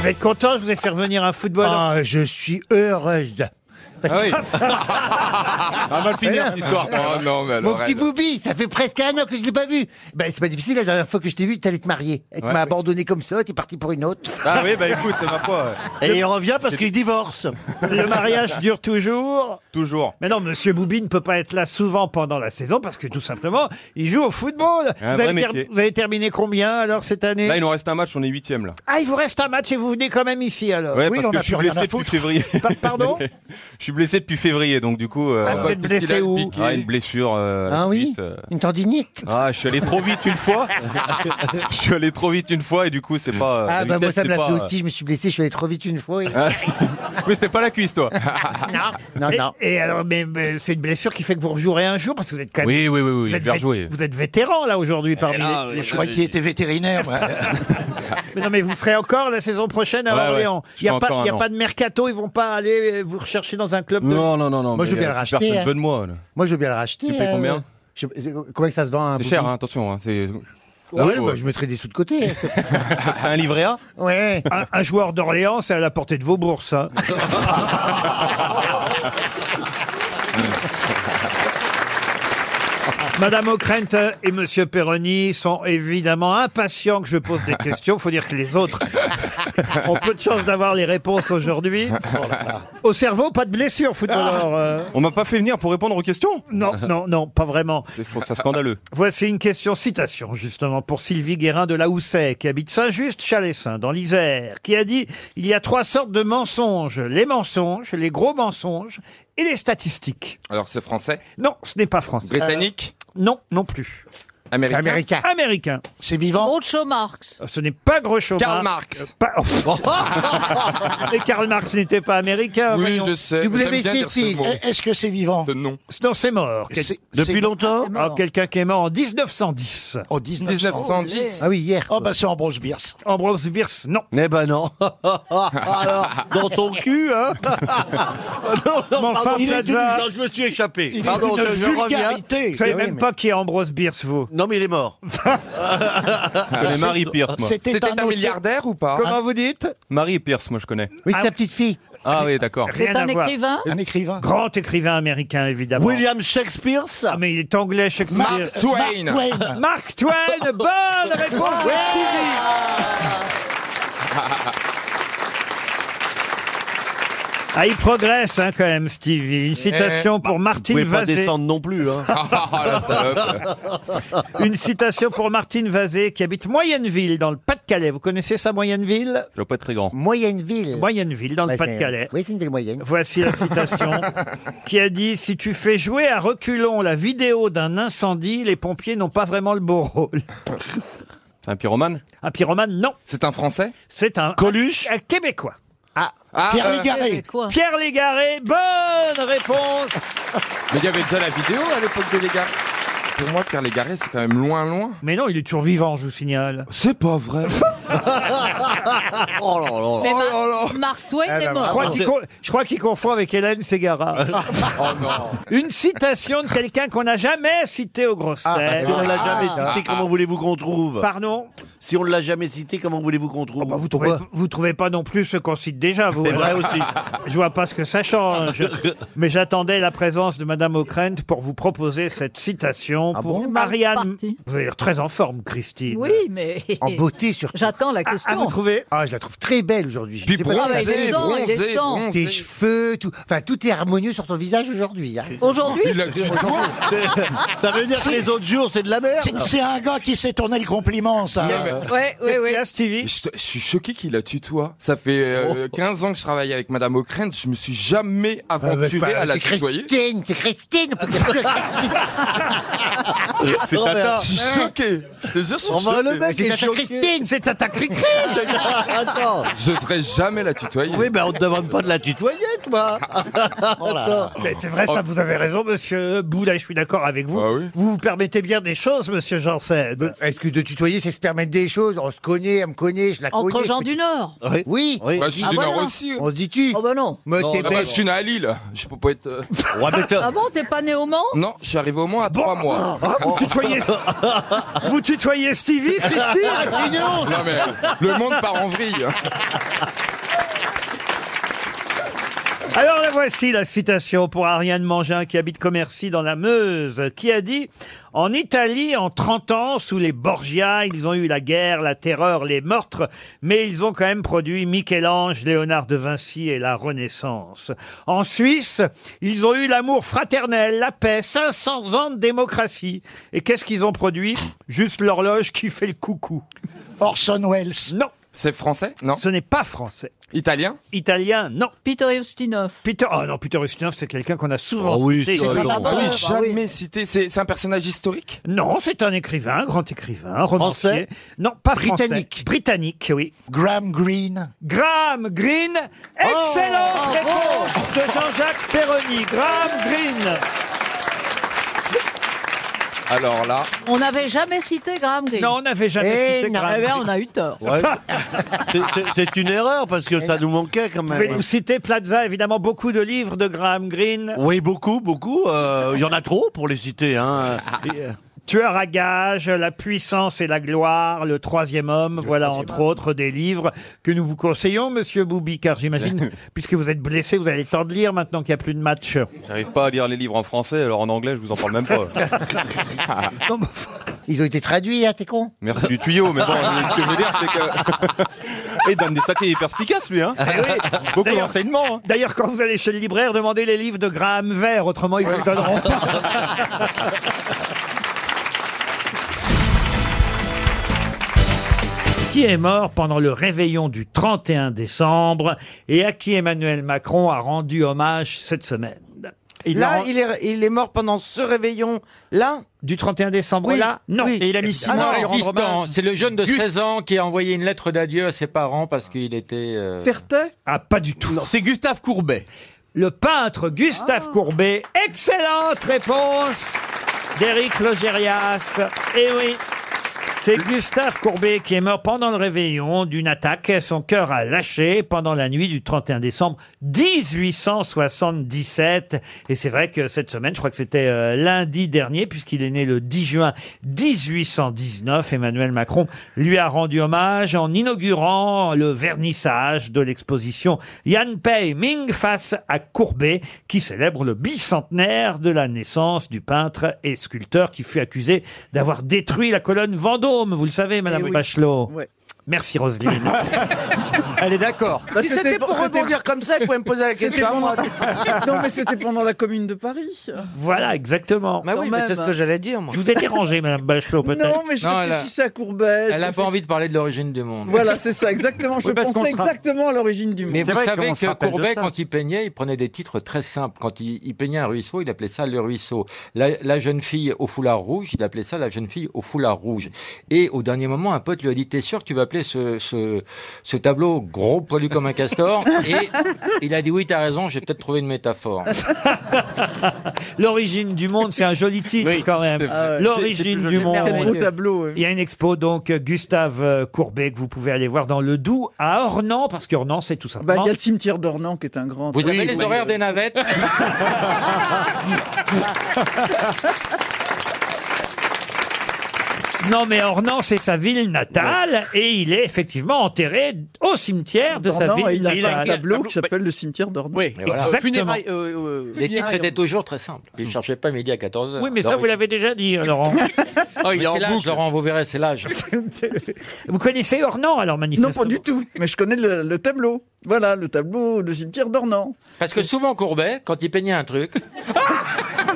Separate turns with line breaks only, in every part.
Vous êtes content, je vous ai fait revenir un football.
Ah, je suis heureuse.
Ah oui. ah, mal finir cette histoire. Oh non, mais
Mon
alors,
petit
elle-
Boubi, ça fait presque un an que je l'ai pas vu. Ben, c'est pas difficile, la dernière fois que je t'ai vu, t'allais te marier. Et tu
Ouais.
m'as abandonné comme ça, t'es parti pour une autre.
Ah oui, bah écoute, ma foi. ouais.
Et il revient parce qu'il divorce.
Le mariage dure toujours.
Toujours.
Mais non, Monsieur Boubi ne peut pas être là souvent pendant la saison parce que tout simplement, il joue au football.
Un
vous, avez
vrai métier.
vous avez terminé combien alors cette année
Là, il nous reste un match, on est huitième là.
Ah, il vous reste un match et vous venez quand même ici alors.
Ouais,
Oui, on
parce que
a
je suis
plus rien
blessé
à
depuis
foutre.
février.
Pa- pardon
Je suis blessé depuis février, donc du coup. euh,
Ah, vous êtes blessé où
ah, une blessure. euh, à la
Ah oui
cuisse, euh.
Une tendinite
Ah, je suis allé trop vite une fois. je suis allé trop vite une fois et du coup, c'est pas. euh,
Ah,
la
bah, moi,
vitesse,
ça me
c'est
l'a fait
pas,
aussi, je me suis blessé, je suis allé trop vite une fois. et-
euh, Mais c'était pas la cuisse, toi.
Non,
et,
non.
et alors, mais, mais c'est une blessure qui fait que vous rejouerez un jour parce que vous êtes quand même.
oui, oui, oui, oui,
vous, êtes,
bien
vét-
joué.
vous êtes vétéran là aujourd'hui parmi les- les.
Je crois qu'il était vétérinaire. moi.
Mais non, mais vous serez encore la saison prochaine à
Ouais, ouais.
Orléans.
Je
Il n'y a,
serai
pas,
encore un
il y a
an.
pas de mercato, ils vont pas aller vous rechercher dans un club. de-
Non, non, non, non.
Moi, je veux
mais,
bien
euh,
le racheter,
Personne
hein.
veut de moi. là.
Moi, je veux bien le racheter.
Tu payes combien
je- euh, Comment que ça se vend un
C'est
Boubi
cher, hein, attention. hein, c'est-
Ouais,
Ah oui,
bah,
ouais.
je mettrai des sous de côté. hein,
Un livret A
ouais.
Un, un joueur d'Orléans, c'est à la portée de vos bourses. hein. Madame O'Krent et Monsieur Perroni sont évidemment impatients que je pose des questions. Faut dire que les autres ont peu de chance d'avoir les réponses aujourd'hui. Au cerveau, pas de blessure,
Ah,
footballeur. euh.
On m'a pas fait venir pour répondre aux questions
non, non, non, pas vraiment.
Je trouve ça scandaleux.
Voici une question citation, justement, pour Sylvie Guérin de La Houssaye, qui habite Saint-Just-Chalessin, dans l'Isère, qui a dit « Il y a trois sortes de mensonges. Les mensonges, les gros mensonges et les statistiques.
Alors c'est français, »
Non, ce n'est pas français.
britannique,
Euh,
Non, non plus.
américain.
Américain.
Américain. Euh,
C'est vivant.
Groucho Marx.
Ce n'est pas Groucho
Karl
Marx. Euh,
Marx.
Pas- Oh, Mais Karl Marx n'était pas américain.
Oui,
Ah, voyons.
je sais. mais J'aime bien dire ce
WCP.
mot,
Est-ce que c'est vivant
ce nom.
Non, c'est mort. Quel-
C'est-
Depuis
c'est-
longtemps
Ah, Quelqu'un qui est mort en 1910.
Oh, 1900.
1910.
Ah oui, hier.
Oh, bah c'est Ambrose Bierce.
Ambrose Bierce, non.
Eh ben non. ah, Alors, dans ton cul, hein
Mais enfin, Plaza,
je me suis échappé.
Il
Pardon,
est
je-
d'une
je
vulgarité.
vous
Eh
savez
Ah oui,
même
mais-
pas qui est Ambrose Bierce, vous.
Non, mais il est mort.
Je connais Marie Pierce, moi.
C'était un
auteur-
milliardaire ou pas
Comment vous dites
Marie Pierce, moi, je connais.
Oui, c'est ta petite fille.
Ah oui, d'accord.
C'est
Rien
un
à voir.
écrivain
Un écrivain.
Grand écrivain américain, évidemment.
William Shakespeare. ça.
Ah, mais il est anglais, Shakespeare.
Mark Twain.
Twain.
Mark Twain, bonne réponse de Stevie. Ah, il progresse hein, quand même, Stevie. Une citation pour
Vous
Martine
pouvez pas
Vazé. Oh,
descendre non plus. Hein.
Ah, la salope.
Une citation pour Martine Vazé qui habite Moyenneville dans le Pas-de-Calais. Vous connaissez ça, Moyenneville
Ça doit pas être très grand.
Moyenne ville.
Moyenneville dans le
Ouais, c'est-
Pas-de-Calais.
Oui, c'est une ville moyenne.
Voici la citation qui a dit Si tu fais jouer à reculons la vidéo d'un incendie, les pompiers n'ont pas vraiment le beau rôle.
C'est un pyromane
Un pyromane, non.
C'est un français
C'est un,
Coluche.
un Québécois.
Ah,
Pierre
bah,
euh,
Légaré.
Quoi
Pierre Légaré, bonne réponse
Mais il y avait déjà la vidéo à l'époque de Légaré. Pour moi, Pierre Légaré, c'est quand même loin,
Hein
loin.
Mais non, il est toujours vivant, je vous signale.
C'est pas vrai.
Oh là là. Eh ben,
Mais Mar- Mark Twain
Ah,
est
Je crois
mort.
qu'il con- je crois qu'il confond avec Hélène Ségara.
Oh,
Une citation de quelqu'un qu'on n'a jamais cité aux grosses têtes.
Ah, Si on l'a jamais cité, comment voulez-vous qu'on trouve
Ah. Pardon
Si on ne l'a jamais cité, comment voulez-vous qu'on trouve
Oh, bah, vous, trouvez, vous trouvez pas non plus ce qu'on cite déjà, vous hein
C'est vrai aussi.
Je vois pas ce que ça change. Mais j'attendais la présence de Madame O'Krent pour vous proposer cette citation pour
bon
Marianne.
Parti.
Vous avez l'air très en forme, Christine.
Bah, Oui, mais
En beauté, surtout.
j'attends la
Ah, ah,
question.
vous trouvez
Ah, je la trouve très belle aujourd'hui. Je
Puis
sais pas si
Ah, bah,
t'as
il
bronzé,
est dedans, il est
bronzé,
dedans.
tes
bronzé.
cheveux, tout. Enfin, tout est harmonieux sur ton visage aujourd'hui. hein.
Aujourd'hui,
Il a du poids.
Ça veut dire que les autres jours, c'est de la merde.
C'est- C'est un gars qui s'est tourné le compliment,
Ah.
ça.
ouais, ouais,
Qu'est-ce qu'il y
ouais.
a, Stevie
Mais Je, je suis choqué qu'il la tutoie. Ça fait euh, 15 ans que je travaille avec Madame O'Krent, je me suis jamais
Ah, bah, c'est
aventuré
pas-
à la
c'est
tutoyer.
Christine, c'est Christine. Ah,
C'est
euh,
Tata.
Euh, Je suis
Hein
choqué. Je te jure, je suis
On va
choqué.
le mec
C'est
est
Tata
choqué.
Christine.
C'est Tata Cricri
Attends.
Je serais jamais la tutoyer.
Oui, ben on te demande pas de la tutoyer, toi.
Oh
Attends.
Mais c'est vrai, ça, vous avez raison, monsieur Boulay, je suis d'accord avec vous.
Ah Oh. oui.
Vous vous permettez bien des choses, monsieur Janssen.
Est-ce que de tutoyer, c'est se permettre des choses On se connaît, elle me connaît, je la connais.
entre gens du Nord.
Oui,
Oui.
Bah, je suis
Ah,
du Nord
voilà.
aussi.
on se dit tu.
Oh bah non.
Mais
Non,
t'es
Ah bah,
belle.
je suis né à Lille. Je peux pas être. euh,
Ouais, mais t'as-
Ah bon, t'es pas né au Mans
Non, je suis arrivé au moins à
Ah,
trois mois. Ah,
Vous tutoyez, vous tutoyez Stevie, Christine
Non mais mais le monde part en vrille.
Alors la voici la citation pour Ariane Mangin qui habite Commercy dans la Meuse, qui a dit En Italie, en 30 ans, sous les Borgia, ils ont eu la guerre, la terreur, les meurtres, mais ils ont quand même produit Michel-Ange, Léonard de Vinci et la Renaissance. En Suisse, ils ont eu l'amour fraternel, la paix, 500 ans de démocratie. Et qu'est-ce qu'ils ont produit Juste l'horloge qui fait le coucou.
Orson Welles.
Non,
C'est français Non.
ce n'est pas français.
Italien
Italien, non.
Peter Ustinov.
Peter, oh non, Peter Ustinov, c'est quelqu'un qu'on a souvent
Ah oui,
cité.
ça,
pas
non.
la bonne.
Ah
Ah,
oui,
bah
jamais cité. C'est c'est un personnage historique
Non, c'est un écrivain, grand écrivain, romancier.
Français
Non, pas français.
Britannique.
Britannique, oui.
Graham Greene.
Graham Greene, excellente réponse de Jean-Jacques Perroni. Graham Greene.
Alors là,
On n'avait jamais cité Graham Greene.
Non, on n'avait jamais
Eh
cité Graham
ben,
Greene.
on a eu tort.
Ouais. C'est- c'est- C'est une erreur parce que ça nous manquait quand
Vous pouvez
même.
nous citer Plaza, évidemment, beaucoup de livres de Graham Greene.
Oui, beaucoup, beaucoup. euh, Il y en a trop pour les citer. Hein. Et, euh,
Tueur à gages, La puissance et la gloire, Le troisième homme, voilà entre autres des livres que nous vous conseillons, monsieur Boubi, car j'imagine, puisque vous êtes blessé, vous avez le temps de lire maintenant qu'il n'y a plus de match.
J'arrive pas à lire les livres en français, alors en anglais, je vous en parle même pas.
Non, mais-
Ils ont été traduits, hein, t'es con
Merci du tuyau, mais bon, ce que je veux dire, c'est que. Et Dame des Sacrés est hyper perspicace, lui,
Ah
hein
Eh oui.
Beaucoup
D'ailleurs-
d'enseignements, hein.
D'ailleurs, quand vous allez chez le libraire, demandez les livres de Graham Vert, autrement ils ne vous donneront pas. Qui est mort pendant le réveillon du 31 décembre et à qui Emmanuel Macron a rendu hommage cette semaine
là, il est, il est mort pendant ce réveillon. Là,
Du 31 décembre
Oui,
là Non.
oui.
Et il a mis six
Ah
mois
non,
à lui rendre hommage.
C'est le jeune de 16 ans qui a envoyé une lettre d'adieu à ses parents parce qu'il était. euh,
Ferté
Ah, pas du tout.
C'est Gustave Courbet.
Le peintre Gustave Courbet. Excellente réponse d'Éric Logérias. Eh oui. C'est Gustave Courbet qui est mort pendant le réveillon d'une attaque. Son cœur a lâché pendant la nuit du 31 décembre 1877. Et c'est vrai que cette semaine, je crois que c'était euh, lundi dernier, puisqu'il est né le 10 juin 1819, Emmanuel Macron lui a rendu hommage en inaugurant le vernissage de l'exposition Yan Pei Ming face à Courbet, qui célèbre le bicentenaire de la naissance du peintre et sculpteur qui fut accusé d'avoir détruit la colonne Vendôme. Vous le savez, Madame
Eh oui.
Bachelot.
Ouais.
Merci Roselyne.
Elle est d'accord.
Si c'était pour rebondir comme ça, il pouvait me poser la question. à moi.
Non, mais c'était pendant la Commune de Paris.
voilà, exactement.
Bah oui, mais c'est ce que j'allais dire, moi.
Je vous ai dérangé, Madame Bachelot, peut-être.
mais je réfléchissais à Courbet. Elle n'a pas envie de parler de l'origine du monde. Voilà, c'est ça, exactement. Je pensais exactement à l'origine du monde. Mais
C'est
vous
vrai
savez
qu'on se
que
rappelle de
Courbet,
ça.
quand il peignait, il prenait des titres très simples. Quand il, il peignait un ruisseau, il appelait ça le ruisseau. La, la jeune fille au foulard rouge, il appelait ça la jeune fille au foulard rouge. Et au dernier moment, un pote lui a dit T'es sûr que tu vas appeler ce, ce, ce tableau gros poilu comme un castor Et il a dit Oui, t'as raison, j'ai peut-être trouvé une métaphore.
L'origine du monde, c'est un joli titre quand même. Euh, L'origine du monde.
tableau.
Il y a une expo, donc, euh, Gustave euh, Courbet, que vous pouvez aller voir dans le Doubs, à Ornans, parce qu'Ornans, c'est tout
Bah,
simplement...
cimetière d'Ornans qui est un grand. Vous
Oui,
avez les
oui.
horaires des navettes
non, mais Ornans, c'est sa ville natale, et il est effectivement enterré au cimetière de sa ville natale.
tableau qui s'appelle le cimetière d'Ornans. Ah, Oui, voilà.
Exactement.
Les titres étaient toujours très simples. Puis il ne cherchait pas midi à 14h.
Oui, mais ça, vous l'avez déjà dit, euh, Laurent.
Oh, il est en boucle. Laurent, vous verrez, c'est l'âge.
vous connaissez Ornans, alors, manifestement
tout. Mais je connais le, tableau. Voilà, le tableau de cimetière d'Ornans. Parce que souvent, Courbet, quand il peignait un truc,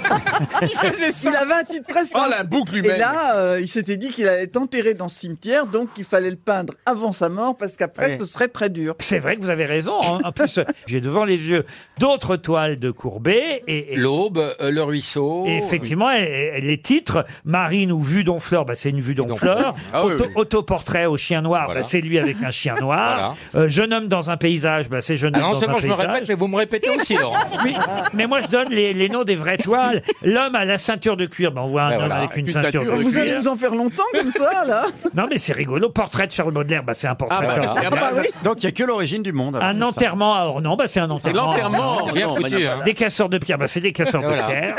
Ah, Il avait un titre
Oh,
très simple.
la boucle
Et là, euh, il s'était dit qu'il allait être enterré dans ce cimetière, donc il fallait le peindre avant sa mort, parce qu'après, ce serait très dur.
C'est vrai que vous avez raison. hein. En, en plus, j'ai devant les yeux d'autres toiles de Courbet, et... et-
l'aube, euh, le ruisseau.
et effectivement, et- et les titres, Marine ou Vue d'Honfleur, bah, c'est une vue d'Honfleur.
Ah oui,
Auto-
oui.
Autoportrait au chien noir,
Voilà.
bah, c'est lui avec un chien noir. Euh, jeune homme dans un paysage, bah, c'est jeune
Ah
homme
non
dans un
seulement je me
paysage.
répète, mais vous me répétez aussi, Laurent.
Oui, mais moi je donne les, les noms des vraies toiles mal. L'homme à la ceinture de cuir. Ben, on voit un
Ben
homme
voilà,
avec une
une
ceinture de
ceinture de
cuir.
Vous allez nous en faire longtemps comme ça, là
Non, mais c'est rigolo. Portrait de Charles Baudelaire, bah, c'est un
Ah,
Ah
portrait. de Charles
bah
Baudelaire.
Donc il n'y a que l'origine du monde.
Un enterrement à Ornans, bah c'est un enterrement.
l'enterrement,
à Ornans.
bien foutu, hein.
Des casseurs de pierre, bah c'est des casseurs de
Voilà.
pierre.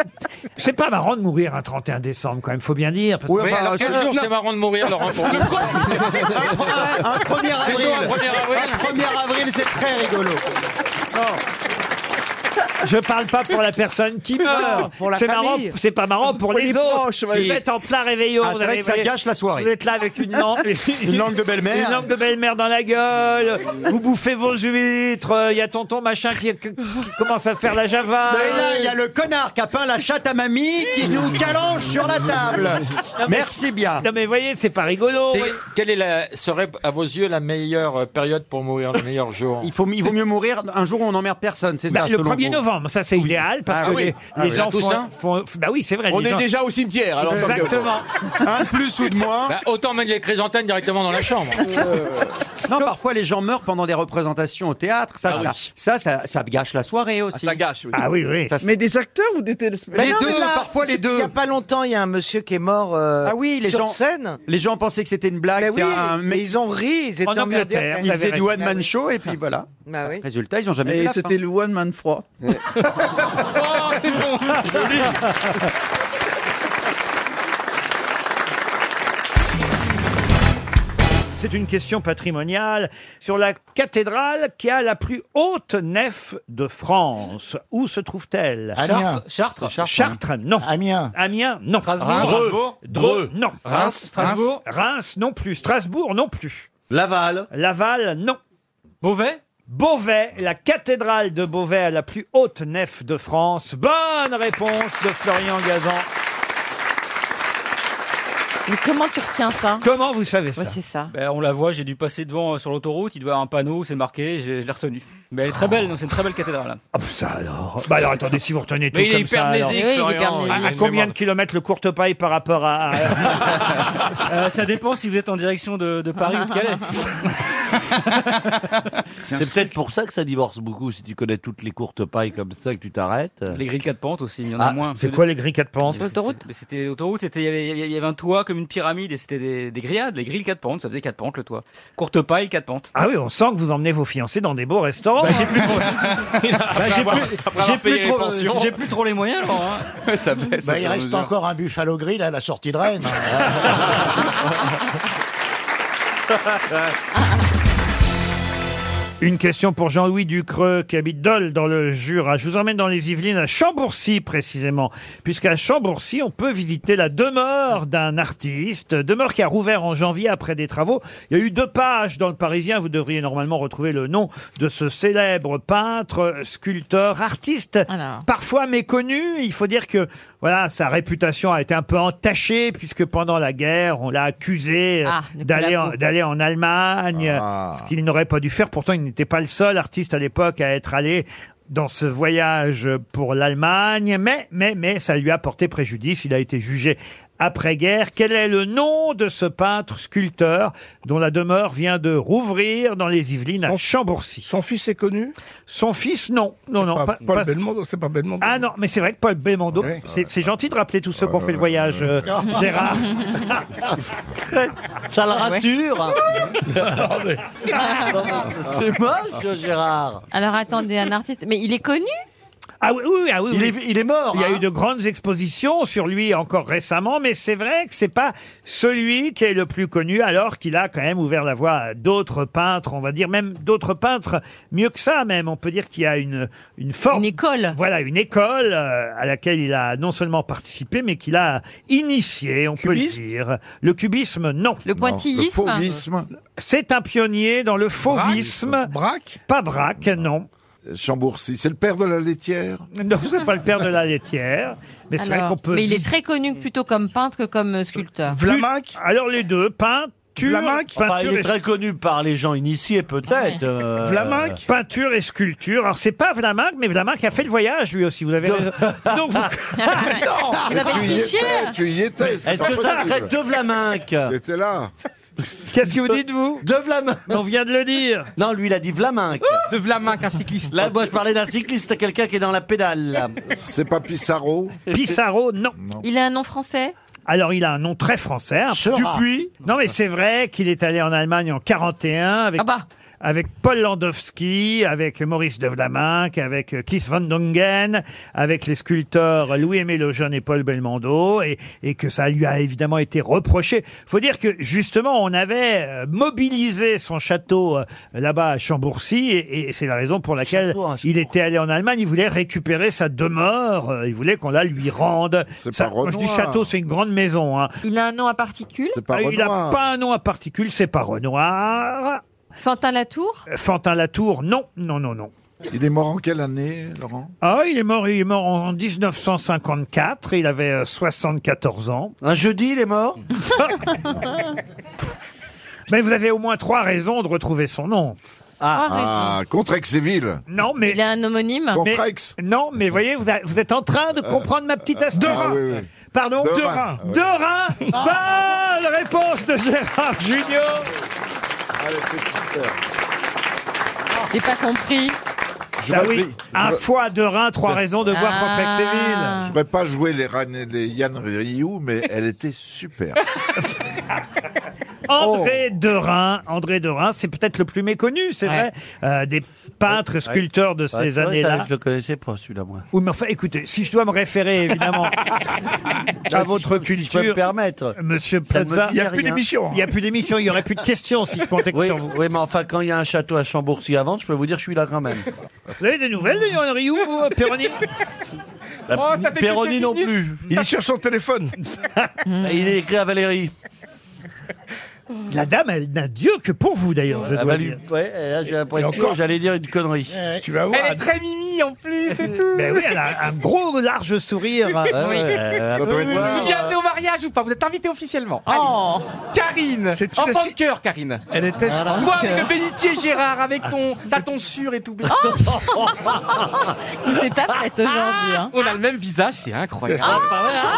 C'est pas marrant de mourir un 31 décembre quand même, faut bien dire. parce que-
Oui, Oui, bah, alors, quel euh, jour non. c'est marrant de mourir, Laurent, pour nous
Un 1er avril.
Plutôt un 1er avril.
Un 1er avril, c'est très rigolo.
Je parle pas pour la personne qui meurt.
pour la
c'est
famille.
marrant, c'est pas marrant pour,
Pour
les,
les
autres.
proches,
vous
ouais.
êtes en plein réveillon.
Ah,
vous
c'est vrai
avez-
que ça gâche la soirée.
Vous êtes là avec une langue,
Une langue de belle-mère.
Une langue de belle-mère dans la gueule. Vous bouffez vos huîtres. Il y a tonton machin qui, qui commence à faire la java.
Mais là, il y a le connard qui a peint la chatte à mamie qui nous calanche sur la table. Merci bien.
Non mais voyez, c'est pas rigolo.
C'est- Quelle est la, serait à vos yeux la meilleure euh, période pour mourir, le meilleur jour
Il, faut, il vaut mieux mourir un jour où on n'emmerde personne, c'est
Bah,
ça
le
selon
1er
vous.
novembre, ça c'est idéal parce
Ah
que
oui.
les,
Ah
les
oui.
gens
La Toussaint
font, font- Bah oui, c'est vrai.
On
les
est
gens-
déjà au cimetière, alors, tant mieux.
Exactement.
Un de plus ou de moins.
Bah, Autant mettre les chrysanthèmes directement dans la chambre.
Non, parfois les gens meurent pendant des représentations au théâtre. Ça,
Ah
ça,
oui.
ça, ça, ça gâche la soirée aussi. ça gâche, oui.
Ah oui, oui.
Mais des acteurs ou des
Les
téléspectateurs
deux, parfois les
Il
deux.
n'y a pas longtemps, il y a un monsieur qui est mort euh,
Ah oui, les
sur
gens-
scène.
Les gens pensaient que c'était une blague.
Mais oui,
c'est un
mais
mec
ils ont ri, ils étaient
En
emmerdés.
Angleterre,
qui
vous
faisait
avez
du
raison.
one-man show
Ah,
et puis voilà.
Bah oui.
Résultat, ils n'ont jamais vu
Et
la fin.
c'était le One Man Froid.
Oh, C'est une question patrimoniale sur la cathédrale qui a la plus haute nef de France. Où se trouve-t-elle
Amiens.
Chartres.
hein.
Chartres, non.
Amiens.
Amiens, non.
Reims.
Dreux. Dreux, non.
Reims. Strasbourg.
Reims, non plus. Strasbourg, non plus.
Laval.
Laval, non.
Beauvais
Beauvais, la cathédrale de Beauvais a la plus haute nef de France. Bonne réponse de Florian Gazan.
Mais comment tu retiens ça
Comment vous savez ça
Ouais, c'est ça.
Ben, on la voit, j'ai dû passer devant euh, sur l'autoroute, il doit y avoir un panneau, c'est marqué, j'ai- je l'ai retenu. Mais elle est très belle, donc c'est une très belle cathédrale.
Ah, bah ça alors. Bah alors attendez, si vous retenez tout
Mais il est
comme ça. alors.
hypermnésique,
Oui, il est
Florian. Ah,
hypermnésique.
À, à combien de kilomètres le courte paille par rapport à. à-
Euh, ça dépend si vous êtes en direction de, de Paris ou de Calais.
C'est peut-être pour ça que ça divorce beaucoup, si tu connais toutes les courtes pailles comme ça, que tu t'arrêtes.
Les grilles de quatre pentes aussi, il y en a
Ah,
moins.
C'est quoi les grilles quatre pentes
C'est- c'est- mais C'était autoroute, c'était- il y avait- il y, avait- il y avait un toit comme une pyramide et c'était des, des grillades, les grilles quatre pentes, ça faisait quatre pentes le toit. Courte paille, quatre pentes.
Ah oui, on sent que vous emmenez vos fiancés dans des beaux restaurants.
Bah, j'ai plus trop, Bah, j'ai plus- j'ai plus
payé les
trop-
pensions.
j'ai plus trop les moyens. Laurent, hein.
ça baisse.
Bah, il reste encore un Buffalo Grill à la sortie de Rennes.
Une question pour Jean-Louis Ducreux qui habite Dole dans le Jura. Je vous emmène dans les Yvelines à Chambourcy précisément, puisqu'à Chambourcy on peut visiter la demeure d'un artiste, demeure qui a rouvert en janvier après des travaux. Il y a eu deux pages dans le Parisien. Vous devriez normalement retrouver le nom de ce célèbre peintre, sculpteur, artiste
Alors.
parfois méconnu. Il faut dire que voilà, sa réputation a été un peu entachée puisque pendant la guerre, on l'a accusé euh,
Ah, de
d'aller en,
collabo.
d'aller en Allemagne, euh, ce qu'il n'aurait pas dû faire. Pourtant, il n'était pas le seul artiste à l'époque à être allé dans ce voyage pour l'Allemagne, mais, mais, mais ça lui a porté préjudice. Il a été jugé après-guerre. Quel est le nom de ce peintre sculpteur dont la demeure vient de rouvrir dans les Yvelines à Chambourcy
Son fils est connu
Son fils, non. Non, non, pas-
Paul
pas-
Belmondo, c'est pas Belmondo.
ah non, mais c'est vrai que Paul Belmondo, c'est c'est gentil de rappeler tous ceux qui ont fait le voyage, euh, Gérard.
Ça le rature
Ah.
C'est moche, Gérard
Alors attendez, un artiste. Mais il est connu
Ah oui, oui, ah oui.
il
oui.
est, il est mort
Il y a
hein.
eu de grandes expositions sur lui encore récemment, mais c'est vrai que c'est pas celui qui est le plus connu, alors qu'il a quand même ouvert la voie à d'autres peintres, on va dire même d'autres peintres, mieux que ça même. On peut dire qu'il y a une, une forme.
Une école.
Voilà, une école euh, à laquelle il a non seulement participé, mais qu'il a initié, on
Cubiste
peut le dire. Le cubisme, non.
Le pointillisme
C'est un pionnier dans le fauvisme.
Braque
Pas Braque, non.
Chambourcy, c'est le père de la laitière.
Non, c'est pas le père de la laitière. Mais c'est vrai
Alors,
qu'on peut.
mais il est
vis-
très connu plutôt comme peintre que comme euh, sculpteur.
Vlaminck
Alors les deux, peintre Peinture,
Vlaminck Enfin, il
peinture
est
et-
très connu par les gens initiés peut-être. euh,
Vlaminck, peinture et sculpture. Alors, c'est pas Vlaminck, mais Vlaminck a fait le voyage, lui aussi, vous avez raison. Donc, vous...
Non,
Vous
mais
avez
tu, y
triché.
étais, tu y étais. c'est
Est-ce
pas
que ça
possible.
euh,
serait de Vlaminck
Tu étais là.
Qu'est-ce que vous dites, vous
De Vlaminck.
On vient de le dire.
Non, lui, il a dit Vlaminck.
De Vlaminck, un cycliste.
Là, moi, je parlais d'un cycliste, c'est quelqu'un qui est dans la pédale. là.
C'est pas Pissarro
Pissarro, non.
Il a un nom français
Alors, il a un nom très français. hein.
Seurat.
Dupuis. Non, mais c'est vrai qu'il est allé en Allemagne en 41 avec, avec Paul Landowski, avec Maurice de Vlaminck, avec euh, Kees van Dongen, avec les sculpteurs Louis-Aimé Lejeune et Paul Belmondo, et, et que ça lui a évidemment été reproché. Faut dire que, justement, on avait euh, mobilisé son château euh, là-bas à Chambourcy, et, et c'est la raison pour laquelle il était allé en Allemagne. Il voulait récupérer sa demeure, euh, il voulait qu'on la lui rende. Ça,
pas
quand je dis
Renoir.
château, c'est une grande maison. hein.
Il a un nom à particules
Ah, il n'a pas un nom à particules, c'est pas Renoir.
Fantin Latour
Euh, Fantin Latour, non, non, non, non.
Il est mort en quelle année, Laurent
Ah, il est mort, il est mort en 1954, il avait euh, 74 ans.
Un jeudi, il est mort
Mais vous avez au moins trois raisons de retrouver son nom.
Ah, raison.
Contrex-Séville.
Non, mais...
Il a un homonyme
Mais- non, mais voyez, vous, a- vous êtes en train de comprendre ma petite astuce.
Euh, ah, oui, oui.
Pardon
De Rhin, oui. Ah.
De Rhin Bonne réponse de Gérard Junior
J'ai pas compris.
Ah oui, un foie de Rhin, trois raisons de boire
Ah.
Contrex-Séville.
Je voudrais pas jouer les, Ran- les Yann Ryu, mais elle était super.
Oh.
André Derain, André Derain, c'est peut-être le plus méconnu, c'est vrai, euh, des peintres et sculpteurs de
Ouais,
ces
c'est vrai,
années-là.
Je le connaissais pas, celui-là, moi.
Oui, mais enfin, écoutez, si je dois me référer évidemment
Ah,
à votre
Je peux me
culture,
permettre.
Monsieur
Ça me
Plaza,
dit Il y a plus rien. d'émission, hein.
Il n'y a plus d'émission, il n'y aurait plus de questions si je comptais que
Oui,
sur vous.
oui, mais enfin, quand il y a un château à Chambourcy à vendre, je peux vous dire, je suis là quand même.
Vous avez des nouvelles de Yann Rioux, vous, Péroni
Oh, ça fait Perroni non plus. Bah,
Il est sur son téléphone.
Il est écrit à Valérie.
La dame, elle n'a Dieu que pour vous d'ailleurs, je
Ah
dois
bah,
dire.
lui- ouais, et là, j'ai l'impression
encore- Eh,
que j'allais dire une connerie.
Tu vas voir. Elle est
très mimi en plus et tout.
Ben oui, elle a un gros large sourire.
Ah,
Oui.
Euh,
Oui, oui, oui. Bienvenue au mariage ou pas Vous êtes invité officiellement. Allez. Karine
une
Enfant
assi-
de cœur, Karine
Elle était
Toi avec le bénitier Gérard, avec ton ton sûr et tout.
Oh.
C'était ta fête aujourd'hui. Hein.
On a le même visage, c'est incroyable.
Ah,
hein.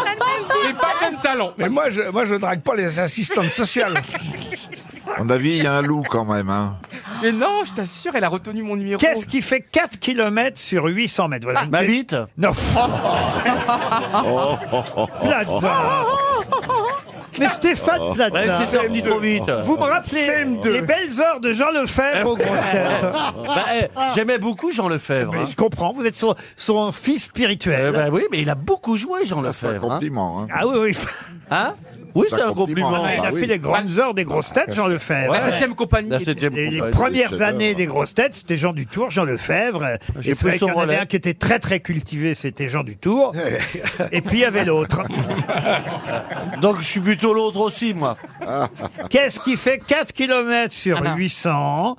on a le même
Et pas le même talent.
Mais moi, je, moi, je drague pas les assistantes sociales.
À mon avis, il y a un loup quand même. Hein.
Mais non, je t'assure, elle a retenu mon numéro.
Qu'est-ce qui fait 4 km sur 800 mètres voilà. Ma
bite
Non.
Oh, oh, oh, oh.
Plaza Mais Stéphane Plaza
Oh. Ouais, c'est sorti trop vite.
Vous me rappelez
CM2.
les belles heures de Jean Lefebvre aux grosses têtes.
Bah, eh, J'aimais beaucoup Jean Lefebvre.
Mais
hein.
je comprends, vous êtes son, son fils spirituel.
Eh ben oui, mais il a beaucoup joué, Jean Lefebvre. hein.
Compliment. hein.
Ah oui, oui.
Hein Oui,
C'est
c'est
un
un compliment.
compliment.
Ah, il
bah
a
oui.
fait les grandes heures des grosses têtes, Jean Lefebvre.
La septième compagnie.
La septième
Les, les
compagnie.
premières années des grosses têtes, c'était Jean Dutour, Jean Lefebvre. euh,
Ah, J'ai
Et c'est vrai
pris son
qu'il y en avait
relais.
un qui était très très cultivé, c'était Jean Dutour. Et puis il y avait l'autre.
Donc je suis plutôt l'autre aussi, moi.
Qu'est-ce qui fait 4 km sur
Alors.
800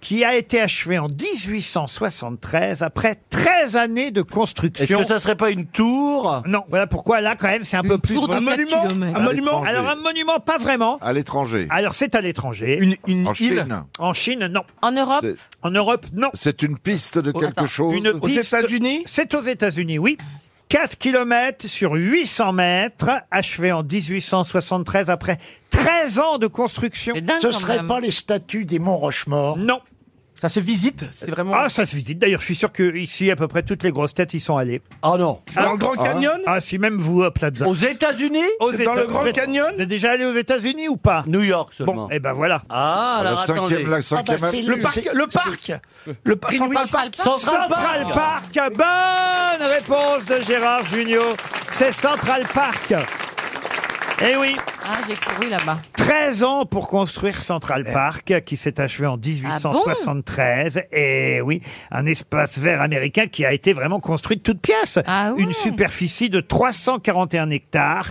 qui a été achevé en 1873 après 13 années de
Est-ce
construction.
que ça serait pas une tour
Non, voilà pourquoi là quand même c'est un peu plus
Un monument Un monument
Alors un monument pas vraiment.
À l'étranger.
Alors c'est à l'étranger.
Une, une
En
île.
Chine.
En Chine, non.
En Europe
C'est-
En Europe, non. Oh,
C'est une piste de quelque chose.
Une
Aux
piste-
États-Unis
C'est aux États-Unis, oui. 4 km sur 800 mètres, achevé en 1873 après 13 ans de construction.
Ce serait pas les statues des monts Rochemort.
Non.
Ça se visite, c'est vraiment.
Ah, ça se visite. D'ailleurs, je suis sûr que ici, à peu près toutes les grosses têtes y sont allées.
Ah non.
C'est dans le Grand Canyon
Ah, si même vous, euh, Plaza.
Aux États-Unis
Aux
C'est dans le
États-
Grand Canyon
Vous êtes déjà allé aux États-Unis ou pas
New York seulement.
Bon, et ben voilà.
Ah, alors
la
attendez.
cinquième,
Ah
la
bah,
cinquième
c'est
avenue.
Le parc Le parc Le parc Central Park
Central
Central
Park.
Park. Bonne réponse de Gérard Junior. C'est Central Park. Eh oui,
Ah, j'ai couru là-bas.
13 ans pour construire
Eh.
Central Park, qui s'est achevé en
Ah
1873. Et Eh oui, un espace vert américain qui a été vraiment construit de toutes pièces.
Ah ouais.
Une superficie de 341 hectares.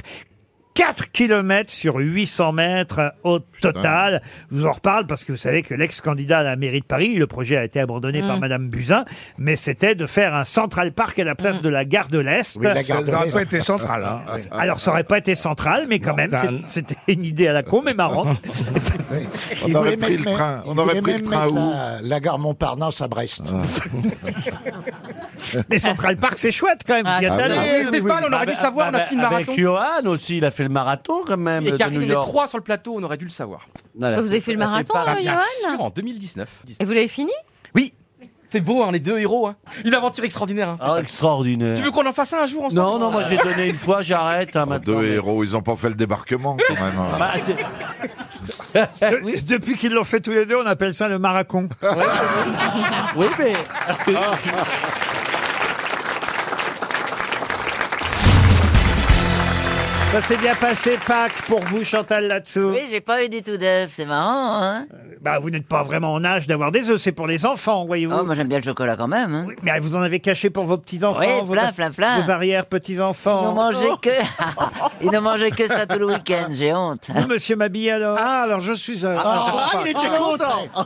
4 km sur 800 mètres au total. Je vous en reparle parce que vous savez que l'ex-candidat à la mairie de Paris, le projet a été abandonné par
Mm.
Madame Buzyn, mais c'était de faire un Central Park à la place de la gare de l'Est.
Oui, la gare Mm. Ça de n'aurait l'Est. pas été central, hein.
Ah,
Oui.
Alors, ça n'aurait pas été central, mais quand même, c'est- c'était une idée à la con, mais marrante.
Il
On aurait
voulait
pris
même
le train.
mettre-
On
il
aurait
voulait
pris le
même
train
mettre
où
la, la gare Montparnasse à Brest.
Ah.
Mais Central Park, c'est chouette quand même. Il y a d'aller.
Stéphane, on aurait dû savoir, on a fait le marathon.
Avec Johan aussi, il a fait le marathon quand même.
Et
de
Karine,
New
on est
York.
trois sur le plateau, on aurait dû le savoir.
Voilà.
Vous avez fait le
Ça
marathon,
pas-
euh,
Bien
Johan
sûr, en 2019.
Et vous l'avez fini
Oui C'est beau, hein, les deux héros. Hein. Une aventure extraordinaire. hein,
Ah,
Stéphane.
extraordinaire.
Tu veux qu'on en fasse un un jour ensemble
Non, non, moi j'ai donné une fois, j'arrête.
Ah,
Hein, maintenant.
Deux héros, ils ont pas fait le débarquement quand même. hein.
Bah, c'est-
Eh
De- Depuis qu'ils l'ont fait tous les deux, on appelle ça le maracon.
oui, mais.
Ça s'est bien passé, Pâques, pour vous, Chantal, là-dessous
Oui, j'ai pas eu du tout d'œuf, c'est marrant, hein
Bah, vous n'êtes pas vraiment en âge d'avoir des œufs, c'est pour les enfants, voyez-vous.
Oh, moi j'aime bien le chocolat quand même. Hein.
Oui, mais vous en avez caché pour vos petits-enfants,
Oui,
vos,
plein, plein, plein.
vos arrière-petits-enfants.
Ils n'ont mangé que, ils n'ont mangé que ça tout le week-end, j'ai honte.
Vous, monsieur Mabille, alors
Ah, alors je suis un.
Ah, il était content.
Ah,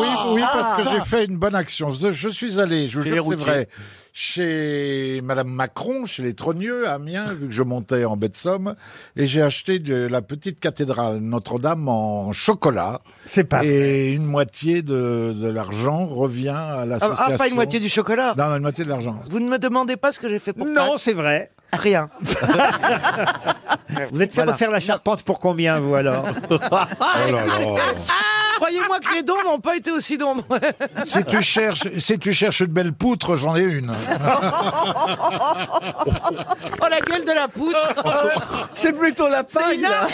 oui, oui, parce que j'ai fait une bonne action. Je, je suis allé, je vous
Chez
jure,
les
c'est
routiers.
vrai, chez Madame Macron, chez les Trogneux, à Amiens, vu que je montais en baie de Somme, et j'ai acheté de la petite cathédrale Notre-Dame en chocolat.
C'est pas.
Et une moitié de, de l'argent revient à l'association.
ah, pas une moitié du chocolat.
Non, non, une moitié de l'argent.
Vous ne me demandez pas ce que j'ai fait pour
Non, c'est vrai.
Rien.
Vous êtes fait
Voilà.
refaire la charpente pour combien, vous, alors
Oh
Oh
Ah, Croyez-moi que les dons n'ont pas été aussi d'ombre.
Si tu cherches, si tu cherches une belle poutre, j'en ai une.
oh la gueule de la poutre
C'est plutôt la
paille là.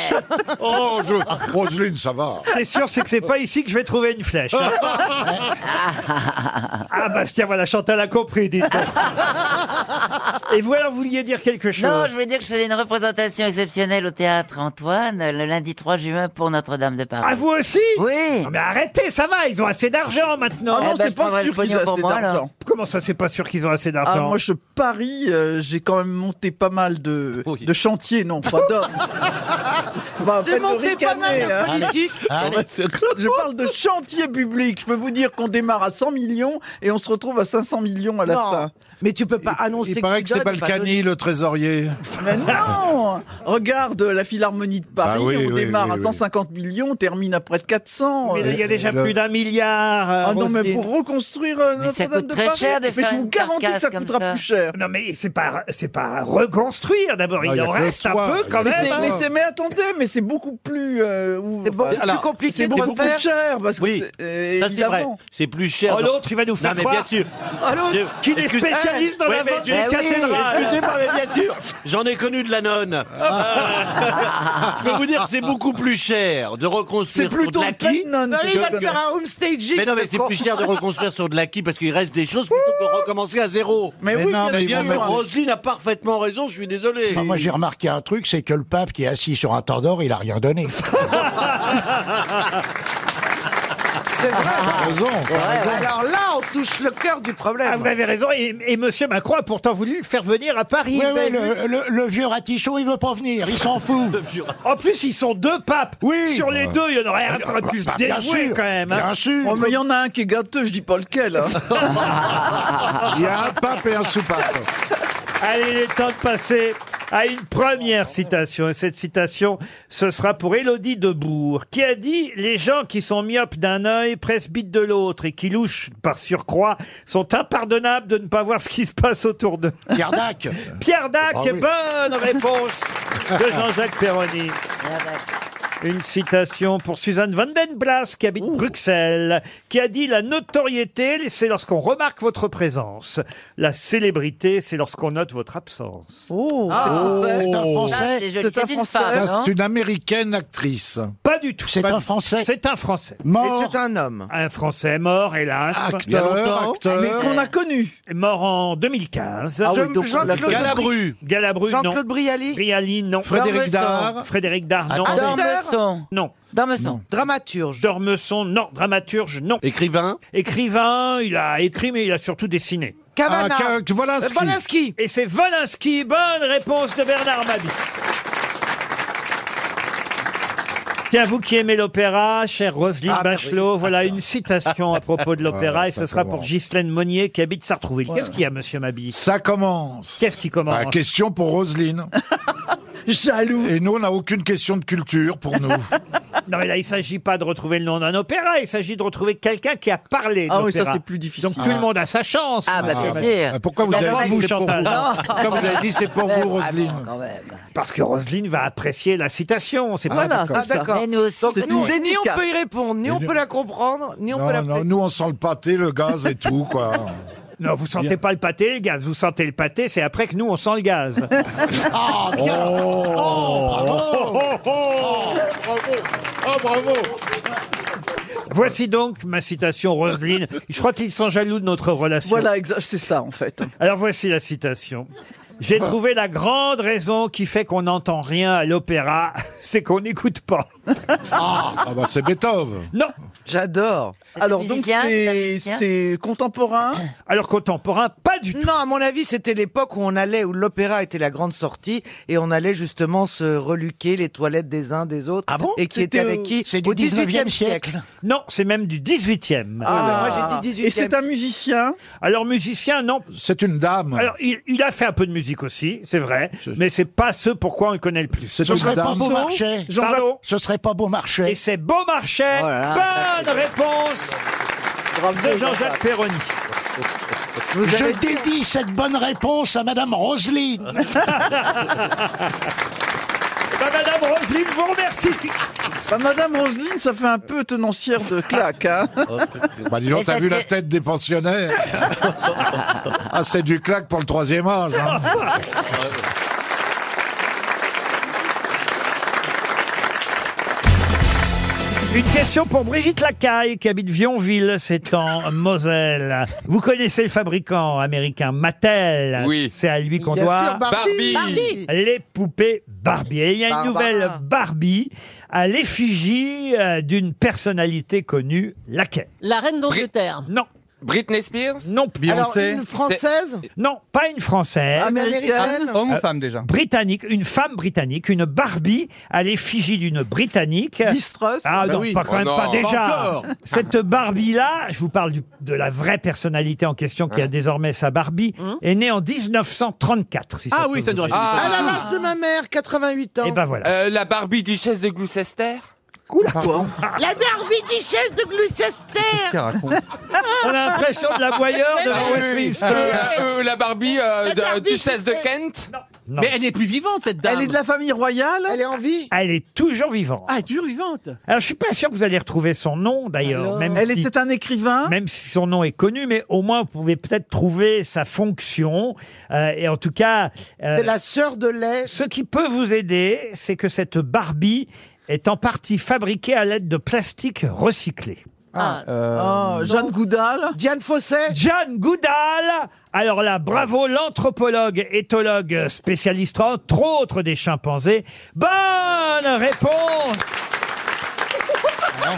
Oh, je, Roselyne, ça va.
Ce qui est sûr, c'est que c'est pas ici que je vais trouver une flèche. ah bah tiens, voilà, Chantal a compris, dites donc. Et vous, alors, vous vouliez dire quelque chose
Non, je voulais dire que je faisais une représentation exceptionnelle au théâtre Antoine le lundi 3 juin pour Notre-Dame de Paris.
Ah, vous aussi
Oui
Mais arrêtez, ça va, ils ont assez d'argent maintenant.
Ah non, Eh ben, c'est je pas prendrai le sûr pognon qu'ils ont pour assez moi, alors. d'argent.
Comment ça, c'est pas sûr qu'ils ont assez
Ah,
d'argent
moi je parie, euh, j'ai quand même monté pas mal de, de chantiers, non, pas d'hommes. Bah,
J'ai
faites-le
monté pas mal de
ricaner, hein.
politiques. Allez, allez.
Je parle de chantier public. Je peux vous dire qu'on démarre à 100 millions et on se retrouve à 500 millions à la
Non,
fin. Mais tu peux pas annoncer.
Il paraît que c'est Balkany, le trésorier.
Mais non Regarde la Philharmonie de Paris,
Bah oui,
on
oui,
démarre
oui,
à
oui.
150 millions, on termine à près de 400.
Mais il y a déjà plus d'un milliard. euh,
Ah non, mais
Roselyne.
pour reconstruire
Ah,
euh, Notre-Dame de Paris, mais je vous garantis que ça coûtera plus cher.
Non, mais c'est pas, c'est pas reconstruire d'abord.
Non,
Il
Ah, il y
en
a que le
reste un
toit,
peu quand
Mais
même.
c'est-
hein.
Mais, c'est- mais attendez, mais c'est beaucoup plus. euh, ou- enfin,
Ah,
beaucoup plus compliqué
C'est
de
beaucoup plus
refaire.
cher parce que.
Oui.
c'est- euh,
Ça, c'est vrai.
évidemment.
C'est plus cher.
Oh, l'autre, il va nous faire
Non, mais
croire.
bien sûr.
Ah, l'autre,
Je-
qu'il est
Excuse-
spécialiste dans
Ouais,
la
mais
vente
je-
des
Eh oui.
cathédrales.
Excusez-moi, mais bien sûr. J'en ai connu de la nonne. Euh, je peux vous dire que c'est beaucoup plus cher de reconstruire
C'est
sur
plutôt
de l'acquis.
plein de nonnes Allez, que il Bah va de- faire un home staging,
Mais non, mais
ce
c'est
con.
plus cher de reconstruire sur de l'acquis parce qu'il reste des choses plutôt que de recommencer à zéro.
Mais
Mais oui, non, bien mais ils sûr. vont mettre-
Roselyne a parfaitement raison, je suis désolé.
Ah,
Enfin, moi, j'ai remarqué un truc, c'est que le pape qui est assis sur un tendor, il a rien donné.
T'as
raison,
t'as raison.
hein. Alors là, on touche le cœur du problème.
Ah, vous avez raison. Et, et Monsieur Macron a pourtant voulu le faire venir à Paris. Ben,
Oui, oui,
Vous avez
le,
vu
le- le vieux ratichon, il veut pas venir, il s'en fout.
En plus, ils sont deux papes.
Oui.
Sur les deux, il y en aurait un qui aurait pu se
Bah, bien
dévouer
sûr,
quand même. hein.
bien sûr.
Oh, mais il y en a un qui est gâteux, je dis pas lequel. hein.
Ah. Il y a un pape et un soupape.
Allez, il est temps de passer à une première citation. Et cette citation, ce sera pour Élodie Debourg, qui a dit « Les gens qui sont myopes d'un œil, presbytes de l'autre et qui louchent par surcroît sont impardonnables de ne pas voir ce qui se passe autour d'eux. »
Pierre Dac
Pierre Dac,
Ah oui.
bonne réponse de Jean-Jacques Perroni. Une citation pour Suzanne Vandenblas, qui habite Bruxelles, qui a dit La notoriété, c'est lorsqu'on remarque votre présence. La célébrité, c'est lorsqu'on note votre absence.
Oh,
c'est un
Ah,
français.
c'est joli. C'est une femme,
Ça,
hein.
non
hein.
C'est une américaine actrice.
Pas du tout.
C'est un français.
C'est un français.
Mort.
c'est un homme. Un français mort, hélas.
Il y a longtemps. acteur.
Mais qu'on
a connu.
Mort en 2015.
Ah oui, Je- donc on l'a Jean-Claude connu.
Galabru. Galabru, non.
Jean-Claude Brialy.
Brialy, non.
Frédéric Dormeson. Dard.
Frédéric Dard, non.
Acteur.
Dormeson.
Non.
Dormeson.
Dramaturge. Dormeson, non. Dramaturge, non. Écrivain. Écrivain, il a écrit, mais il a surtout dessiné.
Cavana. Ah, Ka-
Euh,
Volinsky.
Et c'est Volinsky. Bonne réponse de Bernard Mabie. Tiens, vous qui aimez l'opéra, chère Roselyne
Ah, merci.
Bachelot, voilà une citation à propos de l'opéra
bah Voilà,
et ce
ça
sera pour
commence.
Ghislaine Monnier qui habite Sartrouville.
Voilà.
Qu'est-ce qu'il y a, monsieur Mabille
Ça commence.
Qu'est-ce qui commence
Bah, question pour Roselyne.
Jaloux.
Et nous, on n'a aucune question de culture pour nous.
Non, mais là, il s'agit pas de retrouver le nom d'un opéra, il s'agit de retrouver quelqu'un qui a parlé.
Ah oui, ça,
d'opéra.
c'est plus difficile.
Donc tout
Ah.
le monde a sa chance.
Ah, bah, bien sûr. Pourquoi vous
Non,
avez
pas
dit
vous,
c'est pour
Chantal.
vous Pourquoi vous avez dit c'est pour vous, Roselyne
Parce que Roselyne va apprécier la citation, c'est pas
Voilà,
comme
ah,
ça.
d'accord.
Mais nous aussi,
Donc,
c'est
nous,
une
ni on
dédicace.
peut y répondre, ni on peut la comprendre, ni on peut la.
Non, non, nous, on sent le pâté, le gaz et tout, quoi.
Non, vous sentez pas le pâté, le gaz. Vous sentez le pâté, c'est après que nous, on sent le gaz.
Ah, bien.
Oh, bravo
Voici donc ma citation, Roselyne. Je crois qu'ils sont jaloux de notre relation.
Voilà, exa- c'est ça en fait. Ah.
Alors voici la citation. J'ai trouvé la grande raison qui fait qu'on n'entend rien à l'opéra, c'est qu'on n'écoute pas.
Ah, bah c'est Beethoven.
Non.
J'adore. Alors donc
musicien, c'est un
c'est
musicien
c'est contemporain.
Alors contemporain, pas du
tout. Non, à mon avis, c'était l'époque où on allait, où l'opéra était la grande sortie, et on allait justement se reluquer les toilettes des uns des autres. Ah bon Et qui était
C'était au-
avec qui
C'est
du
Au 18e
19e Non, c'est même du 18e.
Ah, moi, j'ai dit 18e. Et c'est un musicien
Alors musicien, non.
C'est une dame.
Alors il, il a fait un peu de musique aussi, c'est vrai, mais c'est pas ce pourquoi on le connaît le plus.
Ce serait pas Beaumarchais.
Pardon
Ce serait pas Beaumarchais.
Et c'est Beaumarchais.
Ah,
Bonne réponse de Jean-Jacques Perroni.
Je dédie cette bonne réponse à Madame
Eh
Roselyne.
ben, Bah, Madame Roselyne vous remercie.
Bah, Madame Roselyne, ça fait un peu tenancière de claque. Hein.
Bah, dis donc, t'as vu la tête des pensionnaires Ah, c'est du claque pour le troisième âge. hein.
Une question pour Brigitte Lacaille qui habite Vionville, c'est en Moselle. Vous connaissez le fabricant américain Mattel
Oui.
C'est à lui qu'on
Bien
doit
sûr, Barbie. Barbie.
les poupées Barbie. Et il y a une
Barbara.
nouvelle Barbie à l'effigie euh, d'une personnalité connue, laquelle
La reine d'Angleterre.
Non.
Britney Spears
Non.
Beyoncé. une Française
Non, pas une Française.
Américaine
Homme ou
Euh,
femme, déjà
Britannique, une femme britannique, une Barbie à l'effigie d'une Britannique.
Truss
Ah
Bah
non,
oui.
pas quand
Oh
même
non.
pas
Pas
déjà.
encore.
Cette Barbie-là, je vous parle du- de la vraie personnalité en question
Hein
qui a désormais sa Barbie,
Hein
est née en 1934. si
Ah
peut
oui, ça
vous
doit
aider.
Ah.
À la marche de ma mère, 88 ans.
Et ben voilà.
Euh, la Barbie duchesse de Gloucester
La Barbie duchesse de Gloucester
On a l'impression de la voyeur de
Ah oui, oui.
Westminster.
Euh, euh, la Barbie, euh, de- duchesse de Kent
Non.
Mais elle est plus vivante, cette dame.
Elle est de la famille royale
Elle est en vie
Elle est toujours vivante.
Ah, elle est toujours vivante.
Alors, je suis pas sûr que vous allez retrouver son nom, d'ailleurs.
Alors
même
Elle
si-
était un écrivain
Même si son nom est connu, mais au moins, vous pouvez peut-être trouver sa fonction. Euh, et en tout cas... euh,
C'est la sœur de lait.
Ce qui peut vous aider, c'est que cette Barbie est en partie fabriquée à l'aide de plastique recyclé.
Euh,
Ah,
Euh,
Oh, Jeanne Goudal
Diane Fosset
Jeanne Goudal alors là, bravo l'anthropologue, éthologue, spécialiste entre autres des chimpanzés. Bonne réponse
hein.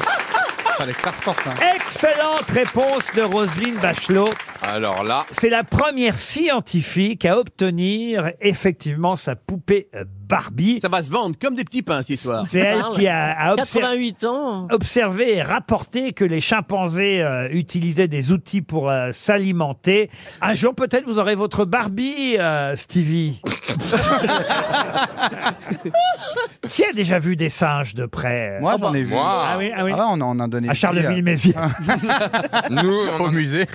Eh. Excellente réponse de Roselyne Bachelot.
Alors là,
C'est la première scientifique à obtenir effectivement sa poupée euh, Barbie.
Ça va se vendre comme des petits pains, cette histoire.
C'est elle qui a, a obser-
88 ans.
observé et rapporté que les chimpanzés euh, utilisaient des outils pour euh, s'alimenter. Un jour, peut-être, vous aurez votre Barbie, euh, Stevie. qui a déjà vu des singes de près
Moi, j'en ai vu.
moi.
Ah oui, ah oui.
Ah, on est en Indonésie.
À Charleville-Mézières.
nous, on,
Au musée.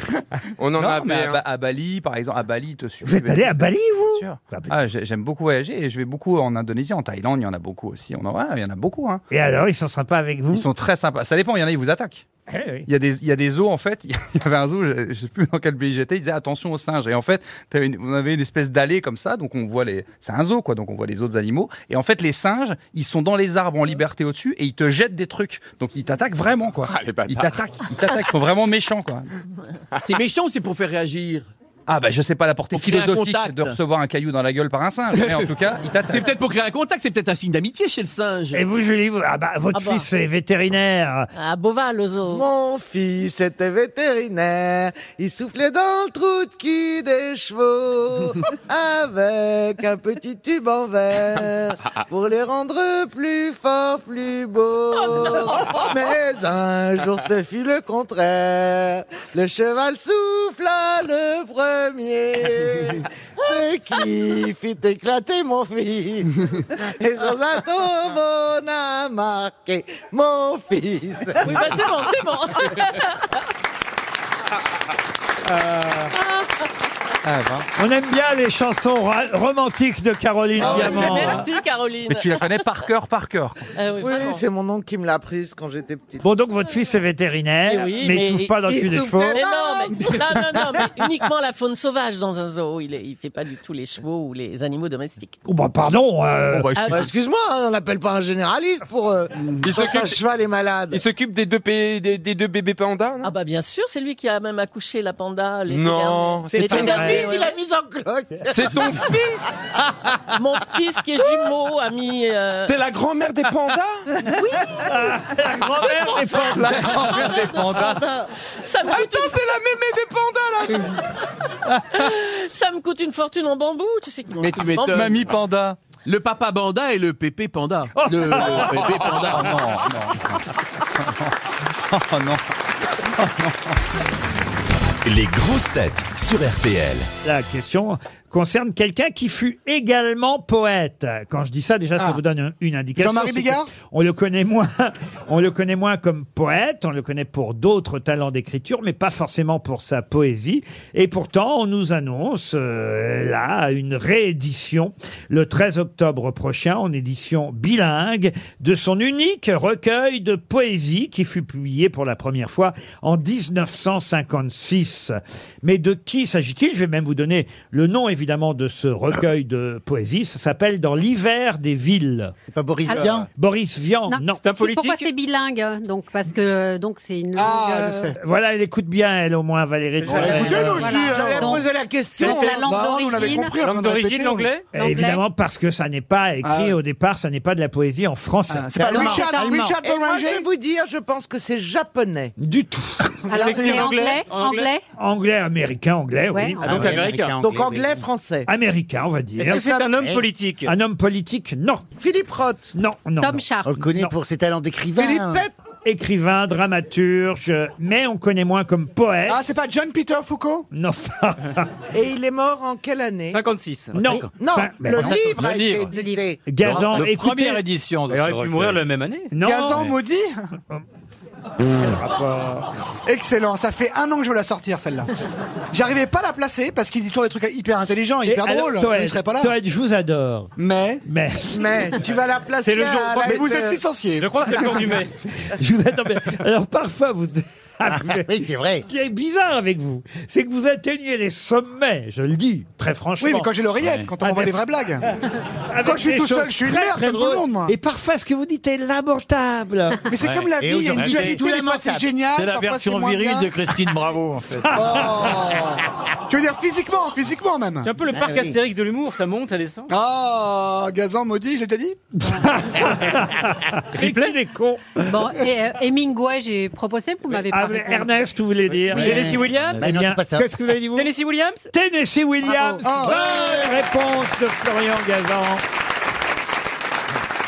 on en
Non,
avait
mais à,
un.
Ba- à Bali, par exemple. À Bali, te
Vous êtes allé à Bali, vous
ah, j'ai- J'aime beaucoup voyager et je vais beaucoup en Indonésie, en Thaïlande, il y en a beaucoup aussi. On en... ouais, il y en a beaucoup. Hein.
Et alors, ils sont sympas avec vous
Ils sont très sympas. Ça dépend, il y en a, ils vous attaquent.
Eh oui.
Il y, a des, il y a des zoos, en fait. Il y avait un zoo, je, je sais plus dans quel pays j'étais, il disait attention aux singes. Et en fait, t'avais une- on avait une espèce d'allée comme ça, donc on voit les. C'est un zoo, quoi, donc on voit les autres animaux. Et en fait, les singes, ils sont dans les arbres en liberté au-dessus et ils te jettent des trucs. Donc ils t'attaquent vraiment, quoi.
Ah, les bâtards.
ils t'attaquent, ils t'attaquent, ils sont vraiment méchants, quoi.
C'est méchant, c'est pour faire réagir.
Ah bah je sais pas la portée
Pour créer un
philosophique
contact.
de recevoir un caillou dans la gueule par un singe, mais en tout cas, il t'attaque.
C'est peut-être pour créer un contact, c'est peut-être un signe d'amitié chez le singe.
Et vous, Julie, vous- ah bah, votre
Ah bah.
fils est vétérinaire.
À Bova, le zoo. Mon fils était vétérinaire, il soufflait dans le trou de cul des chevaux, avec un petit tube en verre, pour les rendre plus forts, plus beaux. Mais un jour, ce fut le contraire, le cheval souffla le premier, ce qui fit éclater mon fils, et sans un tombeau n'a marqué mon fils.
Oui, bah c'est bon, c'est bon.
Euh,
Ah, bah.
On aime bien les chansons ra- romantiques de Caroline
Ah Oh,
Diamant.
Merci, Caroline. Mais tu la connais par
cœur, par cœur.
Ah oui, c'est mon oncle qui me l'a prise quand j'étais petite.
Bon, donc votre fils est vétérinaire, mais, il ne souffle pas dans le cul des chevaux.
Mais non, mais- non, non, non, mais uniquement la faune sauvage dans un zoo. Il ne fait pas du tout les chevaux ou les animaux domestiques.
Oh, bah, pardon. euh,
Ah, bah, Excuse-moi, hein, on n'appelle pas un généraliste pour euh, quand un cheval est malade.
Il s'occupe des deux, pé- des, des deux bébés pandas
Ah bah bien sûr, c'est lui qui a même accouché la panda. l'été
Non,
dernier.
c'est
L'été
ton
dernier,
fils.
il a mis en cloque.
C'est ton
fils Mon fils qui est jumeau a mis... euh,
T'es la grand-mère des pandas
Oui
La grand-mère
C'est pour ça. La grand-mère des pandas.
Ça
Ah.
me coûte une... c'est la mémé des pandas là Ça me coûte une fortune en bambou, tu sais qu'ils
Mais tu m'étonnes.
Mamie panda.
Le papa panda et le pépé panda. Le, le pépé panda.
Oh, non, Oh non.
Les grosses têtes sur RTL.
La question concerne quelqu'un qui fut également poète. Quand je dis ça, déjà,
Ah.
ça vous donne un- une indication.
Jean-Marie
c'est que
Bigard
On le connaît moins. On le connaît moins comme poète. On le connaît pour d'autres talents d'écriture, mais pas forcément pour sa poésie. Et pourtant, on nous annonce euh, là une réédition le 13 octobre prochain en édition bilingue de son unique recueil de poésie qui fut publié pour la première fois en 1956. Mais de qui s'agit-il Je vais même vous donner le nom évidemment de ce recueil de poésie. Ça s'appelle Dans l'hiver des villes. Pas Boris
Alors- Vian
Boris Vian, non.
Pourquoi c'est bilingue hein, Donc parce que euh, donc c'est une langue.
Ah,
Ah,
euh,
Voilà, elle écoute bien, elle au moins, Valérie. Trierweiler.
Voilà. Donc, donc,
Bah,
la langue d'origine. L'anglais.
Euh, Eh, Évidemment, parce que ça n'est pas écrit au départ, ça n'est pas de la poésie en français.
Ah. C'est pas Bah, Richard, Richard Et moi, je vais vous dire, je pense que c'est japonais.
Du tout.
Alors, c'est anglais, anglais
Anglais, américain, anglais,
Ouais,
oui.
Ah, donc anglais, américain. américain,
Donc, anglais, anglais,
français. Américain, on va dire.
Est-ce que c'est un homme politique
Un homme politique, non. Philippe Roth Non, non.
Tom
non.
Sharp. On le connaît pour ses talents d'écrivain.
Philippe Pett Écrivain, dramaturge, mais on connaît moins comme poète.
Ah, c'est pas John Peter Foucault
Non.
Et il est mort en quelle année
56.
Non.
Non,
Ça-
le
Ben,
livre a
le
été
livre.
édité.
Gazan,
Le
écoutez-
première édition. Il aurait pu
euh,
mourir la même année.
Non.
Gazan
Mais-
maudit
Quel rapport
Excellent, ça fait un an que je veux la sortir celle-là. J'arrivais pas à la placer parce qu'il dit toujours des trucs hyper intelligents, hyper
Alors,
drôles.
Toed,
Il serait pas là.
Toed, je vous adore.
Mais.
Mais.
Mais tu vas la placer. à la-
Mais vous êtes licencié.
Je crois que c'est le jour du mai. Je vous adore. mais Alors parfois vous.
Oui, c'est vrai.
Ce qui est bizarre avec vous, c'est que vous atteignez les sommets, je le dis, très franchement.
Oui, mais quand j'ai l'oreillette, quand on
Avec-
envoie des vraies blagues.
Avec
quand je suis
des
tout seul,
choses
je suis une
très,
merde
très
comme tout le
drôles.
monde, moi.
Et parfois, ce que vous dites est lamentable.
Mais c'est comme la vie, il y a une dualité, parfois c'est génial.
C'est la
parfois
version
c'est moins
virile
bien. Oh.
de Christine Bravo, en fait.
Tu veux dire physiquement, physiquement même.
C'est un peu le parc Ah oui.
Astérix de l'humour, ça monte, ça descend.
Ah, Gazan maudit, j'ai déjà dit
Ripley des cons.
Bon, et euh, Hemingway, j'ai proposé, vous m'avez pas.
Ah,
répondu.
Ernest, vous voulez dire
Oui. Tennessee
Williams
Eh bien, Ah, qu'est-ce que vous avez dit vous
Tennessee Williams
Tennessee
Oh.
Williams.
Bravo.
Bonne réponse de Florian Gazan.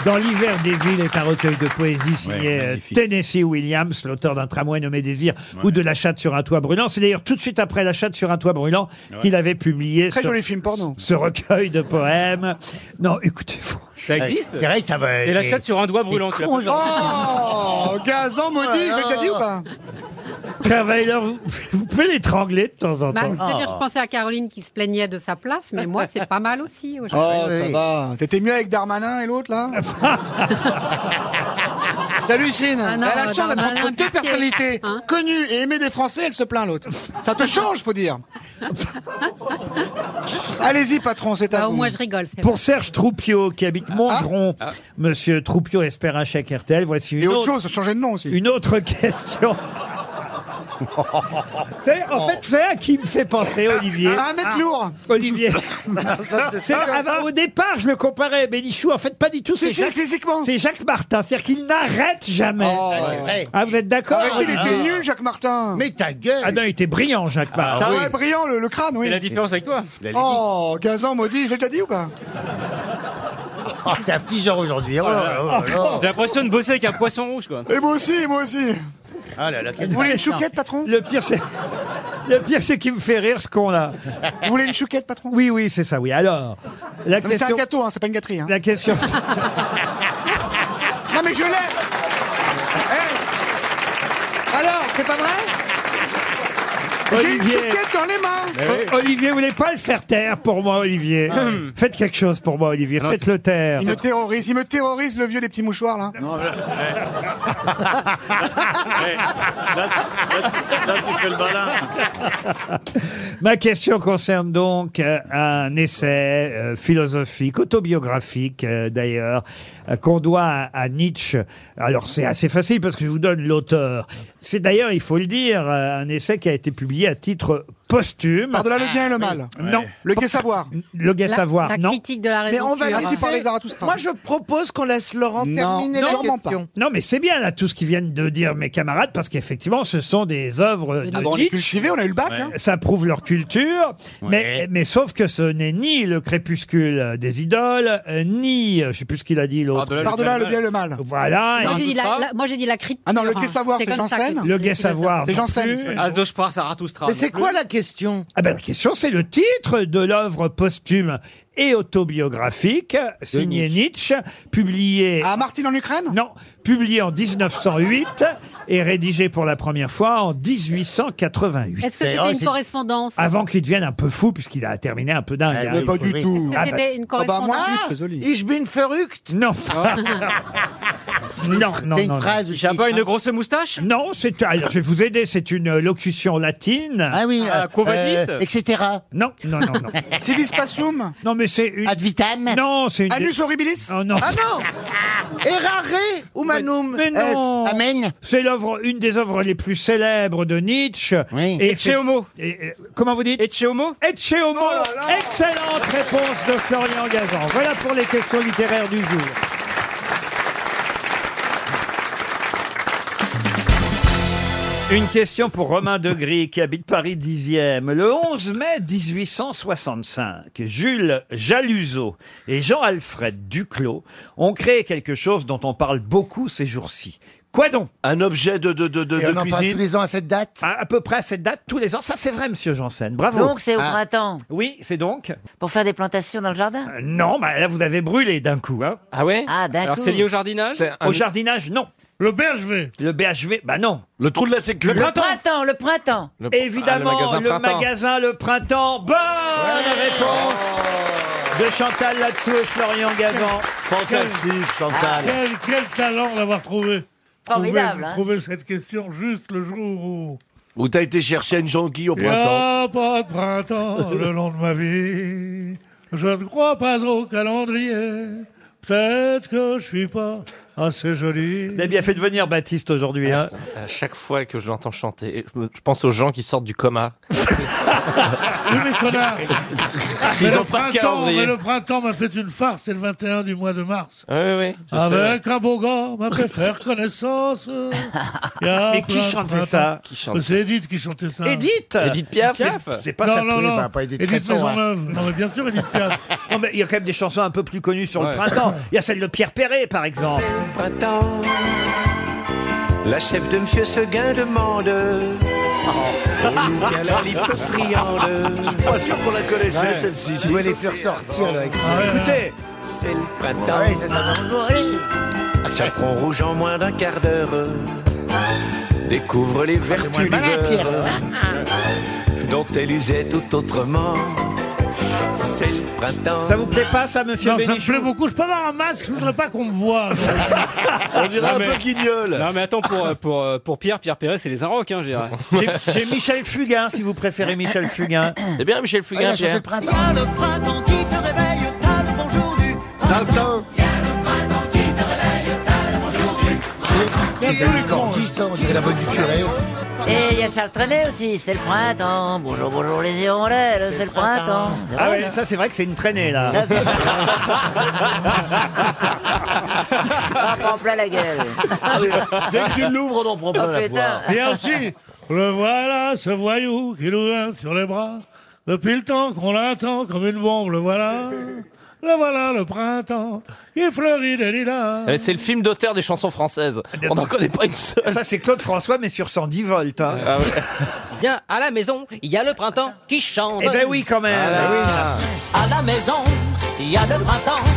Dans l'hiver des villes est un recueil de poésie signé euh, Tennessee Williams, l'auteur d'un tramway nommé Désir ou de La chatte sur un toit brûlant. C'est d'ailleurs tout de suite après La chatte sur un toit brûlant
Ouais.
qu'il avait publié
Très
ce,
joli film porno.
ce recueil de poèmes. Non, écoutez, ça
existe C'est vrai que ça va-
Et la chatte sur un doigt
Des
brûlant. tu l'as
cons,
pas fait.
Oh, Gazan maudit, je l'ai déjà dit ou pas
Travailler, vous, vous pouvez l'étrangler de temps Ah. en
Bah,
temps.
c'est-à-dire,
Ah.
je pensais à Caroline qui se plaignait de sa place, mais moi, c'est pas mal aussi.
Oh,
aujourd'hui.
ça va. T'étais mieux avec Darmanin et l'autre, là T'hallucines.
Ah non,
elle a la chance
Darmanin, Hein
d'être entre deux
Piquet,
personnalités, connue et aimée des Français, elle se plaint l'autre. Ça te change, faut dire. Allez-y, patron, c'est à
Bah, au
vous. Ah,
moins, je rigole. c'est
Pour Serge Troupiot, qui habite Montgeron, Monsieur Troupiot espère un chèque RTL. Voici une
Et autre
autre,
chose, changer de nom aussi.
une autre question. C'est- En fait, c'est à qui me fait penser, Olivier. Ah.
Un mec lourd.
Olivier.
Ça, c'est
C'est-
sûr.
avant- au départ, je le comparais à Bénichou. En fait, pas du tout.
Si,
C'est
si,
Jacques, c'est Jacques Martin. C'est-à-dire qu'il n'arrête jamais.
Oh, c'est vrai.
Ah, vous êtes d'accord
Arrêtez, il était
Ah.
nul, Jacques Martin. Mais ta gueule.
Ah non, il était brillant, Jacques Martin.
Ah ouais, brillant, le, le crâne, oui.
C'est la différence
avec toi.
Il a les
Oh, 15 ans, maudit, je l'ai déjà dit ou pas
Oh, t'es affligeant aujourd'hui. Oh là là, oh là là.
J'ai l'impression de bosser avec un poisson rouge, quoi.
Et Eh, moi aussi, et moi aussi.
Ah là là,
Vous voulez une chouquette, patron
Le pire, c'est. Le pire, c'est qu'il me fait rire ce qu'on a.
Vous voulez une chouquette, patron
Oui, oui, c'est ça, oui. Alors, la
Non, mais c'est un
question.
gâteau, hein, c'est pas une gâterie. Hein.
La question.
Non, mais je l'ai Eh Alors, c'est pas vrai J'ai une
Olivier.
chouquette dans les mains
O- Olivier, vous voulez pas le faire taire pour moi, Olivier
Ah oui.
Faites quelque chose pour moi, Olivier.
Non,
Faites-le taire.
Il me terrorise, il me terrorise le vieux des petits mouchoirs là.
eh. Là, tu fais le balin.
Ma question concerne donc euh, un essai euh, philosophique, autobiographique euh, d'ailleurs, euh, qu'on doit à, à Nietzsche. Alors c'est assez facile parce que je vous donne l'auteur. C'est d'ailleurs, il faut le dire, euh, un essai qui a été publié à titre posthume.
Par-delà le bien et le mal.
Non.
Le gai savoir.
Le gai savoir, non.
de la Mais on va laisser parler Zara
Moi, je propose qu'on laisse Laurent terminer la question.
Non, mais c'est bien là tout ce qu'ils viennent de dire mes camarades parce qu'effectivement ce sont des œuvres de
Ah bon, on est
Nietzsche.
cultivés, on a eu le bac, Ouais. hein.
Ça prouve leur culture, mais mais sauf que ce n'est ni le crépuscule euh, des idoles, euh, ni euh, je sais plus ce qu'il a dit l'autre.
Par-delà le bien et le mal.
Voilà.
Moi
Et-
j'ai dit la, la- moi j'ai dit la critique.
Ah non, le
hein.
gai savoir, c'est
comme ça que-
Janssen.
Le gai savoir.
C'est
non
Janssen.
plus.
Alzospar, Zarathustra.
Mais c'est quoi la question
Ah ben, la question, c'est le titre de l'œuvre posthume et autobiographique, signée Nietzsche, publiée...
À Ah, Martine en Ukraine
Non, publiée en 1908 et rédigée pour la première fois en 1888.
Est-ce que
oh,
c'était une correspondance
Avant qu'il devienne un peu fou, puisqu'il a terminé un peu dingue.
Eh,
hein. Ah, bah,
mais pas du tout.
bah,
Ah, bah,
Est-ce que bah, c'était une correspondance
ah,
Ah,
Ich bin verrückt.
Non. Non, non,
C'est une
non,
phrase
non.
J'ai pas
Ah.
une grosse moustache
Non, c'est. alors, je vais vous aider. C'est une locution latine. Ah
oui.
à
euh, euh, etc.
Non, non, non, non.
Civis passum
Non, mais c'est une.
Ad vitam
Non, c'est une.
Anus horribilis
Oh non.
Ah non
Errare humanum.
Mais non.
est.
Amen. C'est l'œuvre, une des œuvres les plus célèbres de Nietzsche.
Et
c'est-
chez Homo.
Et, comment vous dites
Et chez Homo
Et chez Homo. Excellente réponse de Florian Gazan. Voilà pour les questions littéraires du jour. Une question pour Romain Degris qui habite Paris 10e. Le 11 mai 1865, Jules Jaluseau et Jean-Alfred Duclos ont créé quelque chose dont on parle beaucoup ces jours-ci. Quoi donc
Un objet de, de, de, de,
Et
de
on en parle
cuisine.
tous les ans à cette date à, à peu près à cette date, tous les ans. Ça, c'est vrai, monsieur Janssen. Bravo.
Donc c'est au
Ah.
printemps.
Oui, c'est donc.
Pour faire des plantations dans le jardin.
Non, bah là, vous avez brûlé d'un coup. Hein.
Ah ouais
Ah, d'un
Alors
coup.
c'est lié au jardinage
Au jardinage, non. Le BHV Le BHV, bah non.
Le trou de la sécu.
Le printemps, le printemps.
Le- Évidemment,
Ah,
le,
le magasin
magasin,
Printemps.
le printemps. Bonne réponse de Chantal là-dessous et Florian Gazan.
Fantastique, Chantal.
Quel, quel talent d'avoir trouvé.
Formidable,
trouvé-
hein.
trouvé cette question juste le jour où.
Où t'as été chercher une jonquille au
Il n'y
Ah,
printemps.
a pas de printemps le long de ma vie. Je ne crois pas au calendrier. Peut-être que je suis pas assez
Eh
joli.
Vous avez bien fait de venir, Baptiste, aujourd'hui. hein.
Ah, À chaque fois que je l'entends chanter, je, me- je pense aux gens qui sortent du coma.
Oui, mais connard.
Ils
Mais le
ont pas de
printemps,
calendrier.
mais le printemps m'a fait une farce, c'est le 21 du mois de mars.
Oui, oui. je sais.
Ah
Avec un beau gars, m'a fait faire connaissance. Il y a
Mais qui
plein de
chantait
printemps.
ça
Qui
chantait
C'est Edith qui chantait ça.
Edith Edith Piaf C'est- c'est pas
non,
ça,
Non,
oui,
non,
bah, pas Edith
Edith
Cresson, hein.
Maisonneuve. Non, mais bien sûr, Edith Piaf.
Non, mais il y a quand même des chansons un peu plus connues sur
Ouais.
le printemps. Il y a celle de Pierre Perret, par exemple.
printemps. La chef de Monsieur Seguin demande
Oh,
Au look à la lippe friande
Je suis pas sûr qu'on la connaissait,
Ouais. Tu
celle-ci.
veux les
faire
Ah,
sortir, là, avec-
Écoutez
C'est le printemps Ouais, c'est Chaperon rouge en moins d'un quart d'heure Découvre les vertus du beurre Dont elle usait tout autrement C'est le printemps
Ça vous plaît pas, ça, monsieur
Non, ça me
Bénichou
plaît beaucoup. Je peux avoir un masque, je voudrais pas qu'on me voie.
On dirait
Non,
un
mais-
peu guignol.
Non mais attends, pour, euh, pour, euh, pour Pierre, Pierre Perret, c'est les Inrocks, hein, je dirais.
J'ai- J'ai Michel Fugain, si vous préférez Michel Fugain.
C'est Eh bien Michel
Ah,
Fugain, Pierre.
printemps. Il y a le printemps qui te réveille, t'as le bonjour du printemps. Il y a le printemps qui te réveille, t'as le bonjour du printemps. C'est tous les grands. C'est la bonne curée.
Et il y a Charles Trenet aussi, c'est le printemps. Bonjour, bonjour les hirondelles, c'est le printemps. C'est
Ah
vrai,
ouais,
non
ça c'est vrai que c'est une traînée là.
Là, Ah, c'est- On prend plein la gueule.
Ah
Ah, Dès que tu l'ouvres, on en prend plein
Oh,
la
putain.
poire.
Et aussi, le voilà, ce voyou qui nous vint sur les bras. Depuis le temps qu'on l'attend comme une bombe, le voilà. Le voilà, le printemps, qui fleurit des lilas.
Eh, C'est le film d'auteur des chansons françaises. On n'en connaît pas une seule.
Ah, Ça c'est Claude François mais sur 110 volts. hein.
Viens à la maison, il y a le printemps qui chante.
Eh ben oui, quand même. Ah, oui.
À la maison, il y a le printemps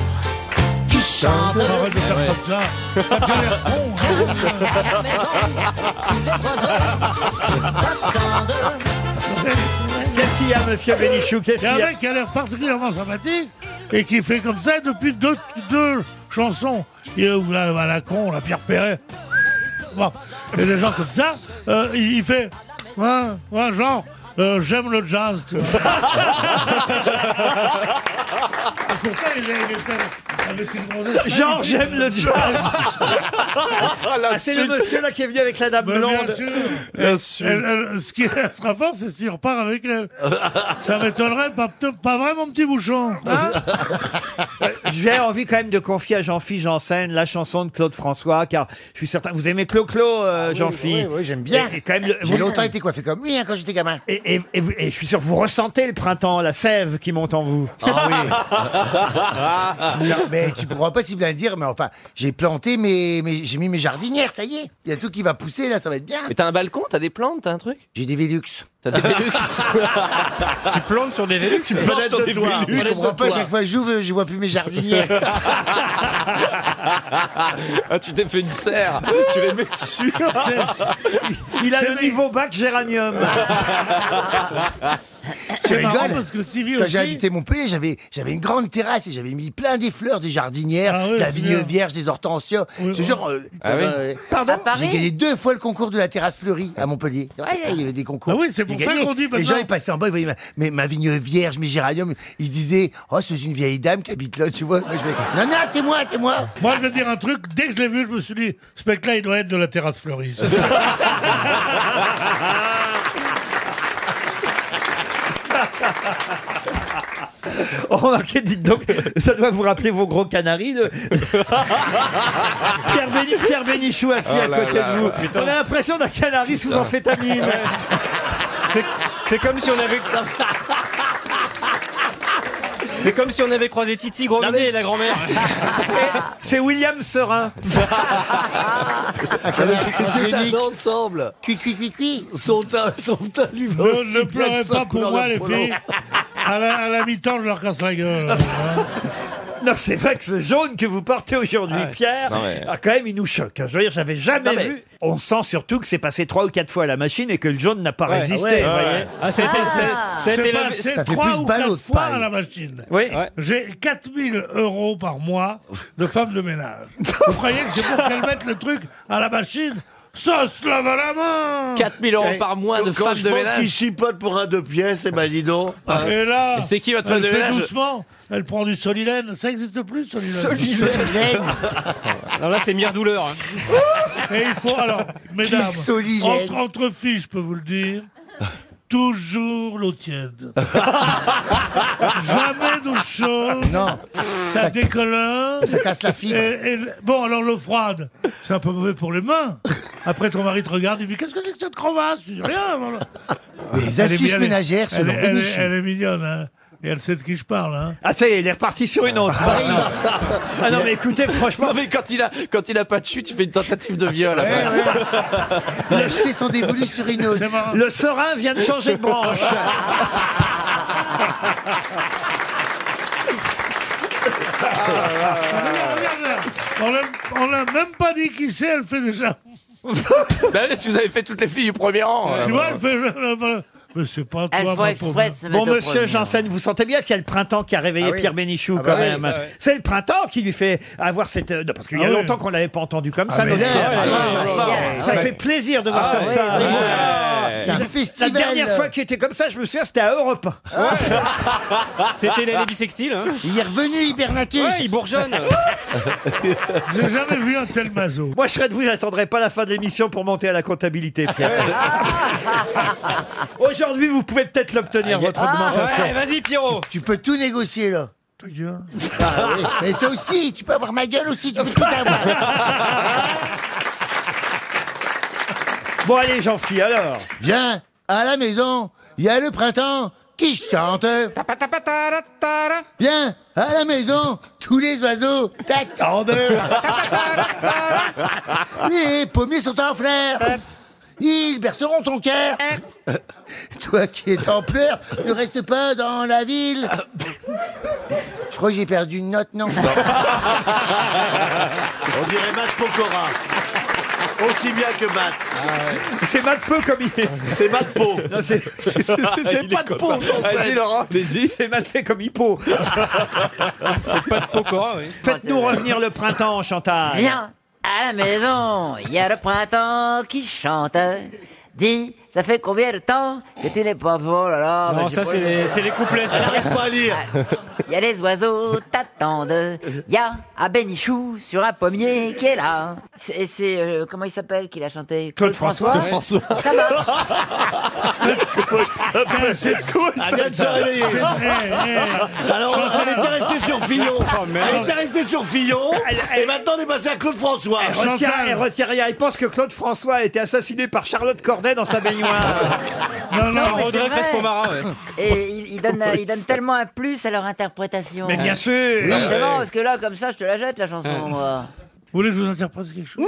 qui chante.
Arrête de faire comme ça. T'as déjà l'air con, hein.
À la maison, les
Qu'est-ce qu'il y a, monsieur Bénichou Qu'est-ce
Il y a
qu'il y
un mec qui a
a
l'air particulièrement sympathique et qui fait comme ça depuis deux, deux chansons. Il ouvre la, la- la con, la Pierre Perret. Bon, et des gens comme ça, euh, il il fait. Ouais, ouais, genre, euh, j'aime le jazz. tu vois. Et pourtant, il est- il est- avec une grosse-
Genre, j'aime le jazz. Ah, c'est le
l'insulte.
monsieur là qui est venu avec la dame
Mais
blonde.
Bah, Bien sûr. Elle- elle- ce qui sera fort, c'est s'il repart avec elle. Ça m'étonnerait, pas, pas vrai, mon petit bouchon. hein
Euh, J'ai envie quand même de confier à Jean-Philippe Janssen la chanson de Claude François, car je suis certain, vous aimez Clo-Clo, euh, Jean-Philippe
oui, oui, j'aime bien.
Et, et quand même, le-
J'ai
vous-
longtemps été coiffé comme lui hein, quand j'étais gamin.
et- et- et vous- et je suis sûr, que vous ressentez le printemps, la sève qui monte en vous.
Ah non, mais tu pourras pas si bien dire, mais enfin, j'ai planté mes, mes- j'ai mis mes jardinières, ça y est. Il y a tout qui va pousser là, ça va être bien.
Mais t'as un balcon, t'as des plantes, t'as un truc
J'ai des Velux.
T'as des Velux Tu plantes sur des Velux
Tu plantes sur des Velux. Je comprends pas, chaque fois que j'ouvre, je vois plus mes jardinières.
Ah, tu t'es fait une serre Tu les mets dessus
Il a le niveau bac géranium.
Je
C'est
rigole.
marrant parce que Stevie
Quand
aussi-
j'ai invité mon père, j'avais, j'avais une grande terrasse et j'avais mis plein des fleurs, des jardinières,
oui,
de la
Ah c'est
vigne
bien.
vierge, des hortensias. ce genre. euh,
Ah oui.
euh,
Pardon
à Paris J'ai gagné deux fois le concours de la terrasse fleurie à Montpellier. Ouais, ouais, il y avait des concours.
Ah oui, c'est pour
J'ai
ça
gagné.
qu'on dit
Les gens,
maintenant.
ils passaient en bas, ils voyaient ma, mais ma vigne vierge, mes géraniums. Ils se disaient, oh, c'est une vieille dame qui habite là, tu vois. Moi, je fais, non, non, c'est moi, c'est moi.
Moi, je vais te dire un truc. Dès que je l'ai vu, je me suis dit, ce mec-là, il doit être de la terrasse fleurie. C'est ça.
Remarquez, Oh, dites donc, ça doit vous rappeler vos gros canaris. le- Pierre, Béni- Pierre Bénichou assis
Oh
à
là
côté
là
de vous.
là. Putain.
On a l'impression d'un canari sous
Putain.
amphétamine.
C'est comme si on avait... C'est comme si on avait croisé Titi Gros Minet et la grand-mère.
C'est William Serin.
Ah,
Ah,
C'est un ensemble.
Cui, cui, cui, cui.
Sont, un- sont allumés.
Ne-
aussi
ne
bien
pleurez
que sa
pas pour
couleur
moi,
de
les
polo.
filles. À la, à la mi-temps, je leur casse la gueule. hein.
Non, c'est vrai que ce jaune que vous portez aujourd'hui,
Ah ouais.
Pierre,
Non, mais-
ah, quand même, il nous choque. hein. Je veux dire, j'avais jamais
Non, mais-
vu. On sent surtout que c'est passé trois ou quatre fois à la machine et que le jaune n'a pas
Ouais,
résisté.
ouais,
vous
ouais.
voyez.
Ah, ça a été- ça- ça a
C'est
été la-
passé
ça fait
trois
plus
ou
ballot
quatre
de
fois
paille.
à la machine.
Oui.
J'ai 4000 euros par mois de femme de ménage. Vous croyez que c'est pour qu'elle mette le truc à la machine Ça se lave à la main
4000
Eh,
euros par mois de
Quand
femme
je
de
pense
ménage.
qu'il chipote pour un deux pièces, et ben dis donc.
Ah.
Ah.
hein.
Ah, Et là,
Et c'est qui votre femme
elle
de
fait
ménage
doucement, elle prend du solilène, ça n'existe plus solilène.
Solilène. Non, là, c'est mire douleur.
Et il faut, alors, mesdames,
solilène.
entre, entre filles, je peux vous le dire, toujours l'eau tiède. Jamais d'eau chaude.
Non.
Ça, décolore.
ça casse la fibre.
Et- et le- bon, alors l'eau froide, c'est un peu mauvais pour les mains. Après, ton mari te regarde et dit Qu'est-ce que c'est que cette crevasse Tu dis rien. voilà.
Les
Elle est
astuces
bien-
ménagères
elle,
selon
est- elle, est-
Bénichou.
elle est mignonne, hein. Et elle sait de qui je parle, hein.
Ah, ça y est, il est reparti sur une autre. ah non, mais écoutez, franchement.
Non, mais quand il, a, quand il a pas de chute, il fait une tentative de viol.
Ah,
Il a jeté son dévolu sur une autre.
Le serin vient de changer de branche.
Ah,
On l'a- On l'a même pas dit qui c'est, elle fait déjà.
Bah oui, si vous avez fait toutes les filles du premier
Oh,
rang.
tu
euh,
vois, elle
Ah,
fait. Mais c'est pas toi,
Elles font
ma
exprès de
pauvre.
se mettre
Bon,
au
monsieur
premier.
Janssen, vous sentez bien qu'il y a le printemps qui a réveillé
Ah oui.
Pierre Bénichou,
Ah bah
quand
oui,
même.
ça, ouais.
C'est le printemps qui lui fait avoir cette. euh, non, parce qu'il y a
Ah oui.
longtemps qu'on l'avait pas entendu comme
Ah
ça,
mais
nos
là,
pères.
ah ouais,
Ah,
ouais,
Ça
ouais.
ça
Ouais.
fait plaisir de voir
Ah
comme
ouais,
ça.
ouais.
Ah, La- La dernière fois qu'il était comme ça, je me souviens, c'était à Europe.
C'était l'année bisextile.
Il est revenu, Hibernatus.
hein. Ouais, il bourgeonne.
J'ai jamais vu un tel mazo. Moi, je serais de vous, j'attendrai pas la fin de l'émission pour monter à la comptabilité, Pierre. Aujourd'hui, vous pouvez peut-être
Ah,
l'obtenir, votre augmentation.
Pierrot. Tu, tu peux tout négocier, là. Ah Mais ça aussi, tu peux avoir ma gueule aussi, tu peux tout avoir.
Bon, allez, jean phi alors.
Viens, à la maison, il y a le printemps qui chante. Viens, à la maison, tous les oiseaux t'attendent. Les pommiers sont en fleurs. Ils berceront ton cœur. Toi qui es en pleurs, ne reste pas dans la ville. Je crois que j'ai perdu une note, non
On dirait Matt Pokora. Aussi bien que Matt.
Ah C'est Matt Peu comme il est.
C'est Matt Po.
Non, c'est c'est- c'est- c'est
Ah. Il est
pas de peau.
content. Vas-y, Laurent,
allez-y. C'est Matt fait comme hippo.
C'est pas de Pokora, oui.
Faites-nous revenir le printemps,
Ah,
Chantal.
Viens à la maison, il y a le printemps qui chante. Dis, ça fait combien de temps que tu n'es pas beau, là là
Non,
mais j'ai
ça,
pas- Ah,
c'est les- c'est les couplets, ça. J'arrive pas à lire.
Il y a les oiseaux t'attendent. Il y a un bénichou sur un pommier qui est là. C'est, c'est, euh, comment il s'appelle qui l'a chanté
Claude François. Claude
Ça marche.
Ah,
C'est cool. Elle vient de se réveiller. Alors, elle était restée sur Fillon.
Oh,
Elle était restée sur Fillon. Et maintenant, on est passé à Claude François.
Elle retient, elle retient rien. Il pense que Claude François a été assassiné par Charlotte Corday dans sa baignoire.
Non, mais c'est vrai. Et il, il donne, il donne tellement un plus à leur interprétation.
Mais bien sûr.
Oui,
Ah
c'est bon,
ouais.
parce que là, comme ça, je te la jette, la chanson. moi.
Vous voulez que je vous interprète quelque chose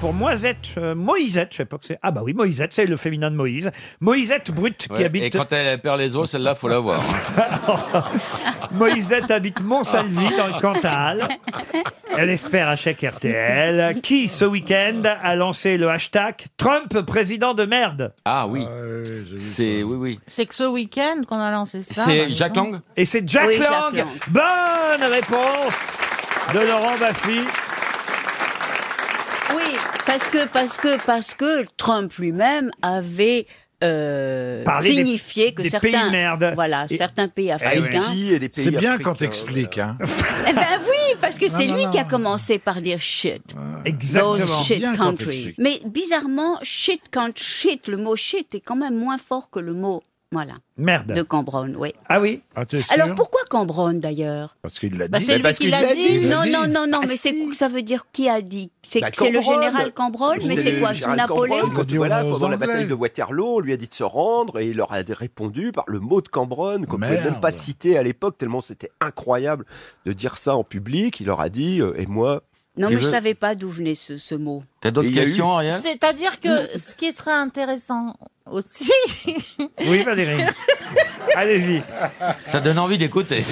Pour Moisette, euh, Moïsette, je sais pas que c'est. Ah bah oui, Moïsette, c'est le féminin de Moïse. Moïsette Brute qui
Ouais,
habite.
Et quand elle perd les os, celle-là, faut la voir.
Moïsette habite Montsalvi dans le Cantal. Elle espère un chèque RTL. Qui, ce week-end, a lancé le hashtag Trump président de merde
Ah oui. C'est oui oui.
C'est que ce week-end qu'on a lancé ça.
C'est Jacques Lang
Et c'est Jack
bah Oui, Jack
Lang.
Lang.
Bonne réponse de Laurent Baffy.
Oui, parce que parce que parce que Trump lui-même avait euh,
Parler des-
signifié que
des
certains
pays merde.
voilà
Et- Eh
certains pays africains.
C'est bien quand t'expliques. Hein.
Eh ben oui, parce que
Non,
c'est
non,
lui
non.
qui a commencé par dire shit.
Exactement.
Those shit
Bien quand
countries.
t'expliques.
Mais bizarrement, shit quand shit, le mot shit est quand même moins fort que le mot voilà.
Merde.
De Cambronne, oui.
Ah oui
Alors pourquoi Cambronne d'ailleurs
Parce qu'il l'a
Bah,
dit.
c'est lui qui l'a dit. Non, non, non, non,
Ah,
mais c'est ça veut dire qui a dit C'est
Bah,
c'est le
Cambronne.
général Cambronne, mais c'est
le
quoi Sous
général
Napoléon
Cambronne, quand, voilà, pendant la bataille de Waterloo, on lui a dit de se rendre et il leur a répondu par le mot de Cambronne qu'on ne pouvait
Merde.
même pas citer à l'époque tellement c'était incroyable de dire ça en public. Il leur a dit euh, et moi.
Non, mais je
veux-
savais pas d'où venait ce, ce mot.
T'as d'autres Et il y a eu- questions, Ariel
C'est-à-dire que ce qui serait intéressant aussi,
Oui, Valérie. Allez-y.
Ça donne envie d'écouter.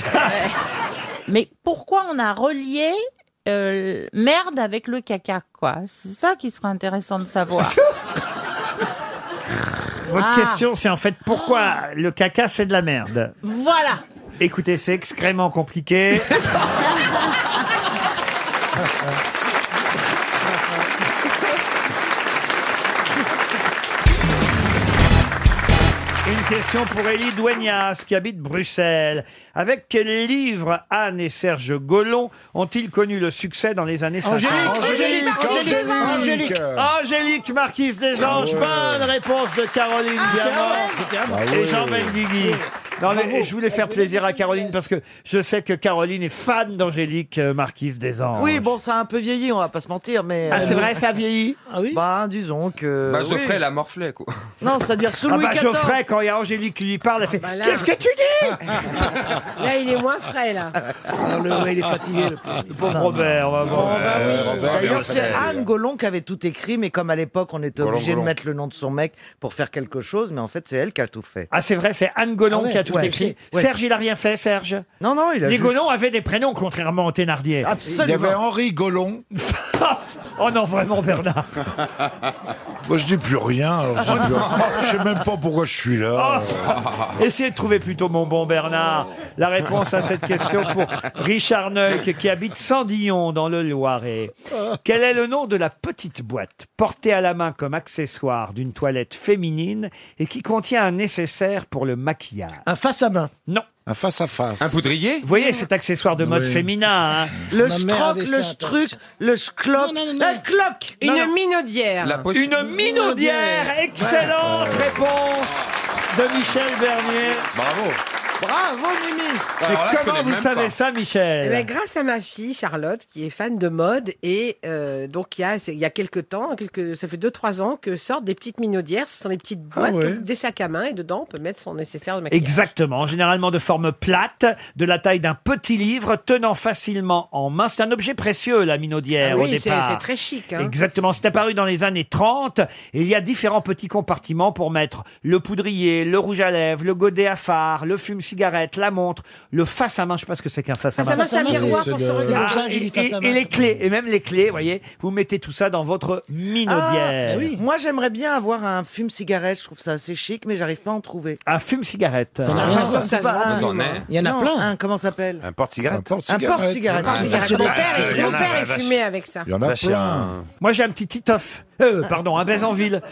mais pourquoi on a relié euh, merde avec le caca, quoi C'est ça qui serait intéressant de savoir.
Votre
Ah.
question, c'est en fait pourquoi le caca, c'est de la merde
voilà.
Écoutez, c'est extrêmement compliqué. Une question pour Élie Douanias, qui habite Bruxelles. Avec quel livre Anne et Serge Gollon ont-ils connu le succès dans les années 50
Angélique, Angélique, Angélique. Ah
Angélique Marquise des Anges, bonne réponse de Caroline
Bah
Diamant
ouais.
et Ah, Jean Benguigui. Non mais je voulais faire plaisir à Caroline parce que je sais que Caroline est fan d'Angélique euh, Marquise des Anges.
Oui, bon, ça a un peu vieilli, on va pas se mentir, mais. euh,
Ah, c'est vrai, ça vieillit
Ah oui Bah, disons que.
Bah, Geoffrey,
oui.
la morflée, quoi.
Non, c'est-à-dire sous
Ah
Louis
bah
XIV.
Geoffrey, quand il y a Angélique qui lui parle, elle fait
Ah, Bah, là.
Qu'est-ce que tu dis
Là, il est moins frais, là. Ah,
ouais, il est fatigué, le pauvre. Le pauvre Robert, on va voir.
Oh, bah D'ailleurs, c'est Anne Gollon qui avait tout écrit, mais comme à l'époque, on était
Gollon,
obligé de
Gollon.
mettre le nom de son mec pour faire quelque chose, mais en fait, c'est elle qui a tout fait.
Ah, c'est vrai, c'est Anne Gollon
Ah ouais,
qui a tout
ouais,
écrit.
c'est- ouais.
Serge, il a rien fait, Serge
Non, non, il a
Les
juste-
Gollons avaient des prénoms, contrairement aux Thénardier.
Absolument. Il y avait
Henri Gollon. oh non, vraiment, Bernard.
Moi, je dis plus rien. alors, je, dis plus rien. Je sais même pas pourquoi je suis là.
Essayez de trouver plutôt, mon bon Bernard, la réponse à cette question pour Richard Neuck, qui habite Sandillon, dans le Loiret. Quel est le nom de la petite boîte portée à la main comme accessoire d'une toilette féminine et qui contient un nécessaire pour le maquillage Un face-à-main Non. Un face-à-face.
Un poudrier
Vous voyez cet accessoire de mode
Oui.
féminin. hein.
Le stroc, le struc, le scloc, le cloc,
Non,
une
non.
minaudière.
Une minaudière Excellente réponse de Michel Bernier.
Bravo.
Bravo Mimi.
Bah,
Mais comment vous savez ça, Michel
Eh ben, grâce à ma fille Charlotte, qui est fan de mode, et euh, donc il y a, c'est- il y a quelques temps, quelques, ça fait 2-3 ans, que sortent des petites minaudières. Ce sont des petites boîtes,
ouais.
comme des sacs à main, et dedans on peut mettre son nécessaire de maquillage.
Exactement, généralement de forme plate, de la taille d'un petit livre, tenant facilement en main. C'est un objet précieux, la minaudière,
Ah
au
oui, c'est-
départ.
c'est très chic, hein.
Exactement, c'est apparu dans les années 30. Et il y a différents petits compartiments pour mettre le poudrier, le rouge à lèvres, le godet à fard, le fume-cigarette, la montre, le face-à-main. Je sais pas ce que c'est qu'un face-à-main.
Face-à-main, c'est un Face-à-main, miroir c'est- pour c'est se le- regarder.
Ah,
J'ai
et,
dit
et-
face-à-main.
et les clés, et même les clés, vous voyez, vous mettez tout ça dans votre
Ah,
minaudière.
Ah, Moi, j'aimerais bien avoir un fume-cigarette. Je trouve ça assez chic, mais j'arrive pas à en trouver.
Un fume-cigarette.
Ça n'a rien à voir, ça se vend.
Vous en avez
Il y en a plein. Un, comment ça s'appelle
Un porte-cigarette.
Un
Ah,
porte-cigarette. Ah,
Mon père, il- mon père, il fumait avec ça.
Moi, j'ai un petit Titoff. Euh, pardon, un baise en ville.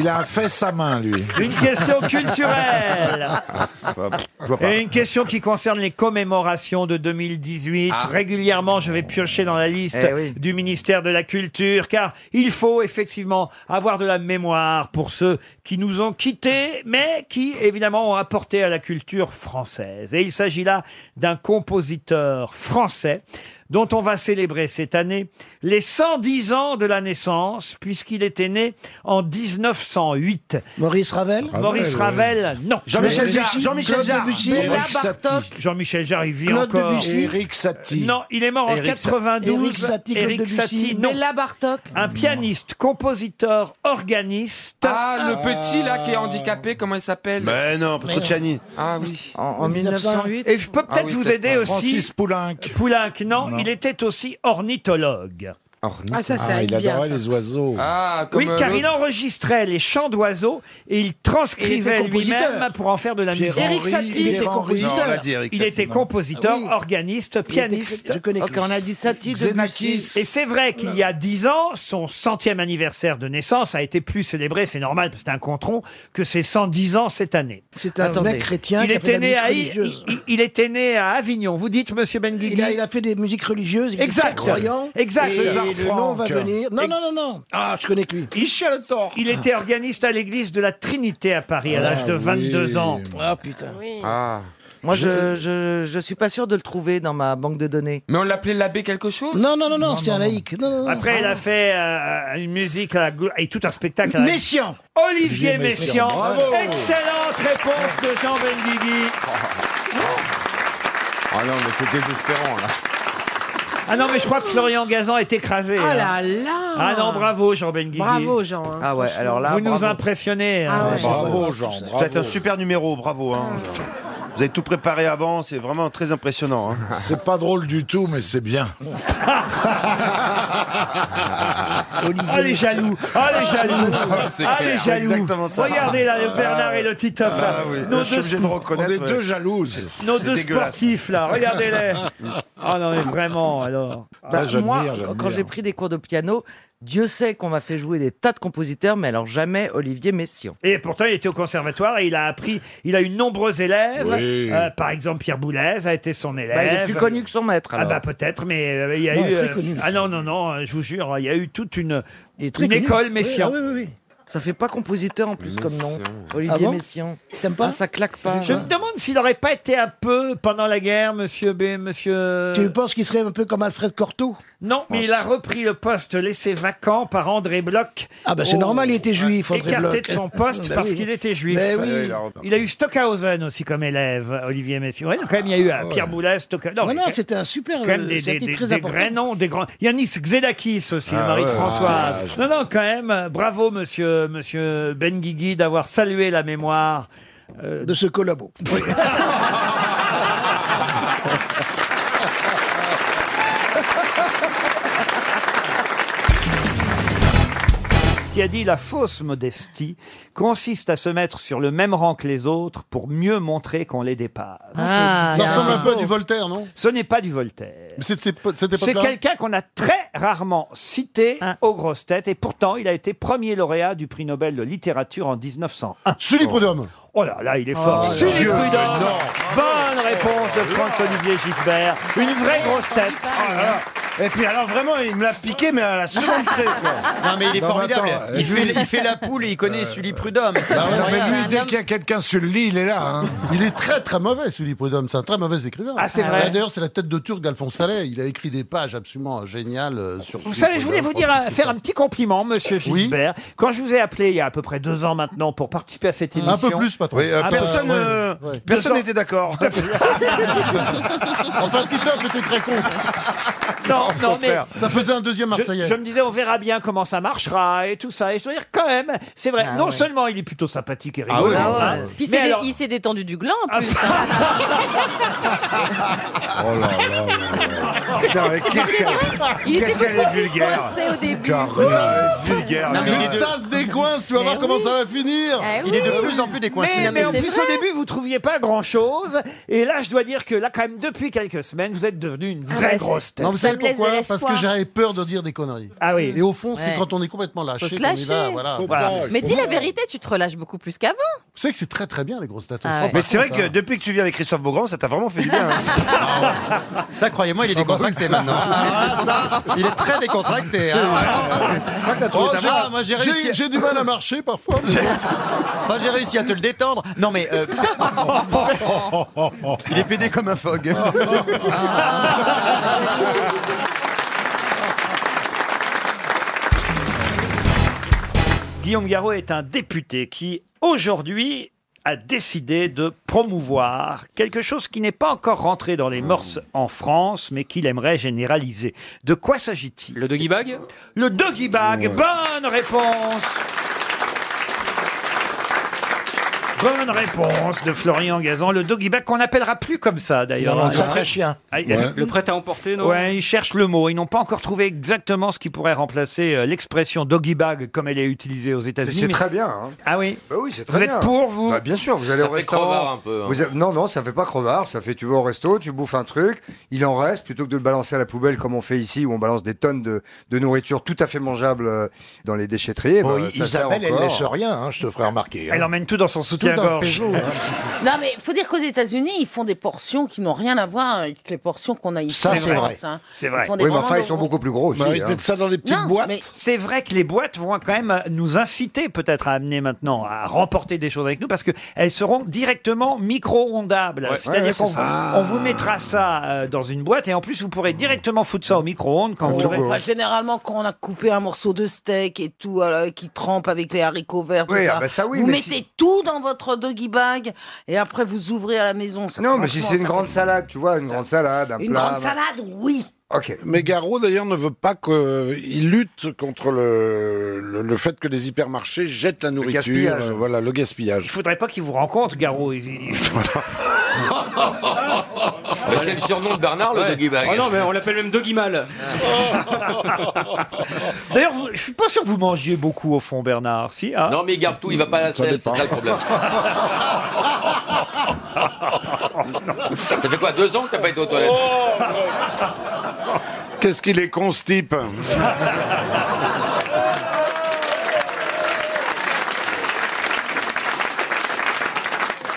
Il a un fesse à main, lui.
Une question culturelle.
ah,
Je vois pas.
Et une question qui concerne les commémorations de 2018.
Ah.
Régulièrement, je vais piocher dans la liste
Eh oui.
du ministère de la Culture, car il faut effectivement avoir de la mémoire pour ceux qui nous ont quittés, mais qui, évidemment, ont apporté à la culture française. Et il s'agit là d'un compositeur français dont on va célébrer cette année les 110 ans de la naissance, puisqu'il était né en 1908. Maurice Ravel
Ah
Maurice
Ravel,
Ravel, non.
Jean-Michel Jarre, Jean-Michel Claude Jarre, Debussy, Béla
Jean-Michel Jarre,
Bartok,
Jean-Michel Jarre, il vit
Claude
encore.
Debussy,
Éric Satie. Non, il est mort en
Éric Sa-
92.
Éric Satie, Claude
Éric
Debussy,
Satie, non.
Béla Bartok.
Un pianiste, compositeur, organiste.
Ah, le petit là qui est handicapé, comment il s'appelle
Mais non,
Petrucciani.
Petrucciani.
Ah oui.
en 1908.
Et je peux peut-être
Ah oui,
vous
c'est
aider
pas-
aussi.
Francis
Poulenc. Poulenc, non, il était aussi ornithologue.
Oh,
Ah, ça, ça Ah, aide il bien, adorait ça. les
oiseaux.
Ah, comme,
Oh. oui,
euh,
car il
l'autre.
enregistrait les chants d'oiseaux et il transcrivait
Il était compositeur.
lui-même pour en faire de la musique.
Pierre Éric Henry, Satie Pierre était Henry. compositeur. Non, on l'a dit, Éric
Il
Satie,
était
non.
compositeur,
Ah oui.
organiste, pianiste.
Je connais. Ok, on a dit Satie, Debussy.
Et c'est vrai qu'il y a dix ans, son centième anniversaire de naissance a été plus célébré, c'est normal, parce que c'est un contron, que ses 110 ans cette année.
C'est un Attendez. mec chrétien
Il
qui a fait
était
de la
né à,
musique
I-
religieuse.
I- il était né à Avignon. Vous dites, monsieur Benguigui
Il a, il a fait des musiques religieuses, il
Exact.
était croyant.
Exact.
Et
César
le nom va
Franck.
venir. Non, non, non, non.
Ah, je connais que lui. Michel Thor. Il était organiste à l'église de la Trinité à Paris à
Ah
l'âge de
oui.
22 ans.
Ah putain.
Ah.
Moi, je, je, je suis pas sûr de le trouver dans ma banque de données.
Mais on l'appelait l'abbé quelque chose
Non, non, non, non, c'était un laïc. Non, non, non.
Après,
Ah.
il a fait euh, une musique à la gou- et tout un spectacle. à la-
Messiaen.
Olivier
Olivier Messiaen,
Messiaen.
bravo.
Excellente réponse de Jean Benguigui.
Ah non, mais c'est désespérant là.
Ah non, mais je crois que Florian Gazan est écrasé.
Ah
hein.
là là
Ah non, bravo Jean Benguigui.
Bravo, Jean, hein. Ah ouais, alors là,
Vous nous
bravo.
impressionnez.
Ah
hein.
Bravo, Jean. C'est un super numéro, bravo. hein, Jean.
Ah.
Vous avez tout préparé avant, c'est vraiment très impressionnant. hein.
C'est pas drôle du tout, mais c'est bien.
Ah les jaloux, ah les jaloux,
C'est
ah les
clair.
jaloux.
Exactement ça.
Regardez là, le
Ah
Bernard
ouais.
et le Titoff.
Ah
là.
oui,
Nos
je suis
deux
obligé de
sp-
reconnaître, On est ouais. deux jalouses.
Nos
C'est
deux
dégueulasse.
sportifs là, regardez-les. Ah non mais vraiment alors. Ah.
Bah, moi, quand j'ai pris des cours de piano, Dieu sait qu'on m'a fait jouer des tas de compositeurs, mais alors jamais Olivier Messiaen.
Et pourtant, il était au conservatoire et il a appris, il a eu de nombreux élèves.
Oui.
Euh, par exemple, Pierre Boulez a été son élève.
Bah, il est plus connu que son maître.
Ah
alors.
bah peut-être, mais euh, il y a
Non,
eu...
très
euh,
connu,
ah non, non, non, euh, je vous jure, il y a eu toute une,
très
une
connu.
école
Oui,
Messiaen.
ah oui, Ça fait pas compositeur en plus comme nom. Olivier
Ah bon
Messiaen. Ah, ça claque pas.
Je me demande s'il n'aurait pas été un peu pendant la guerre, monsieur B, monsieur...
Tu penses qu'il serait un peu comme Alfred Cortot Oh,
Non, mais il a repris le poste laissé vacant par André Bloch.
Ah bah c'est normal, il était juif, André
Oh. Écarté
Bloch.
de son
Ah,
poste
Bah
parce
oui.
qu'il était juif.
Mais
Bah
oui. Ouais, il a repris.
Il a eu Stockhausen aussi comme élève, Olivier Messiaen. Ouais, donc quand même, il y a eu euh,
Ah,
ouais.
Pierre Boulez, Stockhausen.
Non,
mais
non,
quand-
c'était un super,
Quand même
euh,
des,
ça a
des,
été
des-
très
des
important.
vrais noms, des grands. Yannis Xedakis aussi, le
Ah
mari de
ouais.
Françoise.
Ah,
non, non, quand même. euh, Bravo, monsieur, monsieur Benguigui, d'avoir salué la mémoire. euh, De ce collabo. qui a dit la fausse modestie consiste à se mettre sur le même rang que les autres pour mieux montrer qu'on les dépasse.
Ah, Ça ressemble un peu à du
Voltaire, non Ce n'est pas du Voltaire. C'est
époque-là
quelqu'un qu'on a très rarement cité
Ah.
aux grosses têtes et pourtant il a été premier lauréat du prix Nobel de littérature en 1901.
Sully Prudhomme.
Oh là là, il est fort.
Oh là
Sully
là.
Prudhomme.
Mais non.
Bonne réponse de Franck-Olivier Gisbert. Une vraie grosse tête.
Ah,
Oh
Et puis alors vraiment, il me l'a piqué, mais à la seconde près. quoi.
Non mais il est
Bah,
Non, mais
formidable.
attends,
il,
euh,
fait,
Julie-
il fait la poule et il connaît Sully Prudhomme.
Bah ouais, non,
C'est
mais lui,
un
dès
homme-
qu'il y a quelqu'un sur le lit, il est là. hein. Il est très très mauvais, Sully Prudhomme. C'est un très mauvais écrivain.
Ah, c'est vrai.
D'ailleurs, c'est la tête de Turc d'Alphonse Allais. Il a écrit des pages absolument géniales euh, sur.
Vous savez, je voulais vous dire, euh, faire un petit compliment, monsieur
Oui.
Gisbert. Quand je vous ai appelé il y a à peu près deux ans maintenant pour participer à cette émission.
Un peu plus, patron.
Ah,
personne
ouais.
euh,
Ouais.
personne
Deux ans-
n'était d'accord.
enfin, Titoff était très con.
Non,
Au
non, mais
contraire. Ça faisait un deuxième
Je-
Marseillais.
Je, me disais, on verra bien comment ça marchera et tout ça. Et je dois dire, quand même, c'est vrai. non
Ah ouais.
seulement il est plutôt sympathique et
Ah
rigolo,
ouais. Ah
hein,
ouais.
Puis
mais
c'est dé-
alors-
il s'est détendu du gland en plus. hein.
Oh
Ah
là là là. Putain, mais
Ah,
qu'est-ce qu'elle
Il était
qu'est-ce qu'elle
beaucoup
est
plus
vulgaire.
coincé au début.
Carla est vulgaire.
Non, mais
là.
les deux- Ça se décoince, tu vas voir comment ça va finir.
Ah
Il est de plus en plus
décoincé.
Mais,
Non,
mais
mais
en
c'est
plus,
vrai.
au début, vous trouviez pas grand-chose. Et là, je dois dire que là, quand même, depuis quelques semaines, vous êtes devenu une
Ah
vraie grosse tête.
Non, vous savez pourquoi Parce que j'avais peur de dire des conneries.
Ah oui.
Et au fond, c'est
Ouais.
quand on est complètement lâché
Faut se
qu'on y va.
lâcher.
Voilà.
Mais dis la vérité, tu te relâches beaucoup plus qu'avant.
Vous savez que c'est très très bien les grosses têtes. on
Ah
se rend
ouais.
Mais
pas
c'est vrai
compte,
que
hein.
depuis que tu viens avec Christophe Beaugrand, ça t'a vraiment fait du bien. hein.
Ça, croyez-moi, il est décontracté maintenant. Ah, ça, il est très décontracté. hein.
Oh,
Ah,
j'ai-
moi, j'ai
j'ai-
réussi à-
J'ai du mal à marcher parfois. mais
J'ai-
bon,
Moi, j'ai réussi à te le détendre. Non, mais. euh, Il est pédé comme un fog.
Guillaume Garot est un député qui, aujourd'hui, a décidé de promouvoir quelque chose qui n'est pas encore rentré dans les mœurs en France, mais qu'il aimerait généraliser. De quoi s'agit-il Le doggy bag Le doggy bag, bonne réponse Bonne réponse de Florian Gazan. Le doggy bag qu'on n'appellera plus comme ça d'ailleurs.
Non, non,
Ah,
ils sont
hein.
très chiens.
Ah, il-
Ouais. Le prêt à emporter, non
Ouais, ils cherchent le mot. Ils n'ont pas encore trouvé exactement ce qui pourrait remplacer euh, l'expression doggy bag comme elle est utilisée aux
Mais
États-Unis.
c'est
mais-
très bien. hein.
Ah oui
Bah oui, c'est
Vous
très
êtes
bien.
pour, vous
Bah, Bien sûr, vous allez
Ça
au
fait
restaurant.
crevard un peu, hein.
vous avez- Non, non, ça fait pas crevard. Ça fait, tu vas au resto, tu bouffes un truc, il en reste, plutôt que de le balancer à la poubelle comme on fait ici, où on balance des tonnes de, de nourriture tout à fait mangeable euh, dans les déchetteries.
Bon,
bah,
I-
ça sert
Isabelle, elle
encore.
lèche rien, hein, je te ferai remarquer.
Elle emmène tout dans son
hein.
soutien-gorge.
Non, mais faut dire qu'aux États-Unis, ils font des portions qui n'ont rien à voir avec les portions qu'on a ici.
Ça,
en
c'est vrai.
France, hein.
C'est vrai.
Ils font des grands gros-
plus gros
aussi, hein.
Non, mais-
C'est vrai que les boîtes vont quand même euh, nous inciter peut-être à amener maintenant à remporter des choses avec nous parce que elles seront directement micro-ondables.
Ouais.
C'est-à-dire
Ouais, ouais,
qu'on
c'est ça.
on vous mettra ça euh, dans une boîte et en plus vous pourrez directement foutre ça au micro-ondes quand vous aurez.
Enfin, généralement, quand on a coupé un morceau de steak et tout, euh, qui trempe avec les haricots verts, tout
Oui,
ça,
ah bah ça, oui,
vous
mais
mettez tout dans votre doggy bag et après vous ouvrez à la maison. Ça,
Non, mais si
franchement,
c'est une
ça
grande
fait-
salade, tu vois, une grande salade, un
Une
plat.
grande salade, oui.
Ok.
Mais Garot, d'ailleurs, ne veut pas qu'il lutte contre le, le, le fait que les hypermarchés jettent la nourriture.
gaspillage.
euh, voilà, le gaspillage.
Il faudrait pas qu'ils vous rencontrent, Garot.
Mais c'est le surnom de Bernard, le Doggy Bag.
Oh non, mais on l'appelle même Doggy Mal.
D'ailleurs, vous- je suis pas sûr que vous mangiez beaucoup au fond, Bernard. Si, hein
Non, mais il garde tout, il va pas à la selle, c'est ça le problème. Ça fait quoi, deux ans que t'as pas été aux toilettes
Qu'est-ce qu'il est con, ce type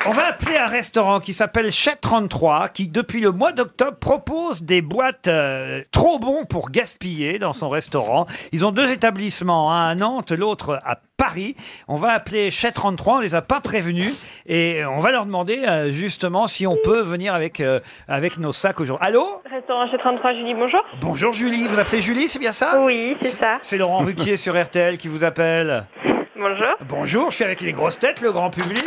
On va appeler un restaurant qui s'appelle Chat 33, qui depuis le mois d'octobre propose des boîtes euh, trop bons pour gaspiller dans son restaurant. Ils ont deux établissements, un à Nantes, l'autre à Paris. On va appeler Chat 33, on les a pas prévenus, et on va leur demander euh, justement si on peut venir avec, euh, avec nos sacs aujourd'hui. Allô
Restaurant chez 33, Julie, bonjour.
Bonjour Julie, vous appelez Julie, c'est bien ça
Oui, c'est ça.
C'est Laurent Ruquier sur RTL qui vous appelle.
Bonjour.
Bonjour, je suis avec les grosses têtes, le grand public.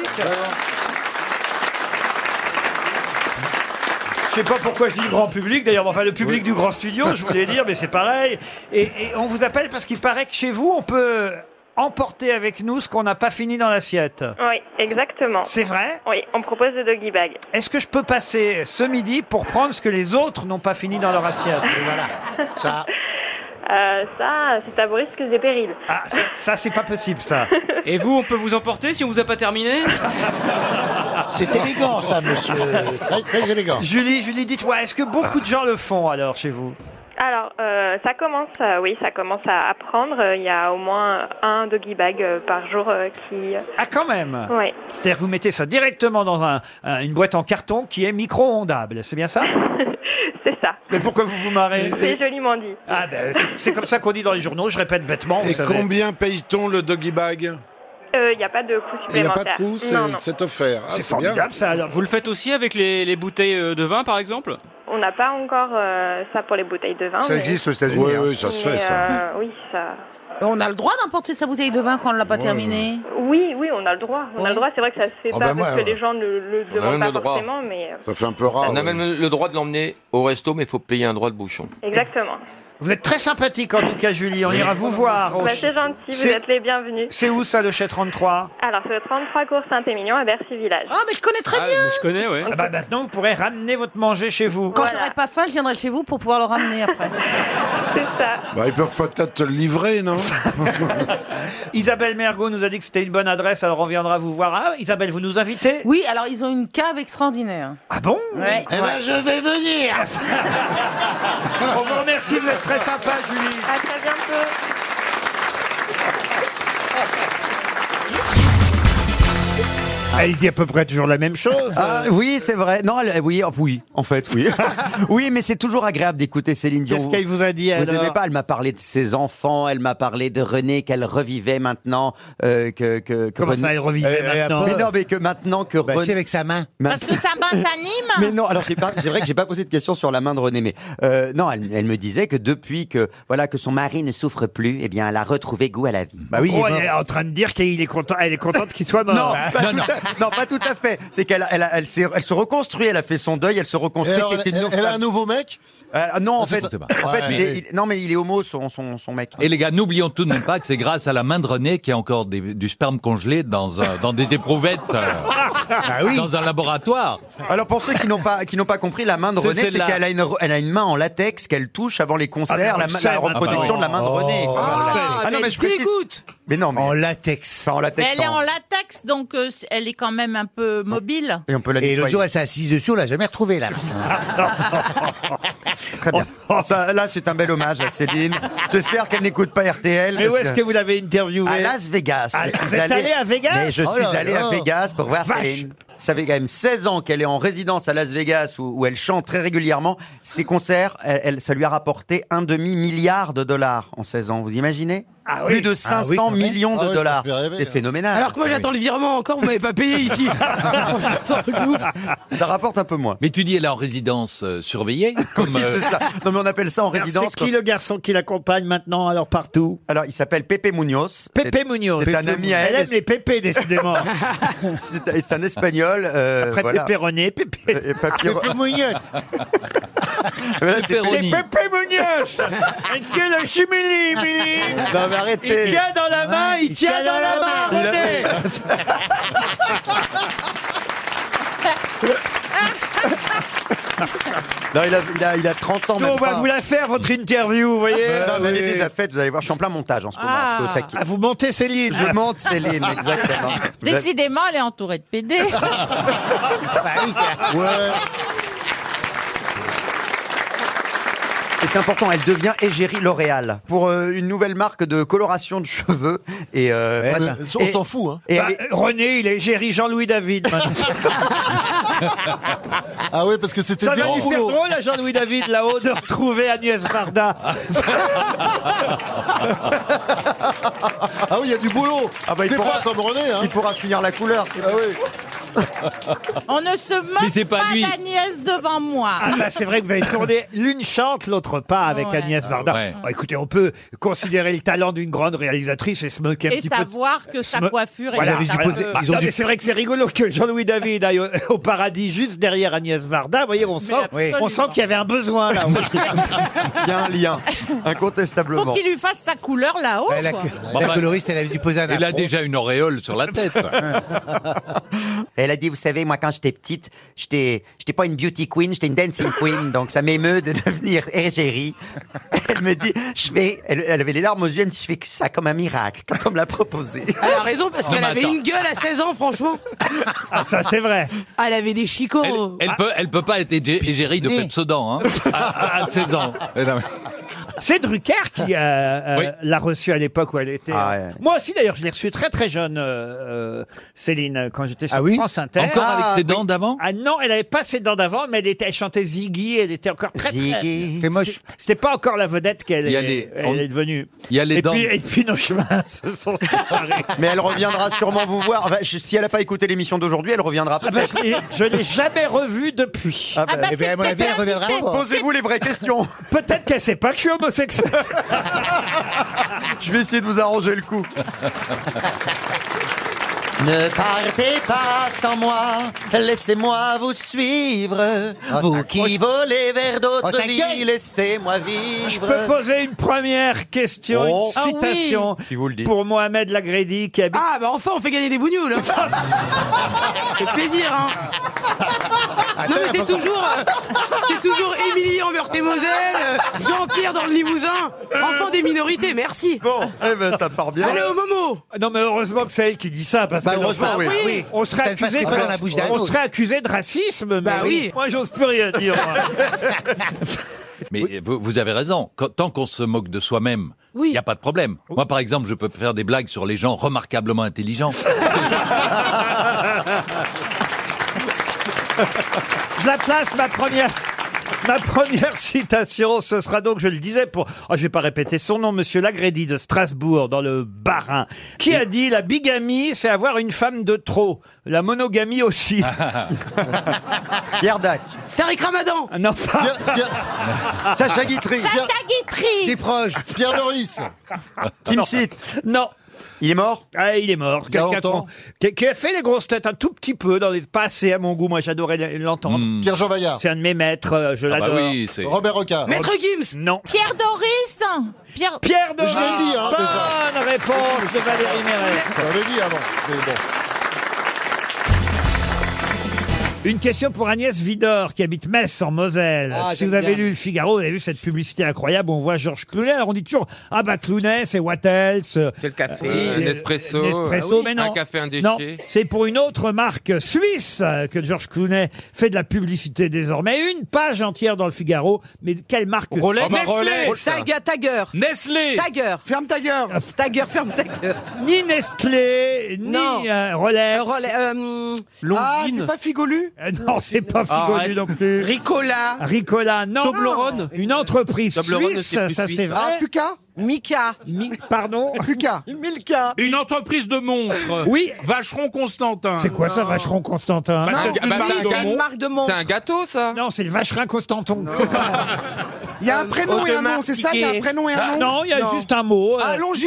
Je sais pas pourquoi je dis grand public, d'ailleurs, enfin le public du grand studio, je voulais dire, mais c'est pareil. Et, et on vous appelle parce qu'il paraît que chez vous, on peut emporter avec nous ce qu'on n'a pas fini dans l'assiette.
Oui, exactement.
C'est vrai
Oui, on propose des doggy bags.
Est-ce que je peux passer ce midi pour prendre ce que les autres n'ont pas fini dans leur assiette Voilà, ça.
Euh, ça, c'est à Boris que j'ai péril.
Ah, ça, ça, c'est pas possible, ça.
Et vous, on peut vous emporter si on vous a pas terminé
C'est élégant, ça, monsieur.
Très, très élégant.
Julie, Julie, dites-moi, est-ce que beaucoup de gens le font alors chez vous
Alors, euh, ça commence, euh, oui, ça commence à apprendre. Euh, Il y a au moins un doggy bag euh, par jour euh, qui.
Ah, quand même
Ouais.
C'est-à-dire que vous mettez ça directement dans un- un- une boîte en carton qui est micro-ondable, c'est bien ça
C'est ça.
Mais pourquoi vous vous marrez
C'est joliment dit.
Ah ben, c'est- c'est comme ça qu'on dit dans les journaux, je répète bêtement, vous
Et
savez.
combien paye-t-on le doggy bag
Euh, Il n'y a pas de coût
Il n'y a
supplémentaire.
pas de coût,
Non, non.
c'est- c'est offert. Ah,
C'est formidable, ça. Alors,
Vous le faites aussi avec les, les bouteilles euh, de vin, par exemple
On n'a pas encore euh, ça pour les bouteilles de vin.
Ça
mais-
existe aux États-Unis, Oui, hein. oui, ça se
Mais,
fait, ça.
euh, oui, ça.
On a le droit d'emporter sa bouteille de vin quand on ne l'a pas terminée
Oui, oui, on a le droit. On a le droit. C'est vrai que ça se fait
Oh,
pas
bah,
parce
moi,
que les gens ne le demandent
même
pas
le droit.
forcément, mais euh,
Ça fait un peu rare.
On a même le droit de l'emmener au resto, mais il faut payer un droit de bouchon.
exactement.
Vous êtes très sympathique en tout cas, Julie. On ira vous voir. au
Bah,
ch-
c'est gentil. Vous
C'est-
êtes les bienvenus.
C'est où ça, le Chez 33
Alors, c'est le 33 cours Saint-Émilion à Bercy Village.
Oh,
Ah, mais je connais très bien.
Je connais, ouais.
Ah bah maintenant, vous pourrez ramener votre manger chez vous.
Quand j'aurai pas faim, je viendrai chez vous pour pouvoir le ramener après.
Bah, ils peuvent peut-être te le livrer, non
Isabelle Mergot nous a dit que c'était une bonne adresse, alors on viendra vous voir. Ah, Isabelle, vous nous invitez
Oui, alors ils ont une cave extraordinaire.
Ah bon
Ouais. Eh ben, je
vais venir On vous remercie, vous êtes très sympa, Julie.
À très bientôt.
Elle Ah, dit à peu près toujours la même chose.
Ah, oui, c'est vrai. Non, elle- oui, oh, oui, en fait, oui. oui, mais c'est toujours agréable d'écouter Céline Dion.
Qu'est-ce qu'elle vous a dit,
Vous
alors
aimez pas Elle m'a parlé de ses enfants, elle m'a parlé de René qu'elle revivait maintenant. euh, que, que, que
Comment ça, elle revivait Elle- elle a maintenant
Mais
peur.
non, mais que maintenant que René.
c'est
avec sa main.
Hein Parce que sa main s'anime
Mais non, alors j'ai pas- c'est vrai que j'ai pas posé de question sur la main de René, mais euh, non, elle, elle me disait que depuis que voilà que son mari ne souffre plus, eh bien, elle a retrouvé goût à la vie.
Oh, elle est en train de dire qu'elle est content, elle est contente qu'il soit mort.
Non, pas tout à- non, pas tout à fait. C'est qu'elle elle, elle, s'est- elle se reconstruit, elle a fait son deuil, elle se
Et
reconstruit.
alors,
c'était
elle-
une
elle- elle a un
nouveau mec Non, en fait,
ça.
en fait,
Ouais.
il est- il- non, mais il est homo, son, son, son mec.
Et les gars, n'oublions tout de même pas que c'est grâce à la main de René qu'il y a encore des- du sperme congelé dans, un- dans des éprouvettes euh, dans un laboratoire.
Alors pour ceux qui n'ont pas qui n'ont pas compris, la main de
C'est
René, c'est
celle-là.
qu'elle a une re- elle a une main en latex qu'elle touche avant les concerts,
Ah, mais
la,
on
ma-
sait
la
maintenant.
reproduction de la main de René.
ben,
Oh, on sait.
Ah, non mais je précise. Mais non mais en latex, en
Mais
latex. hein.
elle est
en-
en latex, donc euh, c- elle est quand même un peu mobile.
Et on peut la
Et le
nettoyer.
jour, elle s'est assise dessus, on l'a jamais retrouvée, là.
Très bien. Ça, là, c'est un bel hommage à Céline. J'espère qu'elle n'écoute pas RTL.
Mais où
parce
est-ce que vous l'avez interviewé
À Las Vegas.
Ah,
Je
vous
suis
êtes allé à Vegas
Mais je
Oh
suis
là
allé
là.
à Vegas pour voir
Vache.
Céline. Ça fait quand même 16 ans qu'elle est en résidence à Las Vegas où, où elle chante très régulièrement. Ses concerts, elle- elle- ça lui a rapporté un demi-milliard de dollars en 16 ans. Vous imaginez
Ah
Plus
oui.
de
Ah
500
oui, quand même.
millions
Ah
de
ouais, ça
dollars.
fait rêver,
C'est
hein.
phénoménal.
Alors que moi j'attends le virement encore, vous m'avez pas payé ici. C'est un truc de ouf.
Ça rapporte un peu moins.
Mais tu dis elle est en résidence euh, surveillée comme, euh,
C'est ça. Non mais on appelle ça en
Alors,
résidence.
C'est qui le garçon qui l'accompagne maintenant, alors partout
Alors, il s'appelle Pepe Munoz.
Pepe
C'est-
Munoz.
C'est un ami à elle.
aime les pépés, décidément.
C'est un- c'est un espagnol. euh,
Après
voilà.
Pepe René, Ah, Pepe.
Euh, papier- Mais là, c'est
C'est
Pepperoni.
Pepe Munoz Est-ce que le chimili, Mili
Non, mais arrêtez.
Il tient dans la main, il tient dans la main,
Il
René
Non, il a, il a, il a 30 ans
Nous,
même
on va
pas.
vous la faire, votre interview, vous voyez
Non, mais elle est déjà faite, vous allez voir, je suis en plein montage en ce moment.
Ah.
je suis au taquet.
Ah, vous montez Céline
Je monte Céline, exactement. Ah. Vous avez-
Décidément, elle est entourée de PD.
Et c'est important, elle devient égérie L'Oréal pour euh, une nouvelle marque de coloration de cheveux. Et, euh, voilà.
Eh, on
Et-
s'en fout, hein.
et
Bah,
elle est-
René, il est géri Jean-Louis David. maintenant.
Ah ouais, parce que c'était
Ça va
zéro
lui faire
boulot.
drôle à Jean-Louis David là-haut de retrouver Agnès Varda.
Ah oui, il y a du boulot.
Ah bah, il
c'est
pourra-
pas comme René, hein.
il pourra finir la couleur. c'est
Ah
bon.
oui.
On ne se
Mais
moque
c'est pas
pas,
lui.
d'Agnès devant moi.
Ah bah c'est vrai que vous avez tourné l'une chante, l'autre pas avec
Ouais.
Agnès Varda.
ouais.
Oh, écoutez, on peut considérer le talent d'une grande réalisatrice et se moquer un
Et
petit peu.
savoir que sa coiffure est
Voilà.
un
Voilà.
peu-
Bah, non, mais C'est vrai que c'est rigolo que Jean-Louis David aille au, au paradis juste derrière Agnès Varda. Vous voyez, on sent,
absolument.
on sent qu'il y avait un besoin là.
Il y a un lien,
Faut
incontestablement.
qu'il lui fasse sa couleur là-haut.
Elle a-
quoi.
La coloriste, elle avait dû poser un
elle a
afro.
déjà une auréole sur la tête.
Elle a dit, vous savez, moi, quand j'étais petite, j'étais, j'étais pas une beauty queen, j'étais une dancing queen, donc ça m'émeut de devenir égérie. Elle me dit, je vais, elle, elle avait les larmes aux yeux, elle me dit, je fais que ça comme un miracle quand on me l'a proposé.
Elle a raison parce
Non,
qu'elle
mais
avait
attends.
une gueule à 16 ans, franchement.
Ah, ça, c'est vrai.
Ah, elle avait des chicots.
Elle peut, elle peut pas être égé- égérie de
Dis.
Pepsodan, hein, à, à 16 ans. Mais non, mais-
C'est Drucker qui euh, euh, l'a reçue à l'époque où elle était.
Ah
euh, Moi aussi, d'ailleurs, je l'ai reçue très très jeune, euh, euh, Céline, quand j'étais sur
Ah oui
France Inter.
Encore avec ses dents
d'avant Ah non, elle n'avait pas ses dents d'avant, mais elle, était, elle chantait Ziggy, elle était encore très
Ziggy.
très... moche. C'était pas encore la vedette qu'elle
Il y
est,
a les-
elle
on-
est devenue.
il y a les
et
dents-
Puis, et puis nos chemins se sont séparés.
Mais elle reviendra sûrement vous voir. Enfin, je- si elle n'a pas écouté l'émission d'aujourd'hui, elle reviendra
Ah bah, je l'ai- je l'ai jamais revue depuis.
Ah bah, Ah bah, eh bien, à c'est mon avis, elle peut-être reviendra invité. pas. Posez-vous
les vraies questions. Peut-être qu'elle sait pas que je suis homosexuel.
Je vais essayer de vous arranger le coup. Ne partez pas sans moi, laissez-moi vous suivre. vous qui volez vers
Oh,
d'autres
ta gueule.
vies, laissez-moi vivre.
Je peux poser une première question,
Oh.
une
Ah oui.
citation
Si vous le dites.
pour Mohamed Lagredi qui habite.
Ah, bah enfin, on fait gagner des bougnoules. hein. C'est plaisir, hein. non, mais c'est toujours, euh, c'est toujours Émilie en Meurthe-et-Moselle, euh, Jean-Pierre dans le Limousin. Enfant des minorités, merci.
Bon, eh ben ça part bien.
Allez au Momo.
Ah, Non mais heureusement que c'est elle qui dit ça parce
Bah,
que
heureusement, oui. Oui.
on serait
Ça ne
accusé
passera pas dans la bouche d'un
de, on
autre.
serait accusé de racisme.
Bah
mais
oui.
Moi j'ose plus rien dire.
Mais euh, vous, vous avez raison. Quand- tant qu'on se moque de soi-même, il n'y a pas de problème. Moi, par exemple, je peux faire des blagues sur les gens remarquablement intelligents.
Je la place, ma première. Ma première citation, ce sera donc, je le disais pour, oh, je vais pas répéter son nom, monsieur Lagrédi de Strasbourg, dans le Barin, qui a dit, la bigamie, c'est avoir une femme de trop. La monogamie aussi.
Pierre Dac.
Tariq Ramadan.
Ah, Non, pas.
Sacha Guitry.
Sacha Guitry.
Des proches. Pierre Loris.
Kim Sit.
Non.
Il est mort
ah, Il est mort.
Il y a
Quelqu'un
longtemps.
qu'on- qui, qui a fait les grosses têtes un tout petit peu, dans les, pas assez à mon goût. Moi, j'adorais l- l'entendre.
Pierre-Jean Vaillard.
C'est un de mes maîtres, euh, je
Ah bah
l'adore.
oui, c'est- Robert Rocard. Maître
Gims Non.
Pierre Doris Pierre,
Pierre Doris
Je l'ai dit, hein,
Bonne réponse de Valérie Mérès.
Je l'avais dit avant. mais bon.
Une question pour Agnès Vidor, qui habite Metz, en Moselle.
Ah,
si vous
j'aime
avez
bien.
lu le Figaro, vous avez vu cette publicité incroyable, on voit Georges Clooney, alors on dit toujours, ah bah Clooney, c'est what else Quel café
Euh, Nespresso. Ah oui.
mais non.
Un café, un déchet.
Non, c'est pour une autre marque suisse euh, que Georges Clooney fait de la publicité désormais. Une page entière dans le Figaro, mais quelle marque
Rolex.
suisse
Ah bah, Rolex. Tag-
Tiger Nestlé
Tiger. Ferme ta gueule.
Tiger, ferme ta gueule Ni Nestlé, ni
Non.
euh, Rolex.
Euh, Rolex,
Ah,
c'est
pas Figolu Non, c'est pas Figolu
Arrête.
non plus.
Ricola.
Ricola, non.
Toblerone
Une entreprise
Toblerone,
suisse,
c'est plus
ça
suisse.
c'est vrai.
Ah, Puka
Mika. pardon Puka. Milka.
Ah. Une entreprise de montres.
Oui.
Vacheron Constantin.
C'est quoi ça, Vacheron Constantin
Bah, c'est- bah, c'est un- c'est un
gâteau, ça Non, c'est le Vacherin Constanton.
Ah, Il
Euh,
y a un prénom et un nom, c'est ça Il y a un prénom et un nom
Bah, Non, il y a juste un mot. euh,
Ah, Longines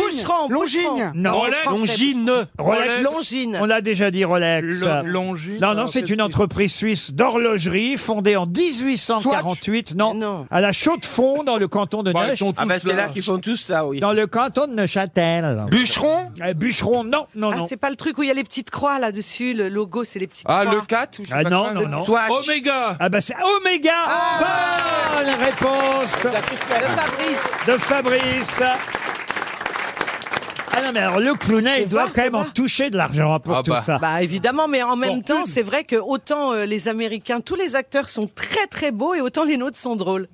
Longines
Non.
Longines.
Rolex.
Longines.
On l'a déjà dit, Rolex.
Lo- Longines.
Non, non,
Alors,
c'est
qu'est-ce
une entreprise suisse d'horlogerie fondée en 1848. Non, À la Chaux-de-Fonds, dans le canton de
Bah, ils
Neuch-
sont tous Ah, bah, c'est là. là qu'ils font
tous ça, oui. Dans le canton de Neuchâtel. Bûcheron Euh, Bûcheron, non, non,
Ah,
non.
c'est pas le truc où il y a les petites croix là-dessus, le logo, c'est les petites croix.
Ah non, non, non. Omega Ah bah c'est Omega Bonne réponse De Fabrice Ah non, mais alors le Clooney, il doit quand même en toucher de l'argent hein, pour tout ça.
Bah évidemment, mais en même temps, c'est vrai que autant euh, les Américains, tous les acteurs sont très très beaux et autant les nôtres sont drôles.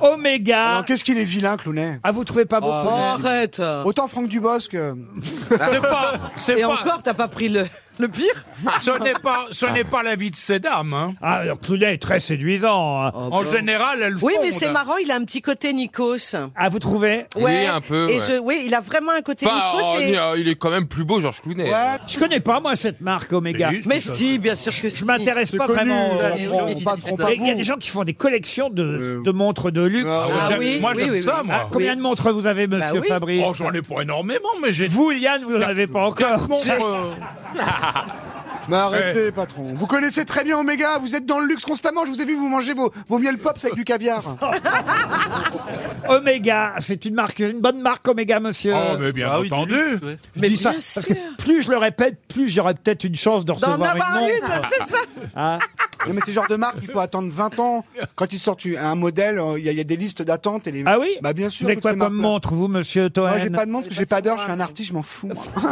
Oméga.
Alors qu'est-ce qu'il est vilain, Clounet
Ah, vous trouvez pas
beau,
Arrête.
Autant Franck Dubosc. euh,
C'est pas. c'est
Et
pas- Ah,
encore, t'as pas pris le, le pire
Ce n'est pas, ce n'est pas la vie de ces dames. hein.
Ah, alors Clooney est très séduisant. hein.
Oh,
En
ben.
général, elles
Oui,
fondent.
mais c'est marrant, il a un petit côté Nikos.
Ah, vous trouvez
Ouais.
Oui, un peu,
Et
ouais.
je, oui, il a vraiment un côté
Enfin,
Nikos.
oh,
et-
Ah,
il- euh, il est quand même plus beau, Georges Clooney.
Je connais pas, moi, cette marque Omega.
Mais juste,
Mais si, bien sûr que si.
Je m'intéresse pas vraiment. euh,
Les
aux-
gens qui disent ça.
Il y a des gens qui font des collections de, de montres de luxe.
Ah, Ah j'aime- oui, moi, oui, j'aime oui, ça, oui. moi.
Ah, combien
Oui.
de montres vous avez, monsieur
Bah oui.
Fabrice
Oh, j'en ai pas énormément, mais j'ai.
Vous, Yann, vous n'en avez pas encore.
Quatre montres, euh.
Mais arrêtez, patron. Vous connaissez très bien Omega, vous êtes dans le luxe constamment. Je vous ai vu, vous mangez vos, vos miel pops avec du caviar.
Omega, c'est une marque, une bonne marque Omega, monsieur.
Oh, mais bien entendu.
Je dis ça parce que plus je le répète, plus j'aurai peut-être une chance de
D'en
recevoir
avoir
une.
une,
montre.
c'est ça
Hein
Non, mais c'est le genre de marque qu'il faut attendre 20 ans. Quand ils sortent un modèle, euh, il y, a- il y a des listes d'attente. et les-
Ah oui
Bah bien sûr.
Vous avez
toutes
quoi
ces
comme
marques-là.
montre, vous, monsieur Toen
Moi, j'ai pas de montre, parce que j'ai pas d'heure, je suis un artiste, je m'en fous. moi.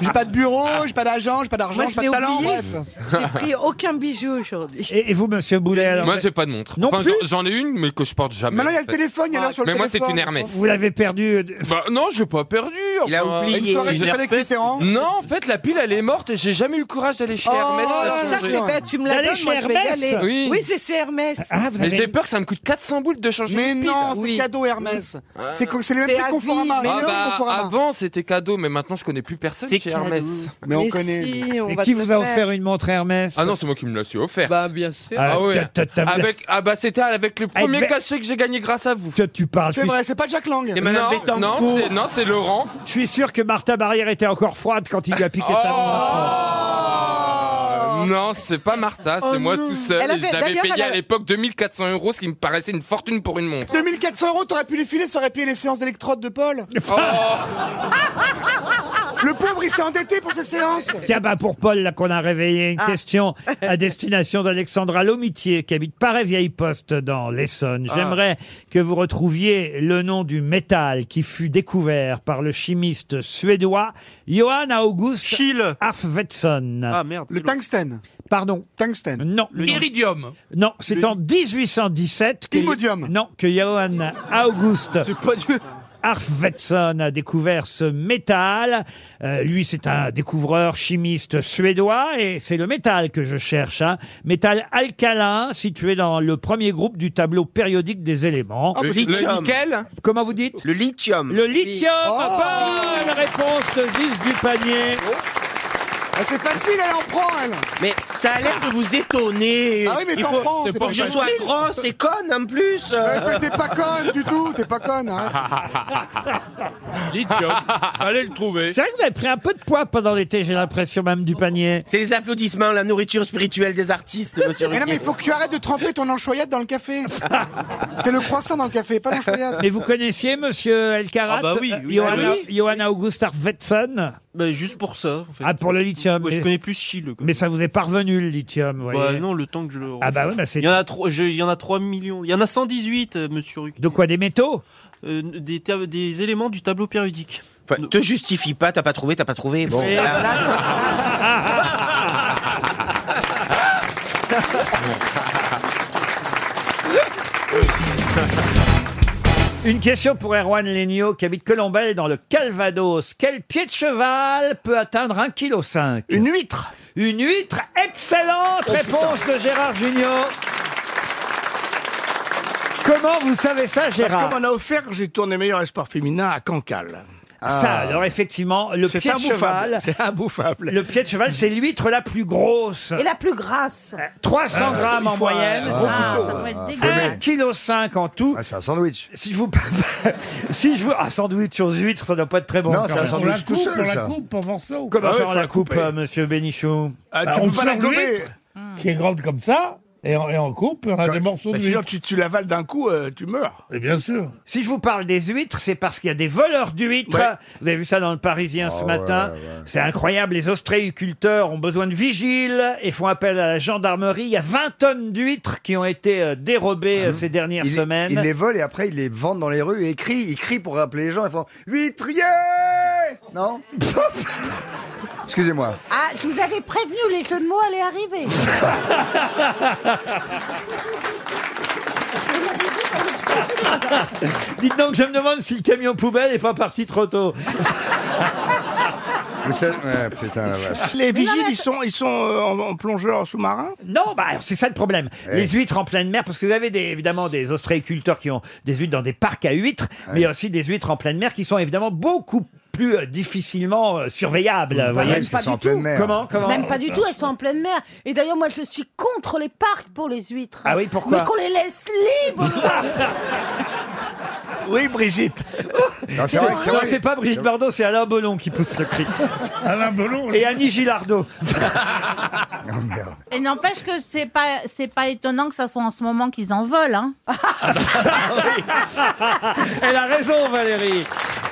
j'ai pas de bureau, j'ai pas d'agent, j'ai pas d'argent,
Moi,
j'ai
je
pas
l'ai
de talent,
oublié.
bref.
J'ai pris aucun bijou aujourd'hui.
Et, vous, monsieur Boulet
Moi, j'ai pas de montre.
Non
Enfin,
plus
j'en- J'en ai une, mais que je porte jamais.
Maintenant, il y a
en
le
fait. Ah.
téléphone, il y a l'heure sur le
Mais moi, c'est
téléphone.
une Hermès.
Vous l'avez perdu.
Bah, non, je l'ai pas perdu.
Il a oublié. Une soirée, j'étais avec Mitterrand.
Non, en fait, la pile, elle est morte et j'ai jamais eu le courage d'aller chez
Oh,
Hermès. la
ça
changer.
c'est bête, tu me la
D'aller
donnes,
chez
moi je vais y
Hermès
aller.
Oui.
Oui, c'est- c'est Hermès.
Ah,
Mais j'ai peur que ça me coûte 400 boules de changer
Mais
une pile.
non, c'est cadeau Hermès. C'est co- c'est le même
C'est
prix que
à
Conforama.
vie, mais
c'est le
Ah
même
bah,
Conforama.
avant, c'était cadeau, mais maintenant, je connais plus personne chez Hermès.
Mais on Mais connaît. si, on
Et
va
qui
te
vous
le
a
faire.
offert une montre Hermès
Ah non, c'est moi qui me l'ai offert.
Bah, bien sûr.
Ah, ouais.
t'as- t'as-
Avec, ah bah, c'était avec le premier
Avec-
cachet que j'ai gagné grâce à vous.
Que tu parles. je
C'est
suis-
vrai, c'est pas Jack Lang.
non, non, c'est- non, c'est Laurent.
Je suis sûr que Martha Barrière était encore froide quand il lui a piqué Oh. sa montre.
Euh, Non, c'est pas Martha, c'est
Oh
moi
non.
tout seul.
Elle
et
avait-
J'avais
d'ailleurs,
payé
elle
à
avait-
l'époque 2400 euros, ce qui me paraissait une fortune pour une montre.
2400 euros, t'aurais pu les filer, ça aurait payé les séances d'électrode de Paul.
Oh.
Oh
Le pauvre, il s'est endetté pour ces séances.
Tiens, bah pour Paul, là qu'on a réveillé, une
Ah.
question à destination d'Alexandra Lomitier, qui habite Paray-Vieille-Poste dans l'Essonne.
Ah.
J'aimerais que vous retrouviez le nom du métal qui fut découvert par le chimiste suédois Johan August Arfvedson. Ah
merde. Le tungstène.
Pardon.
Tungstène.
Non. le nom-
Iridium.
Non, c'est en 1817 que Non, que Johann August. Arfvedson a découvert ce métal. Euh, lui, c'est un découvreur chimiste suédois et c'est le métal que je cherche. hein. Métal alcalin situé dans le premier groupe du tableau périodique des éléments.
Ah, Le peut-être- lithium. le nickel
Comment vous dites
Le lithium.
Le lithium.
Oh.
Bonne réponse de Ziz du panier.
Oh. Ah, c'est facile, elle en prend, elle.
Mais ça a l'air de vous étonner.
Ah oui, mais
Il
t'en
faut,
prends,
faut
c'est pas
que je sois
facile.
grosse et conne en plus.
Euh, T'es pas conne du tout, t'es pas conne. hein. arrête.
Lithium. Allez le trouver.
C'est vrai que vous avez pris un peu de poids pendant l'été, j'ai l'impression même du panier.
C'est les applaudissements, la nourriture spirituelle des artistes, monsieur
Mais non, mais
Ruquier.
il faut que tu arrêtes de tremper ton anchoyade dans le café. C'est le croissant dans le café, pas
Oh,
l'anchoyade.
Mais vous connaissiez Monsieur Elkarat
Ah bah oui, oui.
Johanna,
Ah oui. Bah,
Johanna Augusta Vetson
juste pour ça. en fait.
Ah, pour le lithium.
Ouais, je
mais-
connais plus Chile. quoi.
Mais ça vous est parvenu le lithium, vous
Bah
voyez.
non, le temps que je le.
Ah bah oui, bah c'est-
Il y en a trois. je- Il y en a 3 millions. Il y en a 118, euh, monsieur Ruquier.
De quoi des métaux
Euh, des, ta- des éléments du tableau périodique. te justifie pas, t'as pas trouvé, t'as pas trouvé. Bon. Et voilà,
Une question pour Erwan Legno qui habite Colombelle dans le Calvados. Quel pied de cheval peut atteindre 1,5 kg Une huître. Une huître. Excellente réponse de Gérard Junior. Comment vous savez ça, Gérard
Parce qu'on m'en a offert, j'ai tourné meilleur espoir féminin à Cancale.
Ah.
Ça, alors effectivement, le
C'est
pied de
imbouffable,
cheval.
C'est imbouffable.
Le pied de cheval, c'est l'huître la plus grosse.
Et la plus grasse.
300
Euh,
Ah,
Euh, grammes
il
en
faut un
moyenne.
gros Ah, couteau. ça doit être
Un
dégueulasse.
kilo cinq en tout.
Ah, c'est un sandwich.
Si je vous. si je vous. Ah, sandwich aux huîtres, ça doit pas être très bon.
Non,
quand
c'est un
même.
sandwich On la tout coupe, seul, on la ça. coupe
en morceaux.
Comment
Ah
ça,
ouais,
on
faut
la Ah,
la
coupe,
couper.
euh, monsieur Bénichou
Ah,
Bah, on sort l'huître, qui est grande comme ça, et on, et on coupe, et on a des morceaux
Bah,
de
sinon,
huître.
tu, tu l'avales d'un coup, euh, tu meurs.
Et bien sûr.
Si je vous parle des huîtres, c'est parce qu'il y a des voleurs d'huîtres.
Ouais.
Vous avez vu ça dans le Parisien
Oh,
ce matin. C'est incroyable. Les ostréiculteurs ont besoin de vigiles et font appel à la gendarmerie. Il y a 20 tonnes d'huîtres qui ont été euh, dérobées euh, ces dernières
Ah, hum. Il,
semaines.
il les vole et après ils les vendent dans les rues et ils crient, ils crient pour rappeler les gens. Ils font huîtrier Non Excusez-moi.
Ah, je vous avais prévenu, les jeux de mots allaient arriver.
Ah,
Dites donc, je me demande si le camion poubelle n'est pas parti trop tôt.
Mais ça- ouais, putain, la vache.
Les vigiles, ils sont, ils sont euh, en, en plongeur sous-marin
Non, bah alors, c'est ça le problème.
Ouais.
Les huîtres en pleine mer, parce que vous avez des- évidemment des ostréiculteurs qui ont des huîtres dans des parcs à huîtres, mais il y a aussi des huîtres en pleine mer qui sont évidemment beaucoup plus euh, difficilement euh, surveillables. vous voyez.
Bah, parce qu'elles sont en pleine mer.
Comment, comment
Même pas du tout, elles sont en pleine mer. Et d'ailleurs, moi, je suis contre les parcs pour les huîtres.
Ah oui, pourquoi
Mais qu'on les laisse libres
Oui, Brigitte.
Non,
c'est vrai que c'est vrai.
c'est pas Brigitte Bardot, c'est Alain Belon qui pousse le cri. Alain Belon Et Annie Gilardot.
Oh,
Et n'empêche que c'est pas, c'est pas étonnant que ça soit en ce moment qu'ils en volent. Hein.
Elle a raison, Valérie.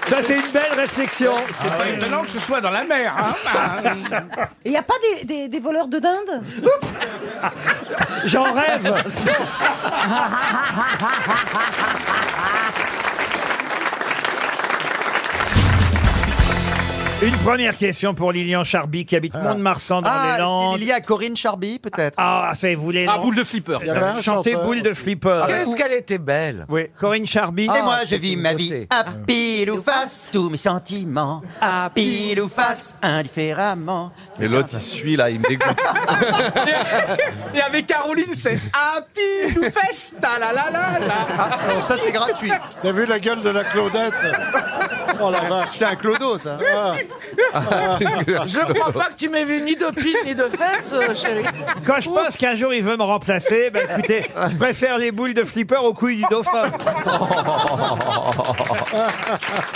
Ça, c'est une belle réflexion.
C'est pas étonnant que ce soit dans la mer. hein.
Il n'y a pas des, des- des voleurs de dinde
J'en rêve. Une première question pour Lilian Charby qui habite Mont-de-Marsan dans
Ah,
les Landes.
il y a Corinne Charby, peut-être.
Ah, ça, vous voulez.
Ah,
non
boule de flipper. Il y avait un
Chanter
chanteur.
boule de flipper.
Qu'est-ce
qu'elle était belle. Oui. Corinne Ah, Charby.
Et moi, je vis ma vie à pile ou face, tous mes sentiments à Ah, pile ou face, indifféremment.
Et l'autre, il suit là, il me dégoûte.
Et avec Caroline, c'est à pile ou face, ta la la la Oh, ça, c'est gratuit.
T'as vu la gueule de la Claudette Oh la vache.
C'est un clodo, ça.
Ah.
Je crois pas que tu m'aies vu ni de piles ni de fesses, euh, chérie.
Quand je pense qu'un jour il veut me remplacer, ben écoutez,
Ah.
je préfère les boules de flipper aux couilles du dauphin.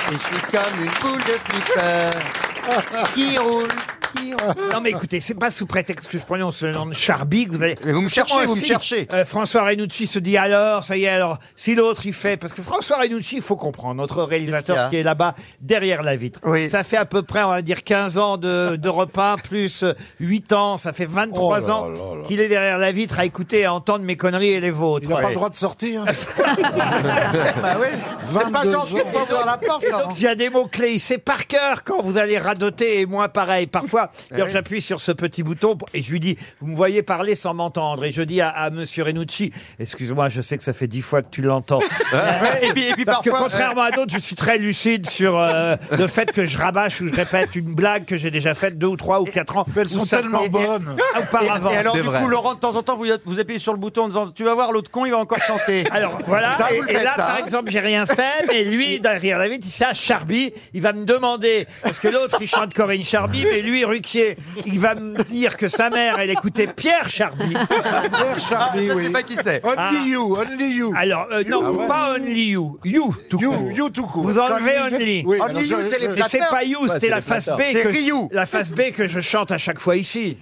Et je suis comme une boule de flipper qui roule. qui roule.
Non mais écoutez, c'est pas sous prétexte que je prononce le nom de Charby que vous allez. vous me
cherchez, vous me cherchez.
François Renucci se dit alors, ça y est, alors si l'autre il fait, parce que François Renucci, il faut comprendre, notre
qu'il y
réalisateur
a
qui est là-bas derrière la vitre. Ça fait à peu près, on va dire, 15 ans de, de repas plus euh, 8 ans, ça fait 23
Oh là
ans
là là.
qu'il est derrière la vitre à écouter, et à entendre mes conneries et les vôtres.
Il n'a pas
Ouais.
le droit de sortir.
Bah
oui.
C'est pas 22 gentil de pas ans. ouvrir la porte,
Et donc,
Laurent.
Il y a des mots-clés, il sait par cœur quand vous allez radoter et moi pareil. Parfois,
Eh
d'ailleurs,
oui.
j'appuie sur ce petit bouton pour- et je lui dis, vous me voyez parler sans m'entendre. Et je dis à, à Monsieur Renucci, excuse-moi, je sais que ça fait dix fois que tu l'entends.
Ouais, Ah, et puis- et puis
Parce que
parfois, euh,
contrairement à d'autres, je suis très lucide sur euh, le fait que je rabâche ou je répète une blague que j'ai déjà faite deux ou trois ou quatre ans. Elles
sont tellement
bonnes.
Et,
Ah, Auparavant.
et alors, du coup, Laurent, de temps en temps, vous, vous appuyez sur le bouton en disant Tu vas voir, l'autre con, il va encore chanter.
Alors voilà,
Ça,
et,
vous le
et
faites,
là
ça,
par
hein.
exemple j'ai rien fait, mais lui derrière la vitre, il sait à Charby, il va me demander, parce que l'autre il chante Corinne Charby, mais lui Ruquier, il va me dire que sa mère elle écoutait Pierre Charby.
Pierre Charby,
Ah, ça,
oui.
c'est pas qui c'est.
Only
Ah.
you, only you.
Alors, euh, non,
You.
pas Only You, You tout
You,
court.
You tout court.
Vous enlevez
Only
Only.
You. Oui, alors je- je-
Mais c'est pas You,
Ouais, c'est
c'était la
les
face B.
flatteurs. C'est
que-
Ryu.
La face B que je chante à chaque fois ici.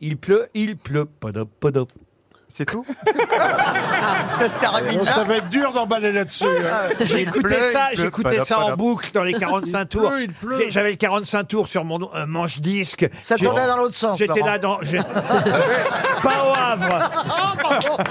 Il pleut, il pleut, podop, podop. C'est tout
Ça, c'est Arabine.
Bon, Ça va être dur d'emballer là-dessus. hein.
J'ai écouté ça, j'ai écouté ça en boucle dans les 45 tours.
Il pleut, il pleut.
J'ai- J'avais le 45 tours sur mon euh, manche disque.
Ça
J'ai-
tournait dans l'autre sens,
J'étais
Laurent.
là dans. j'ai- pas au Havre.